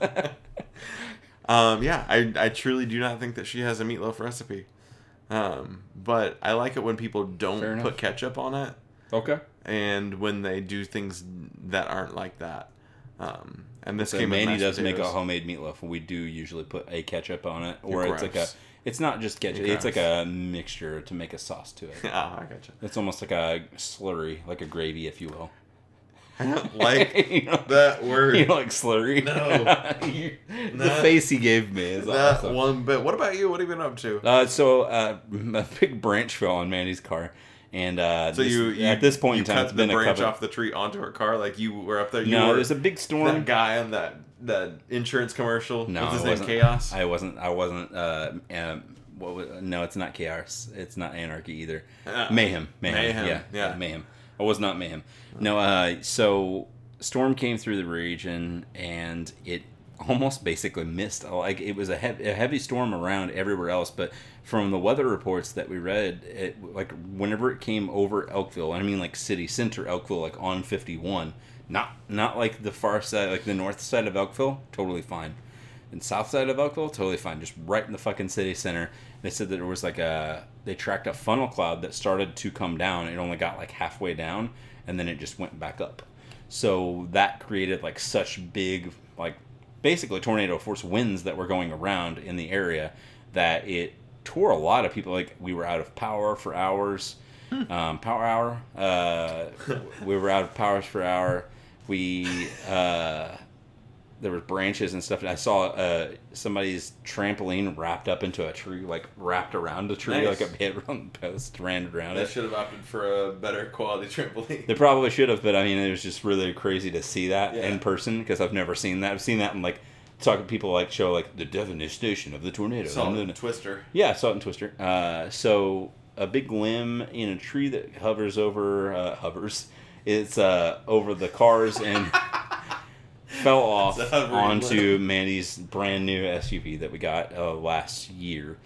[SPEAKER 1] um, yeah, I I truly do not think that she has a meatloaf recipe. Um, but I like it when people
[SPEAKER 2] Fair
[SPEAKER 1] don't
[SPEAKER 2] enough.
[SPEAKER 1] put ketchup on it,
[SPEAKER 2] okay.
[SPEAKER 1] and when they do things that aren't like that. Um, and this
[SPEAKER 2] So
[SPEAKER 1] came. with
[SPEAKER 2] Mandy
[SPEAKER 1] mashed
[SPEAKER 2] does make a
[SPEAKER 1] potatoes.
[SPEAKER 2] homemade meatloaf. We do usually put a ketchup on it, or it's like a.
[SPEAKER 1] Gross.
[SPEAKER 2] It's not just ketchup. It's
[SPEAKER 1] Gross.
[SPEAKER 2] like a mixture to make a sauce to it.
[SPEAKER 1] Ah, I gotcha.
[SPEAKER 2] It's almost like a slurry, like a gravy, if you will.
[SPEAKER 1] I don't like
[SPEAKER 2] You know?
[SPEAKER 1] that word.
[SPEAKER 2] You know, like slurry.
[SPEAKER 1] No.
[SPEAKER 2] You- the
[SPEAKER 1] Not-
[SPEAKER 2] face he gave me is
[SPEAKER 1] that
[SPEAKER 2] awesome.
[SPEAKER 1] one bit. What about you? What have you been up to?
[SPEAKER 2] Uh, so uh, a big branch fell on Mandy's car, and uh,
[SPEAKER 1] so
[SPEAKER 2] this-
[SPEAKER 1] you, you
[SPEAKER 2] at this point
[SPEAKER 1] you
[SPEAKER 2] in time,
[SPEAKER 1] cut
[SPEAKER 2] it's been
[SPEAKER 1] the
[SPEAKER 2] a
[SPEAKER 1] branch
[SPEAKER 2] cover.
[SPEAKER 1] off the tree onto her car, like you were up there. You
[SPEAKER 2] no,
[SPEAKER 1] were
[SPEAKER 2] there's a big storm.
[SPEAKER 1] that guy on that that insurance commercial.
[SPEAKER 2] no,
[SPEAKER 1] what's his
[SPEAKER 2] I
[SPEAKER 1] name?
[SPEAKER 2] wasn't,
[SPEAKER 1] Chaos.
[SPEAKER 2] I wasn't. I wasn't. Uh, um, what was, no, it's not chaos. It's not anarchy either.
[SPEAKER 1] Uh,
[SPEAKER 2] mayhem. Mayhem.
[SPEAKER 1] Mayhem,
[SPEAKER 2] Yeah,
[SPEAKER 1] yeah.
[SPEAKER 2] Mayhem. I was not mayhem. No. Uh, so storm came through the region, and it almost basically missed. Like it was a, hev- a heavy storm around everywhere else, but from the weather reports that we read, it like whenever it came over Elkville, and I mean like city center Elkville, like on fifty one. Not, not like the far side, like the north side of Elkville, totally fine and south side of Elkville, totally fine. Just right in the fucking city center. They said that there was like a they tracked a funnel cloud that started to come down. It only got like halfway down, and then it just went back up. So that created like such big like basically tornado force winds that were going around in the area that it tore a lot of people. Like we were out of power for hours. Um, power hour. Uh, we were out of powers for hour. We uh, there was branches and stuff. And I saw uh, somebody's trampoline wrapped up into a tree, like wrapped around a tree,
[SPEAKER 1] Nice.
[SPEAKER 2] like a hit on the post, ran around
[SPEAKER 1] They
[SPEAKER 2] it.
[SPEAKER 1] should have opted for a better quality trampoline.
[SPEAKER 2] They probably should have, but I mean, it was just really crazy to see that
[SPEAKER 1] Yeah.
[SPEAKER 2] in person because I've never seen that. I've seen that in like talking people like show like the definition of the tornado.
[SPEAKER 1] Saw
[SPEAKER 2] And
[SPEAKER 1] it in
[SPEAKER 2] then-
[SPEAKER 1] Twister.
[SPEAKER 2] yeah, I saw it in Twister. Uh, so a big limb in a tree that hovers over uh, hovers. It's uh, over the cars and fell off
[SPEAKER 1] It's a hovering
[SPEAKER 2] onto Mandy's brand new SUV that we got uh, last year,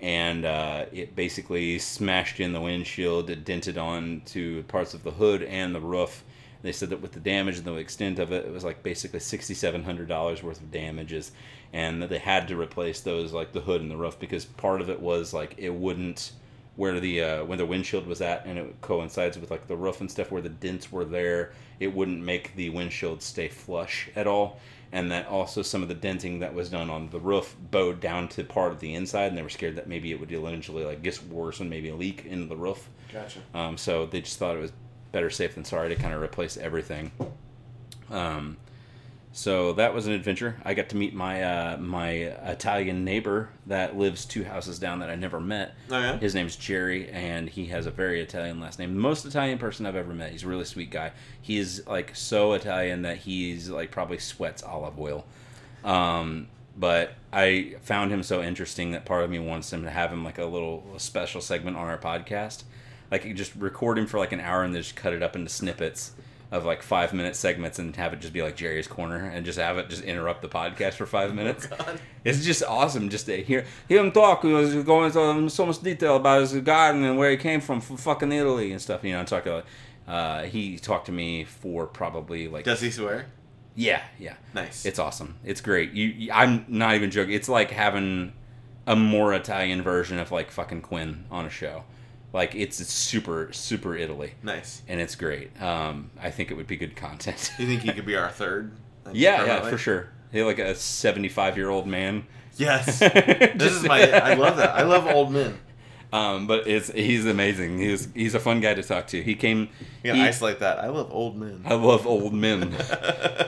[SPEAKER 2] and uh, it basically smashed in the windshield. It dented onto parts of the hood and the roof. They said that with the damage and the extent of it, it was like basically sixty seven hundred dollars worth of damages, and that they had to replace those like the hood and the roof because part of it was like it wouldn't where the uh, where the windshield was at, and it coincides with like the roof and stuff where the dents were there. It wouldn't make the windshield stay flush at all, and that also some of the denting that was done on the roof bowed down to part of the inside, and they were scared that maybe it would eventually like get worse and maybe leak into the roof.
[SPEAKER 1] Gotcha.
[SPEAKER 2] Um, so they just thought it was better safe than sorry to kind of replace everything. Um, so that was an adventure. I got to meet my uh, my Italian neighbor that lives two houses down that I never met.
[SPEAKER 1] Oh, yeah?
[SPEAKER 2] His name's Jerry, and he has a very Italian last name. The most Italian person I've ever met. He's a really sweet guy. He is like so Italian that he's like probably sweats olive oil. Um, but I found him so interesting that part of me wants him to have him like a little special segment on our podcast. Like you just record him for like an hour and then just cut it up into snippets of like five minute segments and have it just be like Jerry's corner and just have it just interrupt the podcast for five minutes. it's just awesome just to hear hear him talk. He was going into um, so much detail about his garden and where he came from from fucking Italy and stuff. You know, and talk about. Uh, he talked to me for probably like
[SPEAKER 1] Does he swear?
[SPEAKER 2] yeah yeah
[SPEAKER 1] Nice.
[SPEAKER 2] it's awesome. It's great. You, you, I'm not even joking. It's like having a more Italian version of like fucking Quinn on a show. Like it's, it's super super Italy,
[SPEAKER 1] nice.
[SPEAKER 2] and it's great. Um, I think it would be good content.
[SPEAKER 1] Do you think he could be our third? Like,
[SPEAKER 2] yeah, yeah,
[SPEAKER 1] permanently?
[SPEAKER 2] for sure. He like a 75 year old man.
[SPEAKER 1] Yes. this
[SPEAKER 2] this
[SPEAKER 1] is my. I love that. I love old men.
[SPEAKER 2] Um, but it's he's amazing. He's he's a fun guy to talk to. He came.
[SPEAKER 1] You gotta
[SPEAKER 2] he-
[SPEAKER 1] isolate that. I love old men.
[SPEAKER 2] I love old men.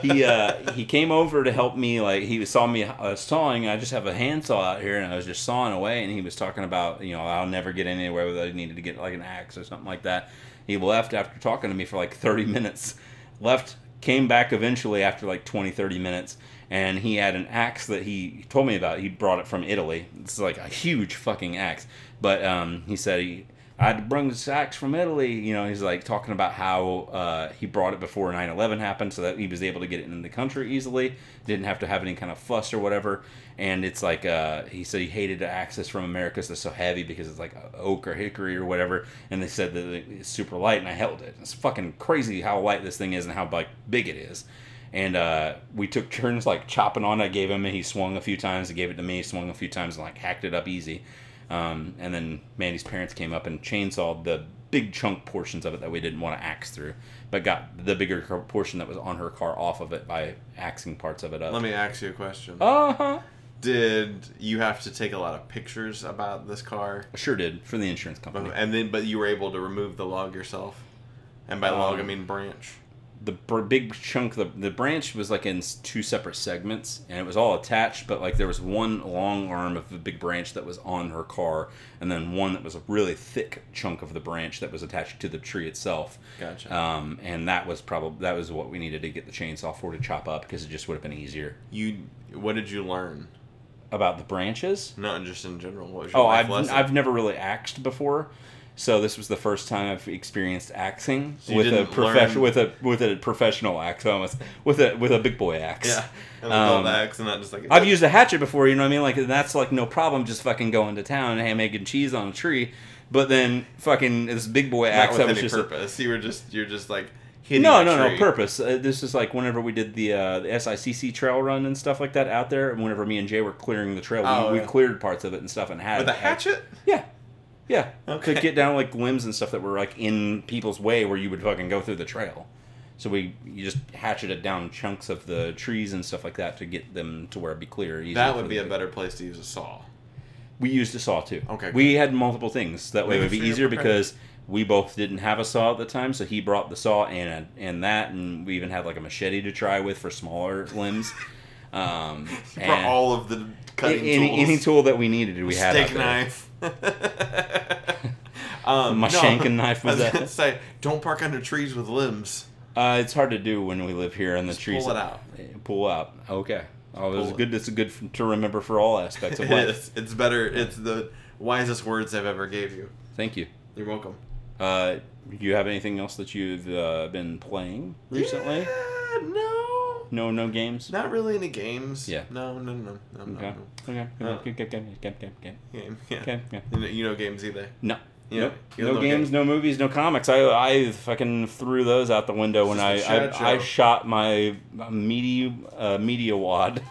[SPEAKER 2] he uh, he came over to help me. Like he saw me uh, sawing. I just have a handsaw out here, and I was just sawing away. And he was talking about you know I'll never get anywhere without I needed to get like an axe or something like that. He left after talking to me for like thirty minutes. Left, came back eventually after like 20, 30 minutes, and he had an axe that he told me about. He brought it from Italy. It's like a huge fucking axe. But um, he said he I had to bring this axe from Italy. You know, he's like talking about how uh, he brought it before 9 11 happened so that he was able to get it in the country easily. Didn't have to have any kind of fuss or whatever. And it's like, uh, he said he hated the axes from America 'cause they're so heavy because it's like oak or hickory or whatever. And they said that it's super light, and I held it. It's fucking crazy how light this thing is and how like big it is. And uh, we took turns like chopping on. it. I gave him, and he swung a few times. He gave it to me, swung a few times, and like hacked it up easy. Um, and then Mandy's parents came up and chainsawed the big chunk portions of it that we didn't want to axe through, but got the bigger cor- portion that was on her car off of it by axing parts of it up.
[SPEAKER 1] Let me ask you a question.
[SPEAKER 2] Uh huh.
[SPEAKER 1] Did you have to take a lot of pictures about this car,
[SPEAKER 2] Sure did for the insurance company.
[SPEAKER 1] and then but you were able to remove the log yourself? And by log, I
[SPEAKER 2] Um,
[SPEAKER 1] mean branch.
[SPEAKER 2] the br- big chunk the the branch was like in s- two separate segments and it was all attached but like there was one long arm of the big branch that was on her car and then one that was a really thick chunk of the branch that was attached to the tree itself
[SPEAKER 1] Gotcha.
[SPEAKER 2] um, and that was probably that was what we needed to get the chainsaw for to chop up because it just would have been easier
[SPEAKER 1] you. What did you learn?
[SPEAKER 2] about the branches
[SPEAKER 1] Not just in general. What was your
[SPEAKER 2] oh
[SPEAKER 1] life
[SPEAKER 2] I've,
[SPEAKER 1] lesson?
[SPEAKER 2] I've never really axed before so this was the first time I've experienced axing
[SPEAKER 1] So you
[SPEAKER 2] with a
[SPEAKER 1] didn't
[SPEAKER 2] profession
[SPEAKER 1] learn-
[SPEAKER 2] with a with a professional axe almost with a with a big boy axe.
[SPEAKER 1] yeah, and with all
[SPEAKER 2] Um,
[SPEAKER 1] the axe, and not just like
[SPEAKER 2] I've used a hatchet before, you know what I mean? Like that's like no problem, just fucking going to town, hey, making cheese on a tree. But then fucking this big boy
[SPEAKER 1] not
[SPEAKER 2] axe
[SPEAKER 1] with
[SPEAKER 2] that was
[SPEAKER 1] any
[SPEAKER 2] just a-
[SPEAKER 1] purpose. you were just you're just like hitting
[SPEAKER 2] no,
[SPEAKER 1] a
[SPEAKER 2] no, no
[SPEAKER 1] tree.
[SPEAKER 2] purpose. Uh, this is like whenever we did the uh, the SICC trail run and stuff like that out there, and whenever me and Jay were clearing the trail,
[SPEAKER 1] Oh,
[SPEAKER 2] we, we
[SPEAKER 1] yeah.
[SPEAKER 2] cleared parts of it and stuff and had
[SPEAKER 1] with a hatchet.
[SPEAKER 2] Yeah. Yeah,
[SPEAKER 1] Okay.
[SPEAKER 2] to get down like limbs and stuff that were like in people's way where you would fucking go through the trail. So we you just hatcheted down chunks of the trees and stuff like that to get them to where it'd be clear. easier
[SPEAKER 1] That
[SPEAKER 2] for
[SPEAKER 1] would be
[SPEAKER 2] them
[SPEAKER 1] a
[SPEAKER 2] to-
[SPEAKER 1] better place to use a saw.
[SPEAKER 2] we used a saw too.
[SPEAKER 1] Okay,
[SPEAKER 2] We had multiple things. That way it would be
[SPEAKER 1] Making sure you're
[SPEAKER 2] easier
[SPEAKER 1] prepared.
[SPEAKER 2] because we both didn't have a saw at the time, so he brought the saw and a, and that, and we even had like a machete to try with for smaller limbs. Um,
[SPEAKER 1] For
[SPEAKER 2] and
[SPEAKER 1] all of the
[SPEAKER 2] a-
[SPEAKER 1] cutting
[SPEAKER 2] any,
[SPEAKER 1] tools.
[SPEAKER 2] any tool that we needed, we had. out
[SPEAKER 1] steak
[SPEAKER 2] there.
[SPEAKER 1] knife. um,
[SPEAKER 2] My shanking knife was
[SPEAKER 1] I
[SPEAKER 2] that-
[SPEAKER 1] gonna say, don't park under trees with limbs.
[SPEAKER 2] Uh, it's hard to do when we live here in the
[SPEAKER 1] Just
[SPEAKER 2] trees.
[SPEAKER 1] pull it out.
[SPEAKER 2] Pull out. Okay. Oh, it was
[SPEAKER 1] Pull it.
[SPEAKER 2] good. It's good f- to remember for all aspects of life.
[SPEAKER 1] It's, it's better. It's the wisest words I've ever gave you.
[SPEAKER 2] Thank you.
[SPEAKER 1] You're welcome.
[SPEAKER 2] Uh, do you have anything else that you've uh, been playing recently?
[SPEAKER 1] Yeah, no,
[SPEAKER 2] No, no games.
[SPEAKER 1] not really any games.
[SPEAKER 2] Yeah.
[SPEAKER 1] No, no, no, no, no,
[SPEAKER 2] Okay.
[SPEAKER 1] no.
[SPEAKER 2] Okay.
[SPEAKER 1] Uh,
[SPEAKER 2] Okay. Okay. Okay. Okay.
[SPEAKER 1] Game. Yeah.
[SPEAKER 2] Okay. Okay.
[SPEAKER 1] You know- You know games either.
[SPEAKER 2] No.
[SPEAKER 1] Yeah,
[SPEAKER 2] Nope.
[SPEAKER 1] you
[SPEAKER 2] No
[SPEAKER 1] know
[SPEAKER 2] games,
[SPEAKER 1] games.
[SPEAKER 2] no movies, no comics. I, I fucking threw those out the window when I,
[SPEAKER 1] It's just a shit
[SPEAKER 2] I, I
[SPEAKER 1] show.
[SPEAKER 2] shot my media uh, media wad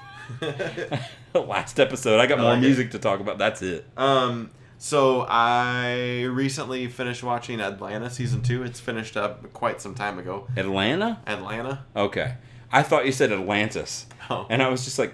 [SPEAKER 2] last episode. I got
[SPEAKER 1] I
[SPEAKER 2] more
[SPEAKER 1] like it.
[SPEAKER 2] music to talk about. That's it.
[SPEAKER 1] Um, so I recently finished watching Atlanta season two. It's finished up quite some time ago.
[SPEAKER 2] Atlanta.
[SPEAKER 1] Atlanta.
[SPEAKER 2] Okay. I thought you said Atlantis.
[SPEAKER 1] Oh.
[SPEAKER 2] And I was just like,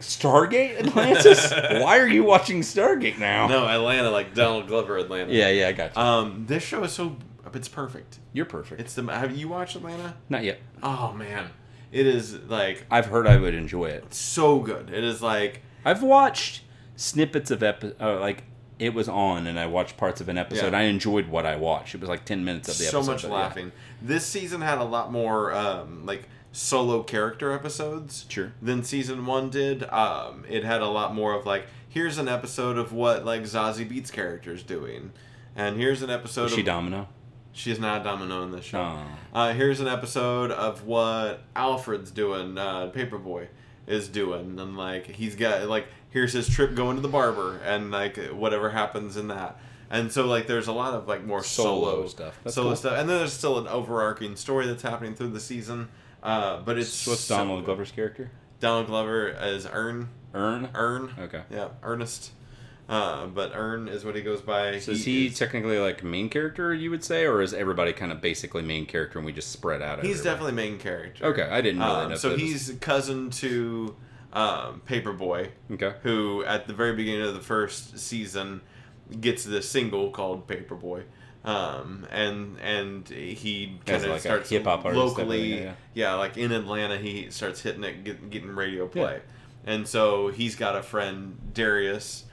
[SPEAKER 2] Stargate Atlantis? Why are you watching Stargate now?
[SPEAKER 1] No, Atlanta, like Donald Glover, Atlanta.
[SPEAKER 2] Oh. Yeah, yeah, I got you.
[SPEAKER 1] Um, this show is so it's perfect.
[SPEAKER 2] You're perfect.
[SPEAKER 1] It's the have you watched Atlanta?
[SPEAKER 2] Not yet.
[SPEAKER 1] Oh man, it is like
[SPEAKER 2] I've heard I would enjoy it.
[SPEAKER 1] so good. It is like
[SPEAKER 2] I've watched snippets of epi- uh, like it was on, and I watched parts of an episode.
[SPEAKER 1] Yeah.
[SPEAKER 2] I enjoyed what I watched. It was like ten minutes of the
[SPEAKER 1] so
[SPEAKER 2] episode.
[SPEAKER 1] much
[SPEAKER 2] but yeah.
[SPEAKER 1] laughing. This season had a lot more um, like solo character episodes
[SPEAKER 2] Sure.
[SPEAKER 1] than season one did. Um, it had a lot more of like here's an episode of what like Zazie Beats character's doing, and here's an episode.
[SPEAKER 2] Is she
[SPEAKER 1] of,
[SPEAKER 2] Domino?
[SPEAKER 1] She is not a domino in this show.
[SPEAKER 2] Oh.
[SPEAKER 1] Uh, here's an episode of what Alfred's doing, uh, Paperboy is doing, and like he's got like here's his trip going to the barber, and like whatever happens in that. And so like there's a lot of like more solo,
[SPEAKER 2] Solo stuff. That's
[SPEAKER 1] solo
[SPEAKER 2] cool.
[SPEAKER 1] stuff, and then there's still an overarching story that's happening through the season. Uh, but it's
[SPEAKER 2] What's
[SPEAKER 1] so-
[SPEAKER 2] Donald Glover's character?
[SPEAKER 1] Donald Glover is Earn,
[SPEAKER 2] Earn.
[SPEAKER 1] Earn,
[SPEAKER 2] Okay.
[SPEAKER 1] yeah, Ernest. Uh, but Earn is what he goes by.
[SPEAKER 2] So is he
[SPEAKER 1] is-
[SPEAKER 2] technically like main character? You would say, or is everybody kind of basically main character, and we just spread out?
[SPEAKER 1] he's
[SPEAKER 2] everywhere?
[SPEAKER 1] definitely main character.
[SPEAKER 2] okay. I didn't really
[SPEAKER 1] Um,
[SPEAKER 2] know.
[SPEAKER 1] so
[SPEAKER 2] that.
[SPEAKER 1] he's cousin to um, Paperboy,
[SPEAKER 2] okay.
[SPEAKER 1] who at the very beginning of the first season gets the single called Paperboy, um, and and he
[SPEAKER 2] As
[SPEAKER 1] kind of
[SPEAKER 2] like a
[SPEAKER 1] starts
[SPEAKER 2] hip hop artist,
[SPEAKER 1] locally,
[SPEAKER 2] definitely, yeah,
[SPEAKER 1] yeah, like in Atlanta, he starts hitting it, get, getting radio play, and so he's got a friend Darius,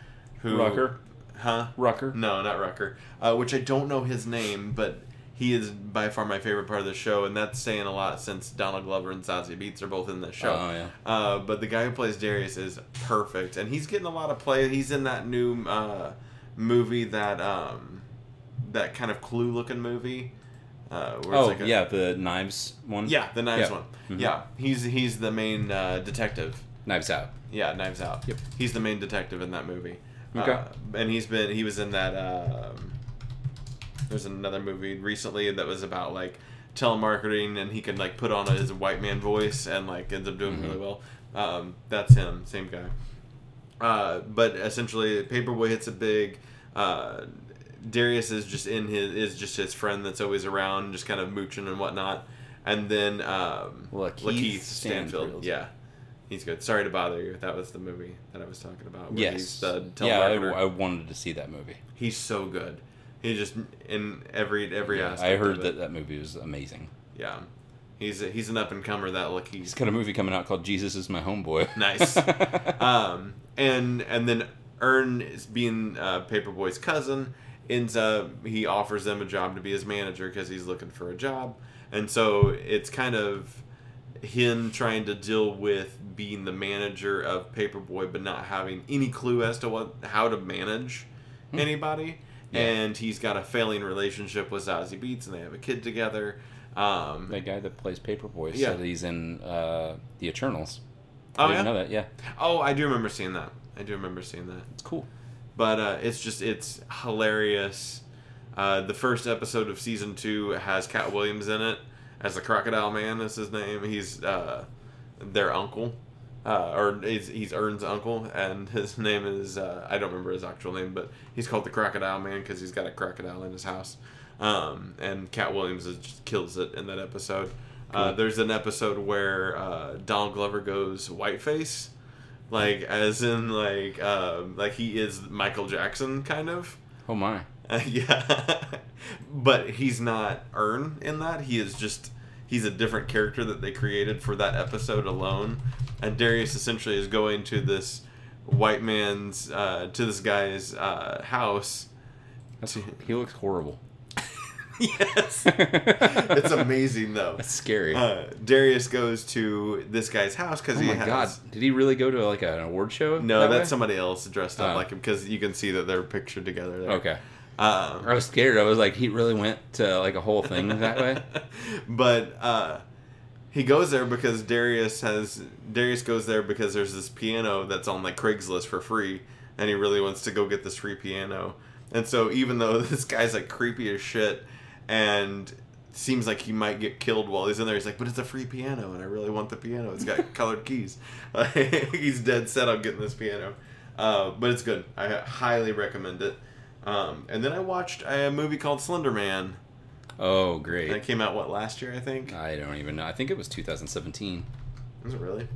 [SPEAKER 1] who
[SPEAKER 2] Rucker.
[SPEAKER 1] huh?
[SPEAKER 2] Rucker.
[SPEAKER 1] No, not Rucker. Uh, which I don't know his name, but he is by far my favorite part of the show, and that's saying a lot since Donald Glover and Zazie Beats are both in the show.
[SPEAKER 2] Oh, yeah.
[SPEAKER 1] Uh, but the guy who plays Darius is perfect, and he's getting a lot of play. He's in that new uh, movie that um, that kind of clue looking movie. Uh, where
[SPEAKER 2] Oh
[SPEAKER 1] like a-
[SPEAKER 2] yeah, the knives one.
[SPEAKER 1] yeah, the knives
[SPEAKER 2] Yeah.
[SPEAKER 1] one.
[SPEAKER 2] Mhm.
[SPEAKER 1] Yeah, he's he's the main uh, detective.
[SPEAKER 2] Knives out.
[SPEAKER 1] Yeah, Knives Out.
[SPEAKER 2] Yep.
[SPEAKER 1] He's the main detective in that movie.
[SPEAKER 2] Okay.
[SPEAKER 1] Uh, and he's been he was in that. Um, there's another movie recently that was about like telemarketing, and he could like put on his white man voice and like ends up
[SPEAKER 2] Mm-hmm.
[SPEAKER 1] doing really well. Um, that's him, same guy. Uh, but essentially, Paperboy hits a big. Uh, Darius is just in his is just his friend that's always around, just kind of mooching and whatnot. And then um,
[SPEAKER 2] Lakeith Stanfield.
[SPEAKER 1] yeah, he's good. Sorry to bother you. That was the movie that I was talking about. where he's
[SPEAKER 2] Yes.
[SPEAKER 1] the
[SPEAKER 2] yeah, I,
[SPEAKER 1] telemarketer.
[SPEAKER 2] I wanted to see that movie.
[SPEAKER 1] he's so good. He just in every every
[SPEAKER 2] Yeah,
[SPEAKER 1] aspect.
[SPEAKER 2] I
[SPEAKER 1] of
[SPEAKER 2] heard
[SPEAKER 1] it.
[SPEAKER 2] that that movie was amazing.
[SPEAKER 1] Yeah, he's a, he's an up and comer. That Lakeith.
[SPEAKER 2] He's got a movie coming out called Jesus is My Homeboy.
[SPEAKER 1] Nice. um, and and then Earn is being uh, Paperboy's cousin. Ends up he offers them a job to be his manager because he's looking for a job, and so it's kind of him trying to deal with being the manager of Paperboy, but not having any clue as to what how to manage anybody.
[SPEAKER 2] Yeah.
[SPEAKER 1] And he's got a failing relationship with Zazie Beats, and they have a kid together. Um,
[SPEAKER 2] that guy that plays Paperboy
[SPEAKER 1] Yeah.
[SPEAKER 2] said he's in uh, The Eternals.
[SPEAKER 1] oh
[SPEAKER 2] I
[SPEAKER 1] yeah.
[SPEAKER 2] didn't know that. Yeah,
[SPEAKER 1] Oh, I do remember seeing that. I do remember seeing that.
[SPEAKER 2] it's cool.
[SPEAKER 1] but uh, it's just it's hilarious. Uh, the first episode of season two has Cat Williams in it as the Crocodile Man. Is his name? He's uh, their uncle, uh, or he's, he's Ern's uncle, and his name is uh, I don't remember his actual name, but he's called the Crocodile Man because he's got a crocodile in his house. Um, and Cat Williams is, just kills it in that episode. Uh,
[SPEAKER 2] Cool.
[SPEAKER 1] there's an episode where uh, Donald Glover goes whiteface like as in like um, like he is Michael Jackson kind of.
[SPEAKER 2] Oh my!
[SPEAKER 1] Uh, yeah, but he's not Earn in that. He is just he's a different character that they created for that episode alone, and Darius essentially is going to this white man's uh, to this guy's uh, house.
[SPEAKER 2] That's, he looks horrible.
[SPEAKER 1] yes,
[SPEAKER 2] it's
[SPEAKER 1] it's amazing though.
[SPEAKER 2] That's scary.
[SPEAKER 1] Uh, Darius goes to this guy's house because
[SPEAKER 2] oh
[SPEAKER 1] he
[SPEAKER 2] my
[SPEAKER 1] has.
[SPEAKER 2] god, did he really go to like an award show?
[SPEAKER 1] No,
[SPEAKER 2] that
[SPEAKER 1] that's
[SPEAKER 2] way?
[SPEAKER 1] somebody else dressed up
[SPEAKER 2] Oh.
[SPEAKER 1] like him because you can see that they're pictured together. There.
[SPEAKER 2] Okay.
[SPEAKER 1] Um,
[SPEAKER 2] I was scared. I was like, he really went to like a whole thing that way.
[SPEAKER 1] but uh, he goes there because Darius has Darius goes there because there's this piano that's on like Craigslist for free, and he really wants to go get this free piano. And so even though this guy's like creepy as shit, and seems like he might get killed while he's in there, he's like, "But it's a free piano, and I really want the piano. It's got colored keys." he's dead set on getting this piano. Uh, but it's good. I highly recommend it. Um, and then I watched a movie called Slender Man.
[SPEAKER 2] Oh, great.
[SPEAKER 1] That came out what last year, I think.
[SPEAKER 2] I don't even know. I think it was 2017.
[SPEAKER 1] Is it really?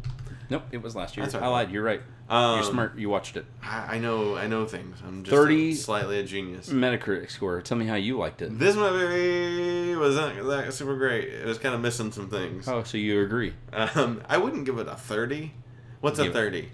[SPEAKER 2] Nope, it was last year.
[SPEAKER 1] That's all
[SPEAKER 2] I
[SPEAKER 1] right.
[SPEAKER 2] lied. You're right.
[SPEAKER 1] Um,
[SPEAKER 2] You're smart. You watched it.
[SPEAKER 1] I, I know. I know things. I'm just
[SPEAKER 2] 30
[SPEAKER 1] slightly a genius.
[SPEAKER 2] Mm. Metacritic score. Tell me how you liked it.
[SPEAKER 1] This movie wasn't that super great. It was kind of missing some things.
[SPEAKER 2] Oh, so you agree?
[SPEAKER 1] Um, I wouldn't give it a thirty. What's a
[SPEAKER 2] Give-
[SPEAKER 1] thirty?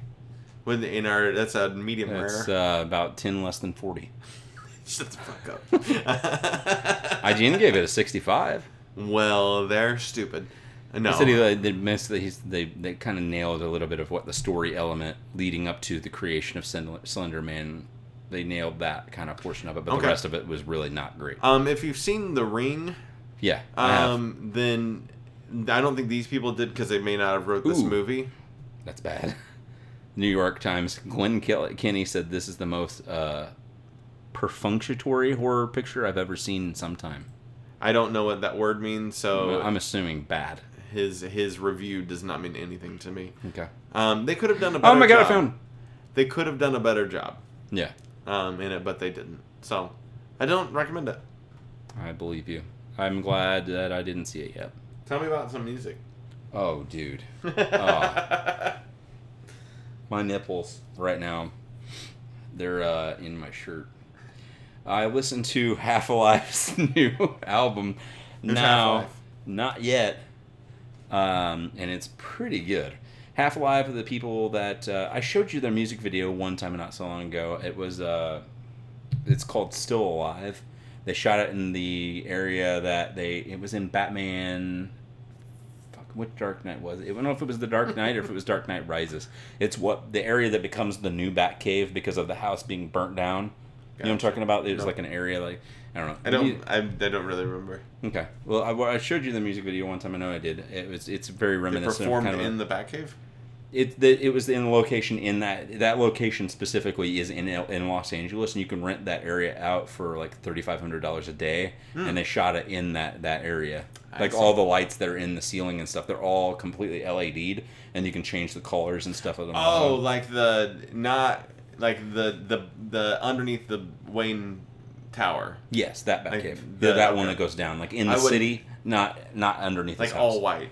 [SPEAKER 1] When in our that's a medium
[SPEAKER 2] It's
[SPEAKER 1] rare.
[SPEAKER 2] uh, about 10 less than 40.
[SPEAKER 1] Shut the fuck up.
[SPEAKER 2] IGN gave it a 65.
[SPEAKER 1] Well, they're stupid. Uh, No.
[SPEAKER 2] They said he, like, they missed. They, they, they kind of nailed a little bit of what the story element leading up to the creation of Cylinder Slender Man. They nailed that kind of portion of it, but
[SPEAKER 1] Okay.
[SPEAKER 2] the rest of it was really not great.
[SPEAKER 1] um, if you've seen The Ring,
[SPEAKER 2] Yeah. I have.
[SPEAKER 1] um, then I don't think these people did because they may not have wrote this
[SPEAKER 2] Ooh.
[SPEAKER 1] movie.
[SPEAKER 2] That's bad. New York Times. Glenn Kill- Kenny said this is the most uh, perfunctory horror picture I've ever seen in some time.
[SPEAKER 1] I don't know what that word means, so
[SPEAKER 2] I'm assuming bad.
[SPEAKER 1] his his review does not mean anything to me.
[SPEAKER 2] Okay.
[SPEAKER 1] Um, they could have done a better.
[SPEAKER 2] Oh my god!
[SPEAKER 1] job.
[SPEAKER 2] I found.
[SPEAKER 1] They could have done a better job
[SPEAKER 2] Yeah,
[SPEAKER 1] um, in it, but they didn't. So I don't recommend it.
[SPEAKER 2] I believe you. I'm glad that I didn't see it yet.
[SPEAKER 1] Tell me about some music.
[SPEAKER 2] Oh, dude,
[SPEAKER 1] oh.
[SPEAKER 2] my nipples right now. They're uh, in my shirt. I listened to Half Alive's new album.
[SPEAKER 1] Who's
[SPEAKER 2] now,
[SPEAKER 1] Half-Life?
[SPEAKER 2] not yet, um, and it's pretty good. Half Alive are the people that uh, I showed you their music video one time not so long ago. It was uh, it's called Still Alive. They shot it in the area that they it was in Batman. Fuck, what Dark Knight was it? I don't know if it was the Dark Knight or if it was Dark Knight Rises. It's what the area that becomes the new Batcave because of the house being burnt down. You know what
[SPEAKER 1] Gotcha.
[SPEAKER 2] I'm talking about? It was
[SPEAKER 1] No.
[SPEAKER 2] like an area like I don't know.
[SPEAKER 1] I don't. I, I don't really remember.
[SPEAKER 2] Okay. Well, I, well, I showed you the music video one time. I know I did. It was. It's very
[SPEAKER 1] They
[SPEAKER 2] reminiscent.
[SPEAKER 1] performed
[SPEAKER 2] of kind of a-
[SPEAKER 1] in the Batcave.
[SPEAKER 2] it the, it was in the location in that that location specifically is in L- in Los Angeles, and you can rent that area out for like thirty five hundred dollars a day. And they shot it in that that area,
[SPEAKER 1] Hmm. I
[SPEAKER 2] like
[SPEAKER 1] see.
[SPEAKER 2] all the lights that are in the ceiling and stuff. They're all completely LED'd, and you can change the colors and stuff. Of them
[SPEAKER 1] Oh, like the not like the the the underneath the Wayne Tower,
[SPEAKER 2] yes, that back
[SPEAKER 1] Like
[SPEAKER 2] cave,
[SPEAKER 1] the-
[SPEAKER 2] the, that one
[SPEAKER 1] okay.
[SPEAKER 2] that goes down, like in
[SPEAKER 1] I
[SPEAKER 2] the
[SPEAKER 1] would-
[SPEAKER 2] city, not not underneath.
[SPEAKER 1] like
[SPEAKER 2] his house.
[SPEAKER 1] all white.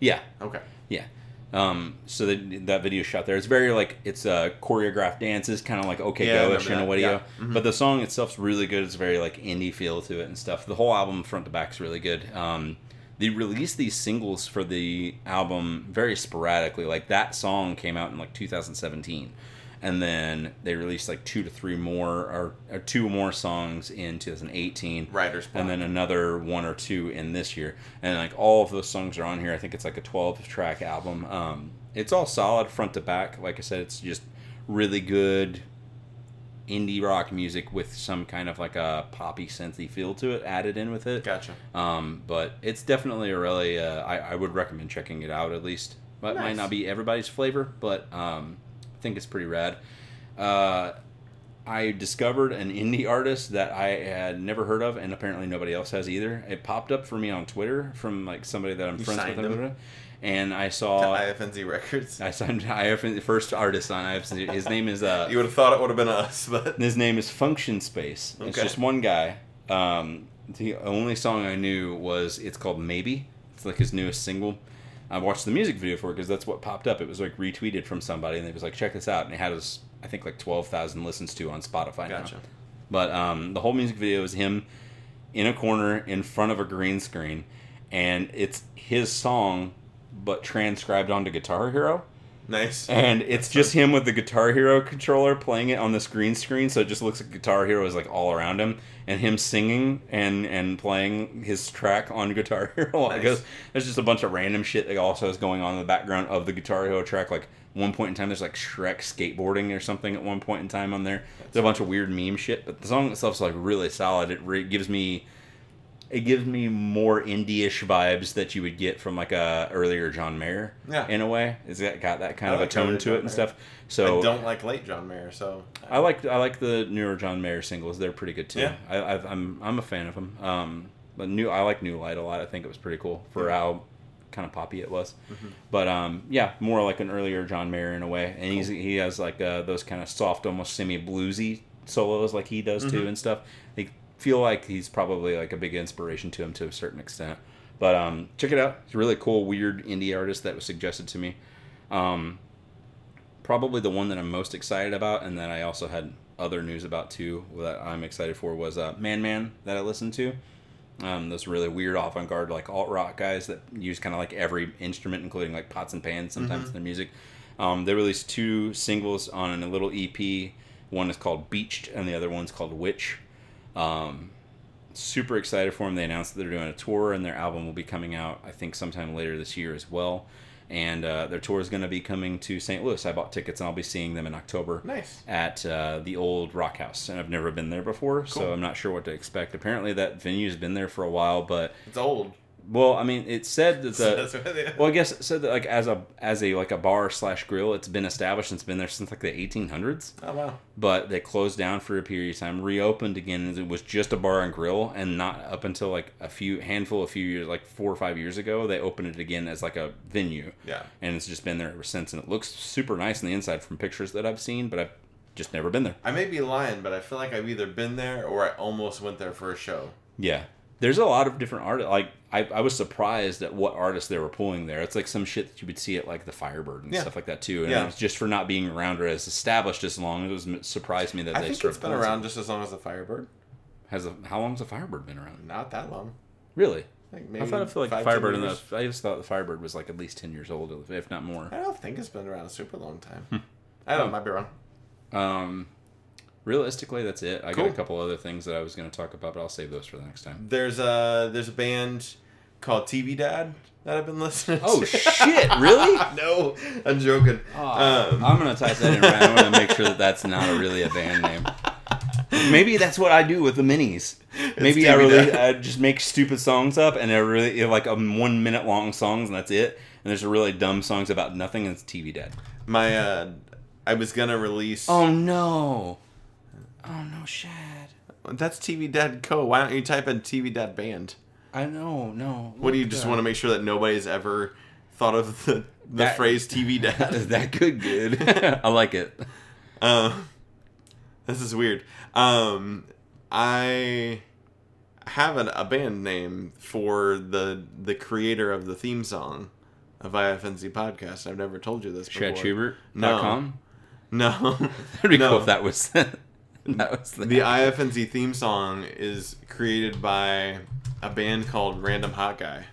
[SPEAKER 2] yeah,
[SPEAKER 1] Okay.
[SPEAKER 2] Yeah. Um, so the, that video shot there. It's very like it's uh, choreographed dances, kind of like OK
[SPEAKER 1] Yeah, I
[SPEAKER 2] Go-ish in a
[SPEAKER 1] remember
[SPEAKER 2] way.
[SPEAKER 1] that.
[SPEAKER 2] Yeah.
[SPEAKER 1] Yeah. Mhm.
[SPEAKER 2] But the song itself's really good. It's very like indie feel to it and stuff. The whole album front to back's really good. Um, they released these singles for the album very sporadically. Like that song came out in like 2017, and then they released like two to three more or, or two more songs in 2018
[SPEAKER 1] Writer's block.
[SPEAKER 2] and then another one or two in this year. And like all of those songs are on here. I think it's like a 12 track album. Um, it's all solid front to back. Like I said, it's just really good indie rock music with some kind of like a poppy synthy feel to it added in with it.
[SPEAKER 1] gotcha.
[SPEAKER 2] Um, but it's definitely a really uh, I, I would recommend checking it out at least. But it
[SPEAKER 1] Nice.
[SPEAKER 2] might not be everybody's flavor, but um, I think it's pretty rad. Uh, I discovered an indie artist that I had never heard of, and apparently nobody else has either. It popped up for me on Twitter from like somebody that I'm
[SPEAKER 1] You
[SPEAKER 2] friends
[SPEAKER 1] signed
[SPEAKER 2] with,
[SPEAKER 1] them?
[SPEAKER 2] and I saw I,
[SPEAKER 1] to IFNZ Records.
[SPEAKER 2] signed I the first artist on IFC. His name is uh,
[SPEAKER 1] You would have thought it would have been us, but
[SPEAKER 2] and his name is Function Space. It's
[SPEAKER 1] Okay.
[SPEAKER 2] just one guy. Um, the only song I knew was it's called Maybe. It's like his newest single. I watched the music video for it because that's what popped up. It was like retweeted from somebody, and it was like, check this out. And it had us, I think, like twelve thousand listens to on Spotify
[SPEAKER 1] Gotcha.
[SPEAKER 2] now. But um, the whole music video is him in a corner in front of a green screen, and it's his song, but transcribed onto Guitar Hero.
[SPEAKER 1] Nice.
[SPEAKER 2] and it's just him with the Guitar Hero controller playing it on this green screen, so it just looks like Guitar Hero is like all around him, and him singing and and playing his track on Guitar Hero. while it
[SPEAKER 1] Nice.
[SPEAKER 2] goes. There's just a bunch of random shit that also is going on in the background of the Guitar Hero track. Like one point in time, there's like Shrek skateboarding or something at one point in time on there. There's a bunch of weird meme shit, but the song itself's like really solid. It re- gives me. It gives me more indie-ish vibes that you would get from like a earlier John Mayer,
[SPEAKER 1] Yeah.
[SPEAKER 2] in a way. It's got got that kind
[SPEAKER 1] I
[SPEAKER 2] of
[SPEAKER 1] like
[SPEAKER 2] a tone
[SPEAKER 1] early
[SPEAKER 2] to it
[SPEAKER 1] John
[SPEAKER 2] and
[SPEAKER 1] Mayer.
[SPEAKER 2] stuff.
[SPEAKER 1] I
[SPEAKER 2] So
[SPEAKER 1] don't like late John Mayer, so
[SPEAKER 2] I like I like the newer John Mayer singles. They're pretty good too.
[SPEAKER 1] Yeah.
[SPEAKER 2] I, i I'm I'm a fan of them. Um, but new I like New Light a lot. I think it was pretty cool for how kind of poppy it was.
[SPEAKER 1] Mm-hmm.
[SPEAKER 2] But um, yeah, more like an earlier John Mayer in a way. And he's he has like uh, those kind of soft, almost semi bluesy solos like he does
[SPEAKER 1] Mm-hmm.
[SPEAKER 2] too and stuff. They feel like he's probably like a big inspiration to him to a certain extent. But um, check it out. It's a really cool, weird indie artist that was suggested to me. Um, probably the one that I'm most excited about, and that I also had other news about too that I'm excited for was uh, Man Man that I listened to. Um, those really weird avant garde like alt rock guys that use kind of like every instrument, including like pots and pans sometimes in their music. Um, they released two singles on a little EP. One is called Beached, and the other one's called Witch. Um, super excited for them. They announced that they're doing a tour, and their album will be coming out, I think, sometime later this year as well. And uh, their tour is going to be coming to St. Louis. I bought tickets, and I'll be seeing them in October
[SPEAKER 1] nice.
[SPEAKER 2] at uh, the old Rock House. And I've never been there before, so
[SPEAKER 1] Cool.
[SPEAKER 2] I'm not sure what to expect. Apparently, that venue's been there for a while, but
[SPEAKER 1] It's old.
[SPEAKER 2] well, I mean, it said that
[SPEAKER 1] So
[SPEAKER 2] the
[SPEAKER 1] that's what they-
[SPEAKER 2] well, I guess it said that like as a as a like a bar slash grill, it's been established and it's been there since like the 1800s
[SPEAKER 1] oh wow.
[SPEAKER 2] but they closed down for a period of time, reopened again. and It was just a bar and grill, and not up until like a few handful, a few years, like four or five years ago, they opened it again as like a venue,
[SPEAKER 1] Yeah.
[SPEAKER 2] and it's just been there ever since. And it looks super nice on the inside from pictures that I've seen, but I've just never been there.
[SPEAKER 1] I may be lying, but I feel like I've either been there or I almost went there for a show.
[SPEAKER 2] Yeah. There's a lot of different art. Like I, I was surprised at what artists they were pulling there. It's like some shit that you would see at like the Firebird and
[SPEAKER 1] Yeah.
[SPEAKER 2] stuff like that too. And
[SPEAKER 1] Yeah.
[SPEAKER 2] it was just for not being around or as established as long. It was it surprised me that
[SPEAKER 1] I
[SPEAKER 2] they
[SPEAKER 1] think
[SPEAKER 2] started
[SPEAKER 1] it's been
[SPEAKER 2] pulling-
[SPEAKER 1] around just as long as the Firebird.
[SPEAKER 2] Has a, how long's the Firebird been around?
[SPEAKER 1] Not that long.
[SPEAKER 2] Really?
[SPEAKER 1] Like maybe
[SPEAKER 2] I thought I feel like
[SPEAKER 1] five,
[SPEAKER 2] the Firebird.
[SPEAKER 1] ten
[SPEAKER 2] And the,
[SPEAKER 1] years.
[SPEAKER 2] I just thought the Firebird was like at least ten years old, if not more.
[SPEAKER 1] I don't think it's been around a super long time.
[SPEAKER 2] Hmm.
[SPEAKER 1] I don't. Might be wrong.
[SPEAKER 2] Um, realistically, that's it. I got
[SPEAKER 1] Cool.
[SPEAKER 2] a couple other things that I was going to talk about, but I'll save those for the next time.
[SPEAKER 1] There's a there's a band called TV Dad that I've been listening.
[SPEAKER 2] Oh
[SPEAKER 1] to.
[SPEAKER 2] shit! Really?
[SPEAKER 1] no, I'm joking.
[SPEAKER 2] Aw,
[SPEAKER 1] um,
[SPEAKER 2] I'm going to type that in. Right? I want to make sure that that's not a, really a band name. Maybe that's what I do with the minis. Maybe I
[SPEAKER 1] TV
[SPEAKER 2] really I
[SPEAKER 1] Dad.
[SPEAKER 2] just make stupid songs up, and I really you know, like um, one minute long songs, and that's it. And there's really dumb songs about nothing, and it's TV Dad.
[SPEAKER 1] my uh, I was gonna release.
[SPEAKER 2] Oh no! Oh no, Shad.
[SPEAKER 1] That's TV Dad Co. Why don't you type in TV Dad Band?
[SPEAKER 2] I know, no.
[SPEAKER 1] What do you just want to make sure that nobody's ever thought of the the
[SPEAKER 2] That-
[SPEAKER 1] phrase TV Dad?
[SPEAKER 2] Is that good? Good. I like it.
[SPEAKER 1] Um, this is weird. Um, I have an, a band name for the the creator of the theme song of IFNC podcast. I've never told you this before.
[SPEAKER 2] ShadShubert.com.
[SPEAKER 1] No,
[SPEAKER 2] That'd be
[SPEAKER 1] no.
[SPEAKER 2] cool if that was that was the,
[SPEAKER 1] The IFNC theme song is created by a band called Random Hot Guy.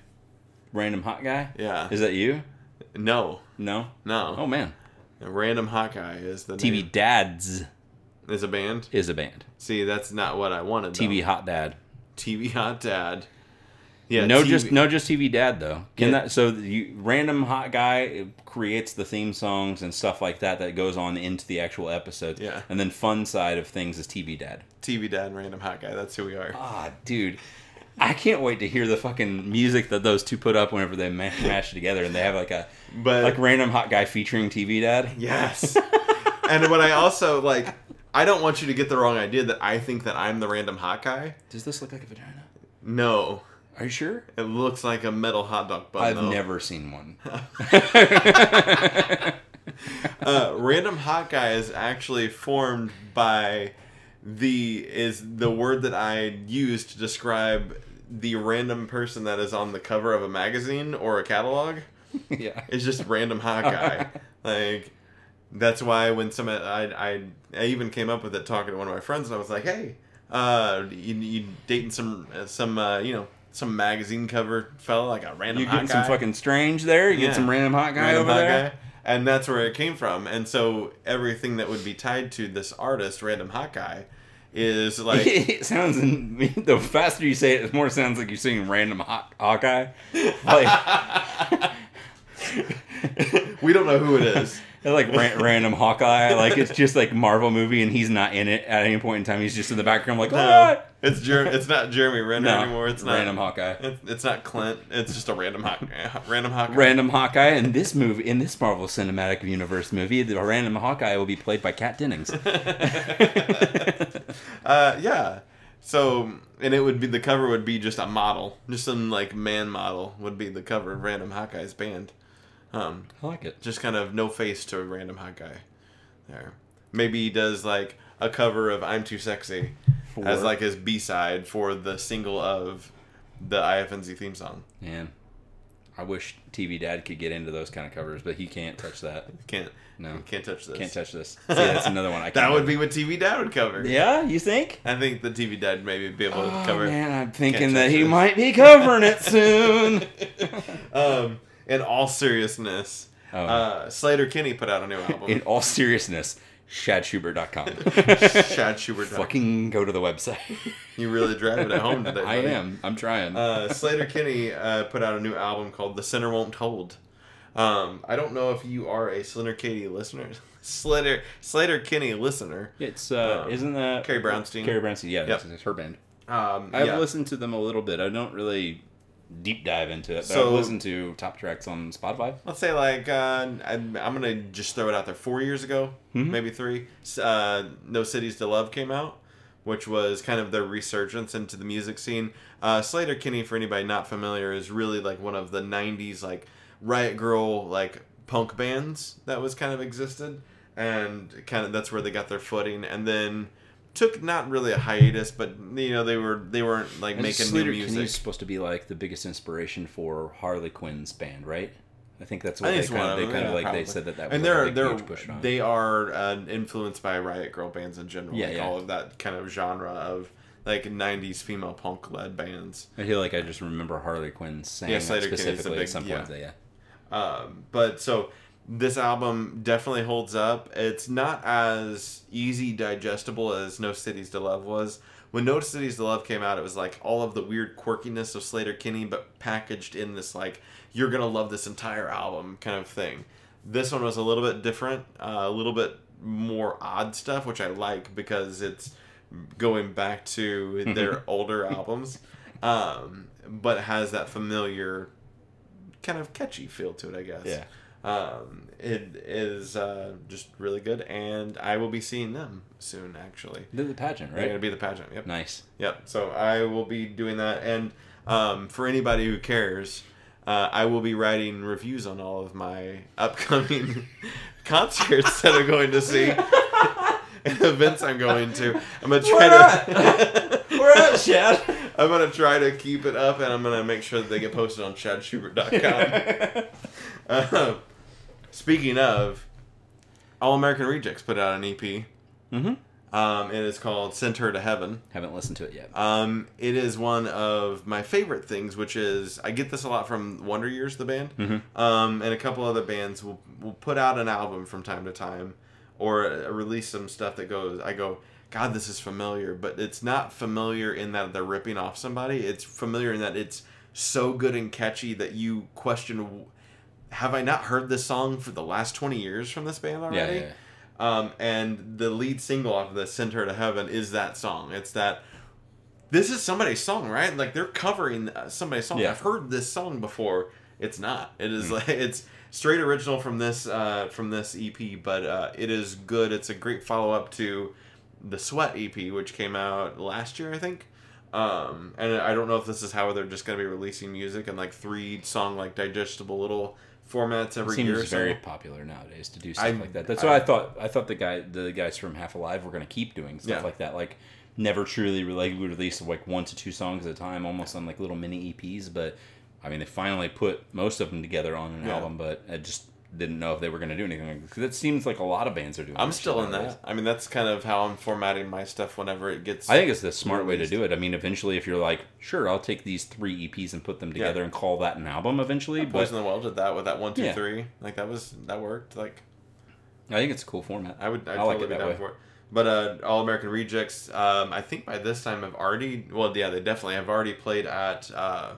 [SPEAKER 2] random hot guy.
[SPEAKER 1] Yeah.
[SPEAKER 2] Is that you?
[SPEAKER 1] No,
[SPEAKER 2] No. Oh
[SPEAKER 1] no.
[SPEAKER 2] man.
[SPEAKER 1] Random Hot Guy is the
[SPEAKER 2] TV
[SPEAKER 1] name.
[SPEAKER 2] Dads
[SPEAKER 1] is a band.
[SPEAKER 2] is a band.
[SPEAKER 1] See, that's not what I wanted. though.
[SPEAKER 2] TV Hot Dad.
[SPEAKER 1] TV Hot Dad. Yeah.
[SPEAKER 2] no,
[SPEAKER 1] TV
[SPEAKER 2] just no, just TV Dad though. Can
[SPEAKER 1] Yeah.
[SPEAKER 2] that so you random hot guy uh, creates the theme songs and stuff like that that goes on into the actual episodes.
[SPEAKER 1] Yeah.
[SPEAKER 2] And then fun side of things is TV Dad.
[SPEAKER 1] TV Dad and Random Hot Guy. That's who we are.
[SPEAKER 2] Ah, dude. I can't wait to hear the fucking music that those two put up whenever they ma- mash together and they have like a
[SPEAKER 1] But
[SPEAKER 2] like random hot guy featuring TV dad.
[SPEAKER 1] yes. and what I also like, I don't want you to get the wrong idea that I think that I'm the Random Hot Guy.
[SPEAKER 2] Does this look like a vagina?
[SPEAKER 1] No,
[SPEAKER 2] Are you sure?
[SPEAKER 1] it looks like a metal hot dog bun.
[SPEAKER 2] I've
[SPEAKER 1] though.
[SPEAKER 2] never seen one.
[SPEAKER 1] Uh, Random Hot Guy is actually formed by the is the word that I use to describe the random person that is on the cover of a magazine or a catalog.
[SPEAKER 2] yeah.
[SPEAKER 1] It's just random hot guy. like that's why when some I, I I even came up with it talking to one of my friends and I was like, hey, uh, you, you dating some uh, some uh, you know some magazine cover fella like a random
[SPEAKER 2] You
[SPEAKER 1] hot
[SPEAKER 2] getting some
[SPEAKER 1] guy?
[SPEAKER 2] fucking strange there? You
[SPEAKER 1] Yeah.
[SPEAKER 2] get some random hot guy
[SPEAKER 1] Random
[SPEAKER 2] over
[SPEAKER 1] hot
[SPEAKER 2] there?
[SPEAKER 1] guy. and that's where it came from. And so everything that would be tied to this artist, Random Hawkeye, is like
[SPEAKER 2] it sounds in, the faster you say it, the more it sounds like you're singing random Haw- Hawkeye. Like
[SPEAKER 1] we don't know who it is.
[SPEAKER 2] like ran, random Hawkeye. Like it's just like Marvel movie, and he's not in it at any point in time. He's just in the background, like
[SPEAKER 1] No,
[SPEAKER 2] "Ah!"
[SPEAKER 1] it's Jer- It's not Jeremy Renner
[SPEAKER 2] No,
[SPEAKER 1] anymore. It's not
[SPEAKER 2] random Hawkeye.
[SPEAKER 1] It- It's not Clint. It's just a random Hawkeye. Random Hawkeye.
[SPEAKER 2] Random Hawkeye in this movie, in this Marvel Cinematic Universe movie, the random Hawkeye will be played by Kat Dennings.
[SPEAKER 1] uh, yeah. So, and it would be the cover would be just a model, just some like man model would be the cover of Random Hawkeye's band. Um,
[SPEAKER 2] I like it.
[SPEAKER 1] just kind of no face to Random Hawkeye. There, maybe he does like a cover of "I'm Too Sexy"
[SPEAKER 2] For-
[SPEAKER 1] as like his B side for the single of the IFNZ theme song.
[SPEAKER 2] Man, I wish TV Dad could get into those kind of covers, but he can't touch that.
[SPEAKER 1] Can't
[SPEAKER 2] No.
[SPEAKER 1] can't touch this.
[SPEAKER 2] Can't touch this. See, that's another one I can't.
[SPEAKER 1] That would be what TV Dad would cover.
[SPEAKER 2] Yeah, you think?
[SPEAKER 1] I think the TV Dad maybe be able to
[SPEAKER 2] Oh,
[SPEAKER 1] cover.
[SPEAKER 2] man, I'm thinking
[SPEAKER 1] touch
[SPEAKER 2] that he
[SPEAKER 1] this.
[SPEAKER 2] might be covering it soon.
[SPEAKER 1] um, in all seriousness,
[SPEAKER 2] Oh.
[SPEAKER 1] uh, Slater Kinney put out a new album.
[SPEAKER 2] In all seriousness, ShadSchubert.com.
[SPEAKER 1] Chad Schubert.
[SPEAKER 2] Fucking go to the website.
[SPEAKER 1] You really drive it at home today.
[SPEAKER 2] I
[SPEAKER 1] buddy.
[SPEAKER 2] am. I'm trying.
[SPEAKER 1] Uh, Slater Kinney uh, put out a new album called "The Center Won't Hold." Um, I don't know if you are a Slater Kinney listener. Slater Slater Kinney listener.
[SPEAKER 2] it's uh,
[SPEAKER 1] um,
[SPEAKER 2] isn't that
[SPEAKER 1] Carrie Brownstein.
[SPEAKER 2] Carrie Brownstein, yeah,
[SPEAKER 1] Yep.
[SPEAKER 2] that's it's her band.
[SPEAKER 1] Um,
[SPEAKER 2] I've
[SPEAKER 1] yeah.
[SPEAKER 2] listened to them a little bit. I don't really deep dive into it, but
[SPEAKER 1] So-
[SPEAKER 2] I've listened to top tracks on Spotify.
[SPEAKER 1] Let's say like uh, I'm, I'm gonna just throw it out there. Four years ago,
[SPEAKER 2] Mhm.
[SPEAKER 1] maybe three. s- Uh, no cities to love came out, which was kind of their resurgence into the music scene. Uh, Slater Kinney, for anybody not familiar, is really like one of the '90s like riot girl like punk bands that was kind of existed, and kind of that's where they got their footing, and then took not really a hiatus, but you know they were they weren't like
[SPEAKER 2] And
[SPEAKER 1] making
[SPEAKER 2] Slater
[SPEAKER 1] new music.
[SPEAKER 2] Kinney's supposed to be like the biggest inspiration for Harley Quinn's band, right? I think that's
[SPEAKER 1] I
[SPEAKER 2] what
[SPEAKER 1] think
[SPEAKER 2] they
[SPEAKER 1] it's
[SPEAKER 2] kind
[SPEAKER 1] one
[SPEAKER 2] of,
[SPEAKER 1] of
[SPEAKER 2] they
[SPEAKER 1] them,
[SPEAKER 2] kind of
[SPEAKER 1] yeah,
[SPEAKER 2] like
[SPEAKER 1] probably.
[SPEAKER 2] they said that that
[SPEAKER 1] and
[SPEAKER 2] was
[SPEAKER 1] they're
[SPEAKER 2] like a
[SPEAKER 1] they're
[SPEAKER 2] huge push on.
[SPEAKER 1] they are uh, influenced by riot girl bands in general,
[SPEAKER 2] Yeah,
[SPEAKER 1] like
[SPEAKER 2] yeah.
[SPEAKER 1] all of that kind of genre of like '90s female punk led bands.
[SPEAKER 2] I feel like I just remember Harley Quinn saying
[SPEAKER 1] Yeah,
[SPEAKER 2] that
[SPEAKER 1] Slater Kinney's a
[SPEAKER 2] specifically
[SPEAKER 1] big-
[SPEAKER 2] at some
[SPEAKER 1] yeah.
[SPEAKER 2] point. that, Yeah.
[SPEAKER 1] Um, but so this album definitely holds up. It's not as easy digestible as No Cities to Love was. When No Cities to Love came out, it was like all of the weird quirkiness of Slater Kinney, but packaged in this like you're gonna love this entire album kind of thing. This one was a little bit different, uh, a little bit more odd stuff, which I like because it's going back to their older albums, um, but has that familiar kind of catchy feel to it, I guess.
[SPEAKER 2] Yeah.
[SPEAKER 1] Um, it is uh, just really good, and I will be seeing them soon, actually.
[SPEAKER 2] They did the pageant,
[SPEAKER 1] They're going to
[SPEAKER 2] right?
[SPEAKER 1] be the pageant. Yep.
[SPEAKER 2] Nice.
[SPEAKER 1] Yep. So I will be doing that. And um, for anybody who cares, uh, I will be writing reviews on all of my upcoming concerts that I'm going to see and events I'm going to. I'm going to try to.
[SPEAKER 2] We're out, Chad.
[SPEAKER 1] I'm gonna try to keep it up, and I'm gonna make sure that they get posted on ChadSchubert.com. uh, speaking of, All American Rejects put out an EP.
[SPEAKER 2] mm-hmm.
[SPEAKER 1] Um, it is called "Send Her to Heaven."
[SPEAKER 2] Haven't listened to it yet.
[SPEAKER 1] Um, it is one of my favorite things, which is I get this a lot from Wonder Years, the band,
[SPEAKER 2] Mm-hmm.
[SPEAKER 1] um, and a couple other bands will will put out an album from time to time, or uh, release some stuff that goes. I go, God, this is familiar, but it's not familiar in that they're ripping off somebody. It's familiar in that it's so good and catchy that you question, have I not heard this song for the last twenty years from this band already?
[SPEAKER 2] Yeah, yeah, yeah.
[SPEAKER 1] Um, and the lead single off of the "Send Her to Heaven" is that song. It's that this is somebody's song, right? Like they're covering uh, somebody's song.
[SPEAKER 2] Yeah. Hmm.
[SPEAKER 1] I've heard this song before. It's not. It is like it's straight original from this uh, from this EP, but uh, it is good. It's a great follow up to the Sweat EP, which came out last year, I think. Um, and I don't know if this is how they're just going to be releasing music in like three song like digestible little formats
[SPEAKER 2] It
[SPEAKER 1] every
[SPEAKER 2] seems
[SPEAKER 1] year. or so.
[SPEAKER 2] very popular nowadays to do stuff
[SPEAKER 1] I'm-
[SPEAKER 2] like that. That's
[SPEAKER 1] I-
[SPEAKER 2] why I thought I thought the guy the guys from Half Alive were going to keep doing stuff
[SPEAKER 1] Yeah.
[SPEAKER 2] like that. Like never truly really we released like one to two songs at a time, almost on like E little mini EPs. But I mean, they finally put most of them together on an
[SPEAKER 1] Yeah.
[SPEAKER 2] album. But it just didn't know if they were going to do anything. Because it seems like a lot of bands are doing.
[SPEAKER 1] I'm
[SPEAKER 2] this
[SPEAKER 1] still
[SPEAKER 2] shit
[SPEAKER 1] in
[SPEAKER 2] nowadays.
[SPEAKER 1] that. I mean, that's kind of how I'm formatting my stuff whenever it gets.
[SPEAKER 2] I think it's the smart way to do it. I mean, eventually, if you're like, sure, I'll take these three EPs and put them together and call that an album eventually, but
[SPEAKER 1] Poison the Well did that with that one, two, three.
[SPEAKER 2] Yeah.
[SPEAKER 1] Like that was that worked. Like
[SPEAKER 2] I think it's a cool format.
[SPEAKER 1] I would, I'd
[SPEAKER 2] I like
[SPEAKER 1] totally
[SPEAKER 2] it
[SPEAKER 1] be
[SPEAKER 2] that
[SPEAKER 1] down
[SPEAKER 2] way.
[SPEAKER 1] for it. But uh, All American Rejects, um, I think by this time have already. Well, yeah, they definitely have already played at uh,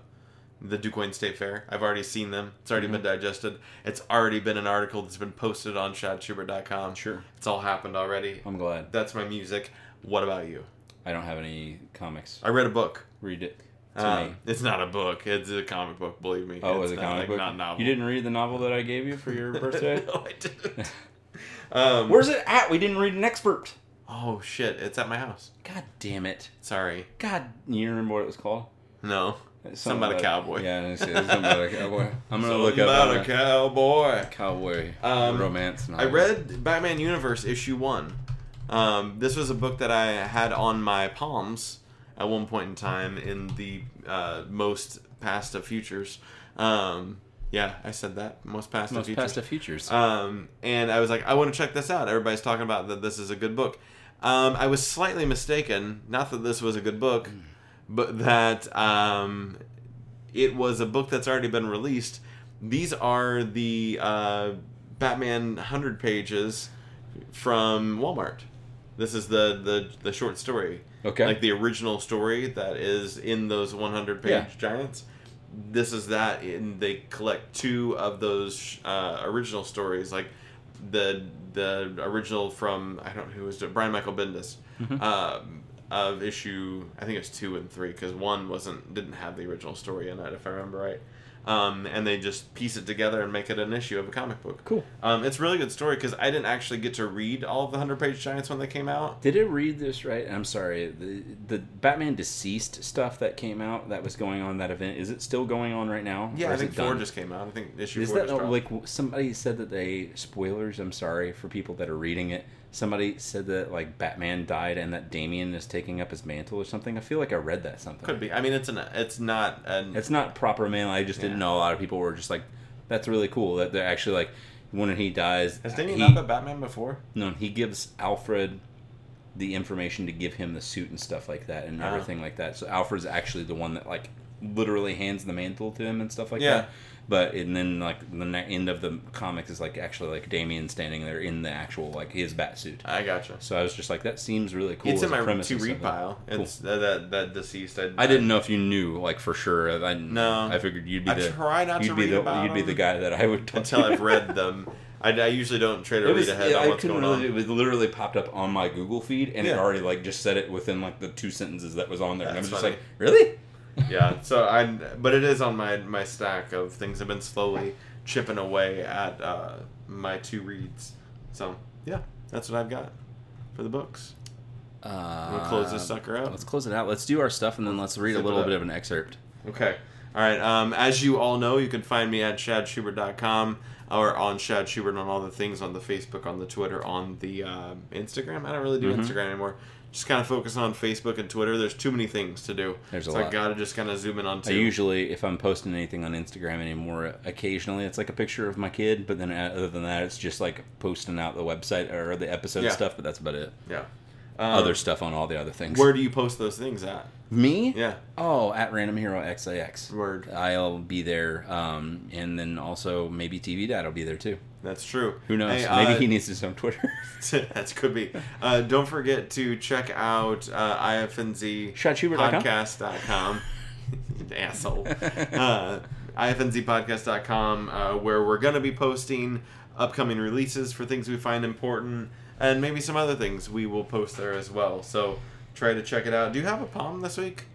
[SPEAKER 1] the Duquesne State Fair. I've already seen them. It's already been
[SPEAKER 2] Mm-hmm.
[SPEAKER 1] digested. It's already been an article that's been posted on ShadSchubert.com.
[SPEAKER 2] Sure.
[SPEAKER 1] it's all happened already.
[SPEAKER 2] I'm glad.
[SPEAKER 1] That's my music. What about you?
[SPEAKER 2] I don't have any comics.
[SPEAKER 1] I read a book.
[SPEAKER 2] Read it. To
[SPEAKER 1] Uh,
[SPEAKER 2] me.
[SPEAKER 1] it's not a book. It's a comic book. Believe me.
[SPEAKER 2] Oh, it
[SPEAKER 1] it's
[SPEAKER 2] was a
[SPEAKER 1] not,
[SPEAKER 2] comic
[SPEAKER 1] like,
[SPEAKER 2] book.
[SPEAKER 1] Not novel.
[SPEAKER 2] You didn't read the novel that I gave you for your birthday?
[SPEAKER 1] no, I didn't. Um,
[SPEAKER 2] Where's it at? We didn't read an expert.
[SPEAKER 1] Oh shit! It's at my house.
[SPEAKER 2] God damn it.
[SPEAKER 1] Sorry.
[SPEAKER 2] God, you remember what it was called?
[SPEAKER 1] No.
[SPEAKER 2] Something
[SPEAKER 1] Something about a cowboy.
[SPEAKER 2] Yeah, it's, it's something about a cowboy. I'm gonna
[SPEAKER 1] Something
[SPEAKER 2] look
[SPEAKER 1] about
[SPEAKER 2] up
[SPEAKER 1] a cowboy.
[SPEAKER 2] cowboy
[SPEAKER 1] Um,
[SPEAKER 2] romance.
[SPEAKER 1] I
[SPEAKER 2] Novel.
[SPEAKER 1] read Batman Universe issue one. Um, this was a book that I had on my palms at one point in time in the uh, most past of futures. Um, yeah, I said that most past of
[SPEAKER 2] most
[SPEAKER 1] futures.
[SPEAKER 2] past the futures.
[SPEAKER 1] Um, and I was like, I want to check this out. Everybody's talking about that this is a good book. Um, I was slightly mistaken, not that this was a good book,
[SPEAKER 2] Hmm.
[SPEAKER 1] but that um, it was a book that's already been released. These are the uh, Batman 100 pages from Walmart. This is the, the, the short story.
[SPEAKER 2] okay.
[SPEAKER 1] Like the original story that is in those 100 page
[SPEAKER 2] Yeah.
[SPEAKER 1] giants. This is that, and they collect two of those uh, original stories, like the the original from I don't know who was it, Brian Michael Bendis,
[SPEAKER 2] Mm-hmm.
[SPEAKER 1] um, of issue I think it was two and three because one wasn't didn't have the original story in it if I remember right, um, and they just piece it together and make it an issue of a comic book.
[SPEAKER 2] cool.
[SPEAKER 1] Um, it's a really good story because I didn't actually get to read all of the hundred page giants when they came out.
[SPEAKER 2] Did I read this right? I'm sorry. The the Batman deceased stuff that came out that was going on that event. Is it still going on right now?
[SPEAKER 1] Yeah,
[SPEAKER 2] Or
[SPEAKER 1] I
[SPEAKER 2] is
[SPEAKER 1] think
[SPEAKER 2] it
[SPEAKER 1] four
[SPEAKER 2] done?
[SPEAKER 1] just came out. I think issue
[SPEAKER 2] Is
[SPEAKER 1] four
[SPEAKER 2] that
[SPEAKER 1] just dropped.
[SPEAKER 2] like w- somebody said that they spoilers? I'm sorry for people that are reading it. Somebody said that like Batman died and that Damien is taking up his mantle or something. I feel like I read that something.
[SPEAKER 1] Could be. I mean, it's an. It's not an.
[SPEAKER 2] It's not proper mail. I just didn't
[SPEAKER 1] Yeah.
[SPEAKER 2] know. A lot of people were just like, "That's really cool." That they're actually like, when he dies,
[SPEAKER 1] has Damien
[SPEAKER 2] he-
[SPEAKER 1] not been Batman before?
[SPEAKER 2] No, he gives Alfred the information to give him the suit and stuff like that and
[SPEAKER 1] Oh.
[SPEAKER 2] everything like that. So Alfred's actually the one that like literally hands the mantle to him and stuff like
[SPEAKER 1] Yeah.
[SPEAKER 2] that. But and then like the ne- end of the comics is like actually like Damien standing there in the actual like his bat suit.
[SPEAKER 1] I gotcha.
[SPEAKER 2] So I was just like, that seems really cool.
[SPEAKER 1] it's
[SPEAKER 2] as
[SPEAKER 1] in
[SPEAKER 2] a
[SPEAKER 1] my
[SPEAKER 2] premise
[SPEAKER 1] to
[SPEAKER 2] and stuff
[SPEAKER 1] read
[SPEAKER 2] like that.
[SPEAKER 1] pile. It's that, that that deceased. I,
[SPEAKER 2] I didn't know if you knew like for sure. I
[SPEAKER 1] No.
[SPEAKER 2] I figured you'd be
[SPEAKER 1] I
[SPEAKER 2] the
[SPEAKER 1] try not
[SPEAKER 2] you'd
[SPEAKER 1] to
[SPEAKER 2] be
[SPEAKER 1] read
[SPEAKER 2] the
[SPEAKER 1] about
[SPEAKER 2] you'd be
[SPEAKER 1] them
[SPEAKER 2] the guy that I would talk
[SPEAKER 1] until
[SPEAKER 2] to.
[SPEAKER 1] I've read them. I, I usually don't try to
[SPEAKER 2] It
[SPEAKER 1] read
[SPEAKER 2] was,
[SPEAKER 1] ahead
[SPEAKER 2] yeah,
[SPEAKER 1] on
[SPEAKER 2] I
[SPEAKER 1] what's
[SPEAKER 2] couldn't
[SPEAKER 1] going
[SPEAKER 2] really.
[SPEAKER 1] on.
[SPEAKER 2] It was literally popped up on my Google feed, and it
[SPEAKER 1] Yeah.
[SPEAKER 2] already like just said it within like the two sentences that was on there, and I was
[SPEAKER 1] That's
[SPEAKER 2] just
[SPEAKER 1] funny.
[SPEAKER 2] like, really?
[SPEAKER 1] yeah. So I. But it is on my my stack of things. I've been slowly chipping away at uh, my two reads. So yeah, that's what I've got for the books.
[SPEAKER 2] Uh,
[SPEAKER 1] We'll close this sucker out.
[SPEAKER 2] Let's close it out. Let's do our stuff, and then let's read
[SPEAKER 1] Zip
[SPEAKER 2] a
[SPEAKER 1] it
[SPEAKER 2] little
[SPEAKER 1] up.
[SPEAKER 2] bit of an excerpt.
[SPEAKER 1] Okay. All right. Um, as you all know, you can find me at shadschubert.com or on Shad Schubert on all the things on the Facebook, on the Twitter, on the um Instagram. I don't really do
[SPEAKER 2] Mhm.
[SPEAKER 1] Instagram anymore. Just kind of focus on Facebook and Twitter. There's too many things to do.
[SPEAKER 2] There's a
[SPEAKER 1] so I
[SPEAKER 2] lot.
[SPEAKER 1] gotta just kind of zoom in on two.
[SPEAKER 2] I usually, if I'm posting anything on Instagram anymore, occasionally it's like a picture of my kid, but then uh, other than that, it's just like posting out the website or the episode
[SPEAKER 1] Yeah.
[SPEAKER 2] stuff. But that's about it.
[SPEAKER 1] yeah. Um,
[SPEAKER 2] other stuff on all the other things.
[SPEAKER 1] Where do you post those things at?
[SPEAKER 2] Me?
[SPEAKER 1] Yeah.
[SPEAKER 2] Oh, at Random Hero XIX.
[SPEAKER 1] Word.
[SPEAKER 2] I'll be there, um, and then also maybe TV Dad will be there too.
[SPEAKER 1] That's true.
[SPEAKER 2] Who knows?
[SPEAKER 1] Hey, uh,
[SPEAKER 2] maybe he needs his own Twitter.
[SPEAKER 1] that could be. Uh, don't forget to check out uh, IFNZ
[SPEAKER 2] ShotShubert.com?
[SPEAKER 1] podcast.com. Asshole. Uh, IFNZpodcast.com, uh, where we're going to be posting upcoming releases for things we find important and maybe some other things we will post there as well. So try to check it out. Do you have a palm this week?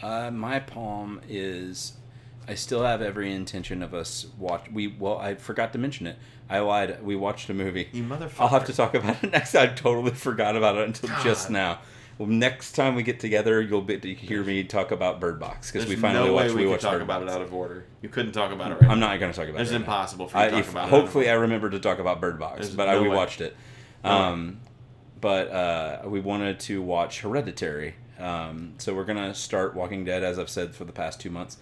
[SPEAKER 2] Uh, my palm is. I still have every intention of us watch. We well, I forgot to mention it. I lied. We watched a movie.
[SPEAKER 1] You motherfucker.
[SPEAKER 2] I'll have to talk about it next. I totally forgot about it until just
[SPEAKER 1] God.
[SPEAKER 2] now. Well, next time we get together, you'll be you can hear me talk about Bird Box because we
[SPEAKER 1] There's
[SPEAKER 2] finally
[SPEAKER 1] no
[SPEAKER 2] watched.
[SPEAKER 1] way
[SPEAKER 2] we
[SPEAKER 1] we, could
[SPEAKER 2] watched
[SPEAKER 1] talk
[SPEAKER 2] Bird
[SPEAKER 1] about it
[SPEAKER 2] Box.
[SPEAKER 1] out of order. You couldn't talk about it right
[SPEAKER 2] I'm
[SPEAKER 1] now.
[SPEAKER 2] not going to talk about
[SPEAKER 1] It's
[SPEAKER 2] it. right now.
[SPEAKER 1] impossible for you to
[SPEAKER 2] I-
[SPEAKER 1] talk about it.
[SPEAKER 2] Hopefully, I remember to talk about Bird Box,
[SPEAKER 1] There's
[SPEAKER 2] but
[SPEAKER 1] no
[SPEAKER 2] I we
[SPEAKER 1] way.
[SPEAKER 2] watched it. Um, but uh, we wanted to watch
[SPEAKER 1] Mm-hmm.
[SPEAKER 2] Hereditary, um, so we're gonna start Walking Dead, as I've said for the past two months.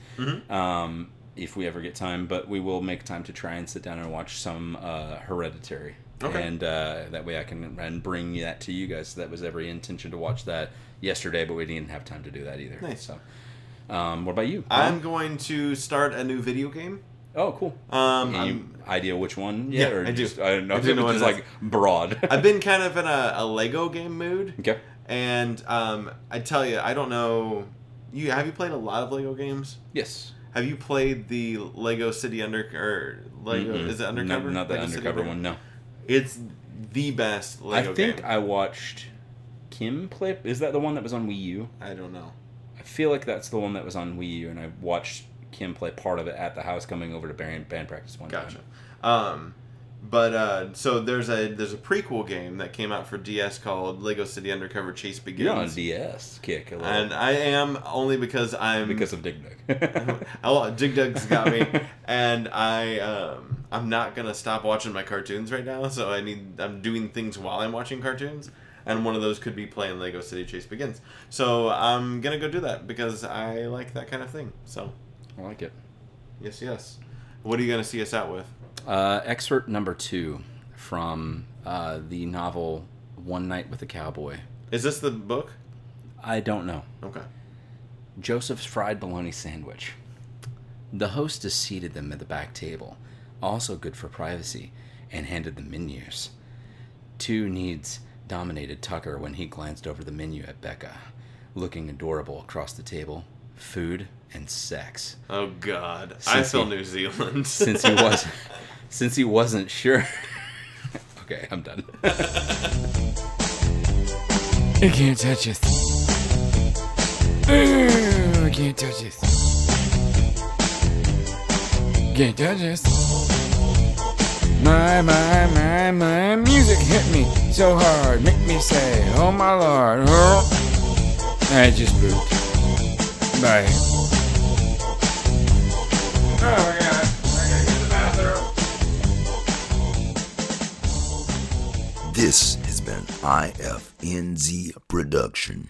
[SPEAKER 2] Um, if we ever get time, but we will make time to try and sit down and watch some uh, Hereditary.
[SPEAKER 1] Okay.
[SPEAKER 2] And uh, that way I can and bring that to you guys. So that was every intention to watch that yesterday, but we didn't have time to do that either.
[SPEAKER 1] Nice.
[SPEAKER 2] So, um, what about you?
[SPEAKER 1] I'm going to start a new video game.
[SPEAKER 2] oh, cool.
[SPEAKER 1] Um,
[SPEAKER 2] Any
[SPEAKER 1] I'm-
[SPEAKER 2] idea which one? yet,
[SPEAKER 1] Yeah,
[SPEAKER 2] or
[SPEAKER 1] I do.
[SPEAKER 2] Just, I don't know.
[SPEAKER 1] I do know
[SPEAKER 2] It was
[SPEAKER 1] what
[SPEAKER 2] just
[SPEAKER 1] it
[SPEAKER 2] like broad.
[SPEAKER 1] I've been kind of in a, a Lego game mood.
[SPEAKER 2] okay.
[SPEAKER 1] And um, I tell you, I don't know. You have you played a lot of Lego games?
[SPEAKER 2] Yes.
[SPEAKER 1] Have you played the Lego City Under or Lego?
[SPEAKER 2] Mm-mm.
[SPEAKER 1] uh, Is it
[SPEAKER 2] Not-
[SPEAKER 1] undercover?
[SPEAKER 2] Mm-hmm. Not, the
[SPEAKER 1] Lego City
[SPEAKER 2] undercover one. No.
[SPEAKER 1] It's the best Lego
[SPEAKER 2] I think
[SPEAKER 1] game.
[SPEAKER 2] I watched Kim play. Is that the one that was on Wii U?
[SPEAKER 1] I don't know.
[SPEAKER 2] I feel like that's the one that was on Wii U, and I watched Kim play part of it at the house coming over to band, band practice one
[SPEAKER 1] Gotcha.
[SPEAKER 2] time.
[SPEAKER 1] Um, but uh, so there's a there's a prequel game that came out for DS called Lego City Undercover Chase
[SPEAKER 2] You're on a
[SPEAKER 1] Begins.
[SPEAKER 2] DS kick a little
[SPEAKER 1] and um, I am only because I'm
[SPEAKER 2] because of Dig Dug.
[SPEAKER 1] oh, Dig Dug's got me, and I um, I'm not gonna stop watching my cartoons right now. So I need I'm doing things while I'm watching cartoons, and one of those could be playing Lego City Chase Begins. So I'm gonna go do that because I like that kind of thing. So
[SPEAKER 2] I like it.
[SPEAKER 1] yes, yes. What are you gonna see us out with?
[SPEAKER 2] Uh, excerpt number two from uh, the novel One Night with a Cowboy.
[SPEAKER 1] Is this the book?
[SPEAKER 2] I don't know.
[SPEAKER 1] Okay.
[SPEAKER 2] Joseph's fried bologna sandwich. The hostess seated them at the back table, also good for privacy, and handed them menus. Two needs dominated Tucker when he glanced over the menu at Becca, looking adorable across the table food and sex.
[SPEAKER 1] Oh God, I
[SPEAKER 2] Since
[SPEAKER 1] feel
[SPEAKER 2] he-
[SPEAKER 1] New Zealand.
[SPEAKER 2] Since he was since he wasn't sure. okay, I'm done.
[SPEAKER 3] You can't touch us. Ooh, you can't touch us. Can't touch us. My, my, my, my music hit me so hard. Make me say, oh my lord. Oh. I just pooped. Bye.
[SPEAKER 4] This has been IFNZ production.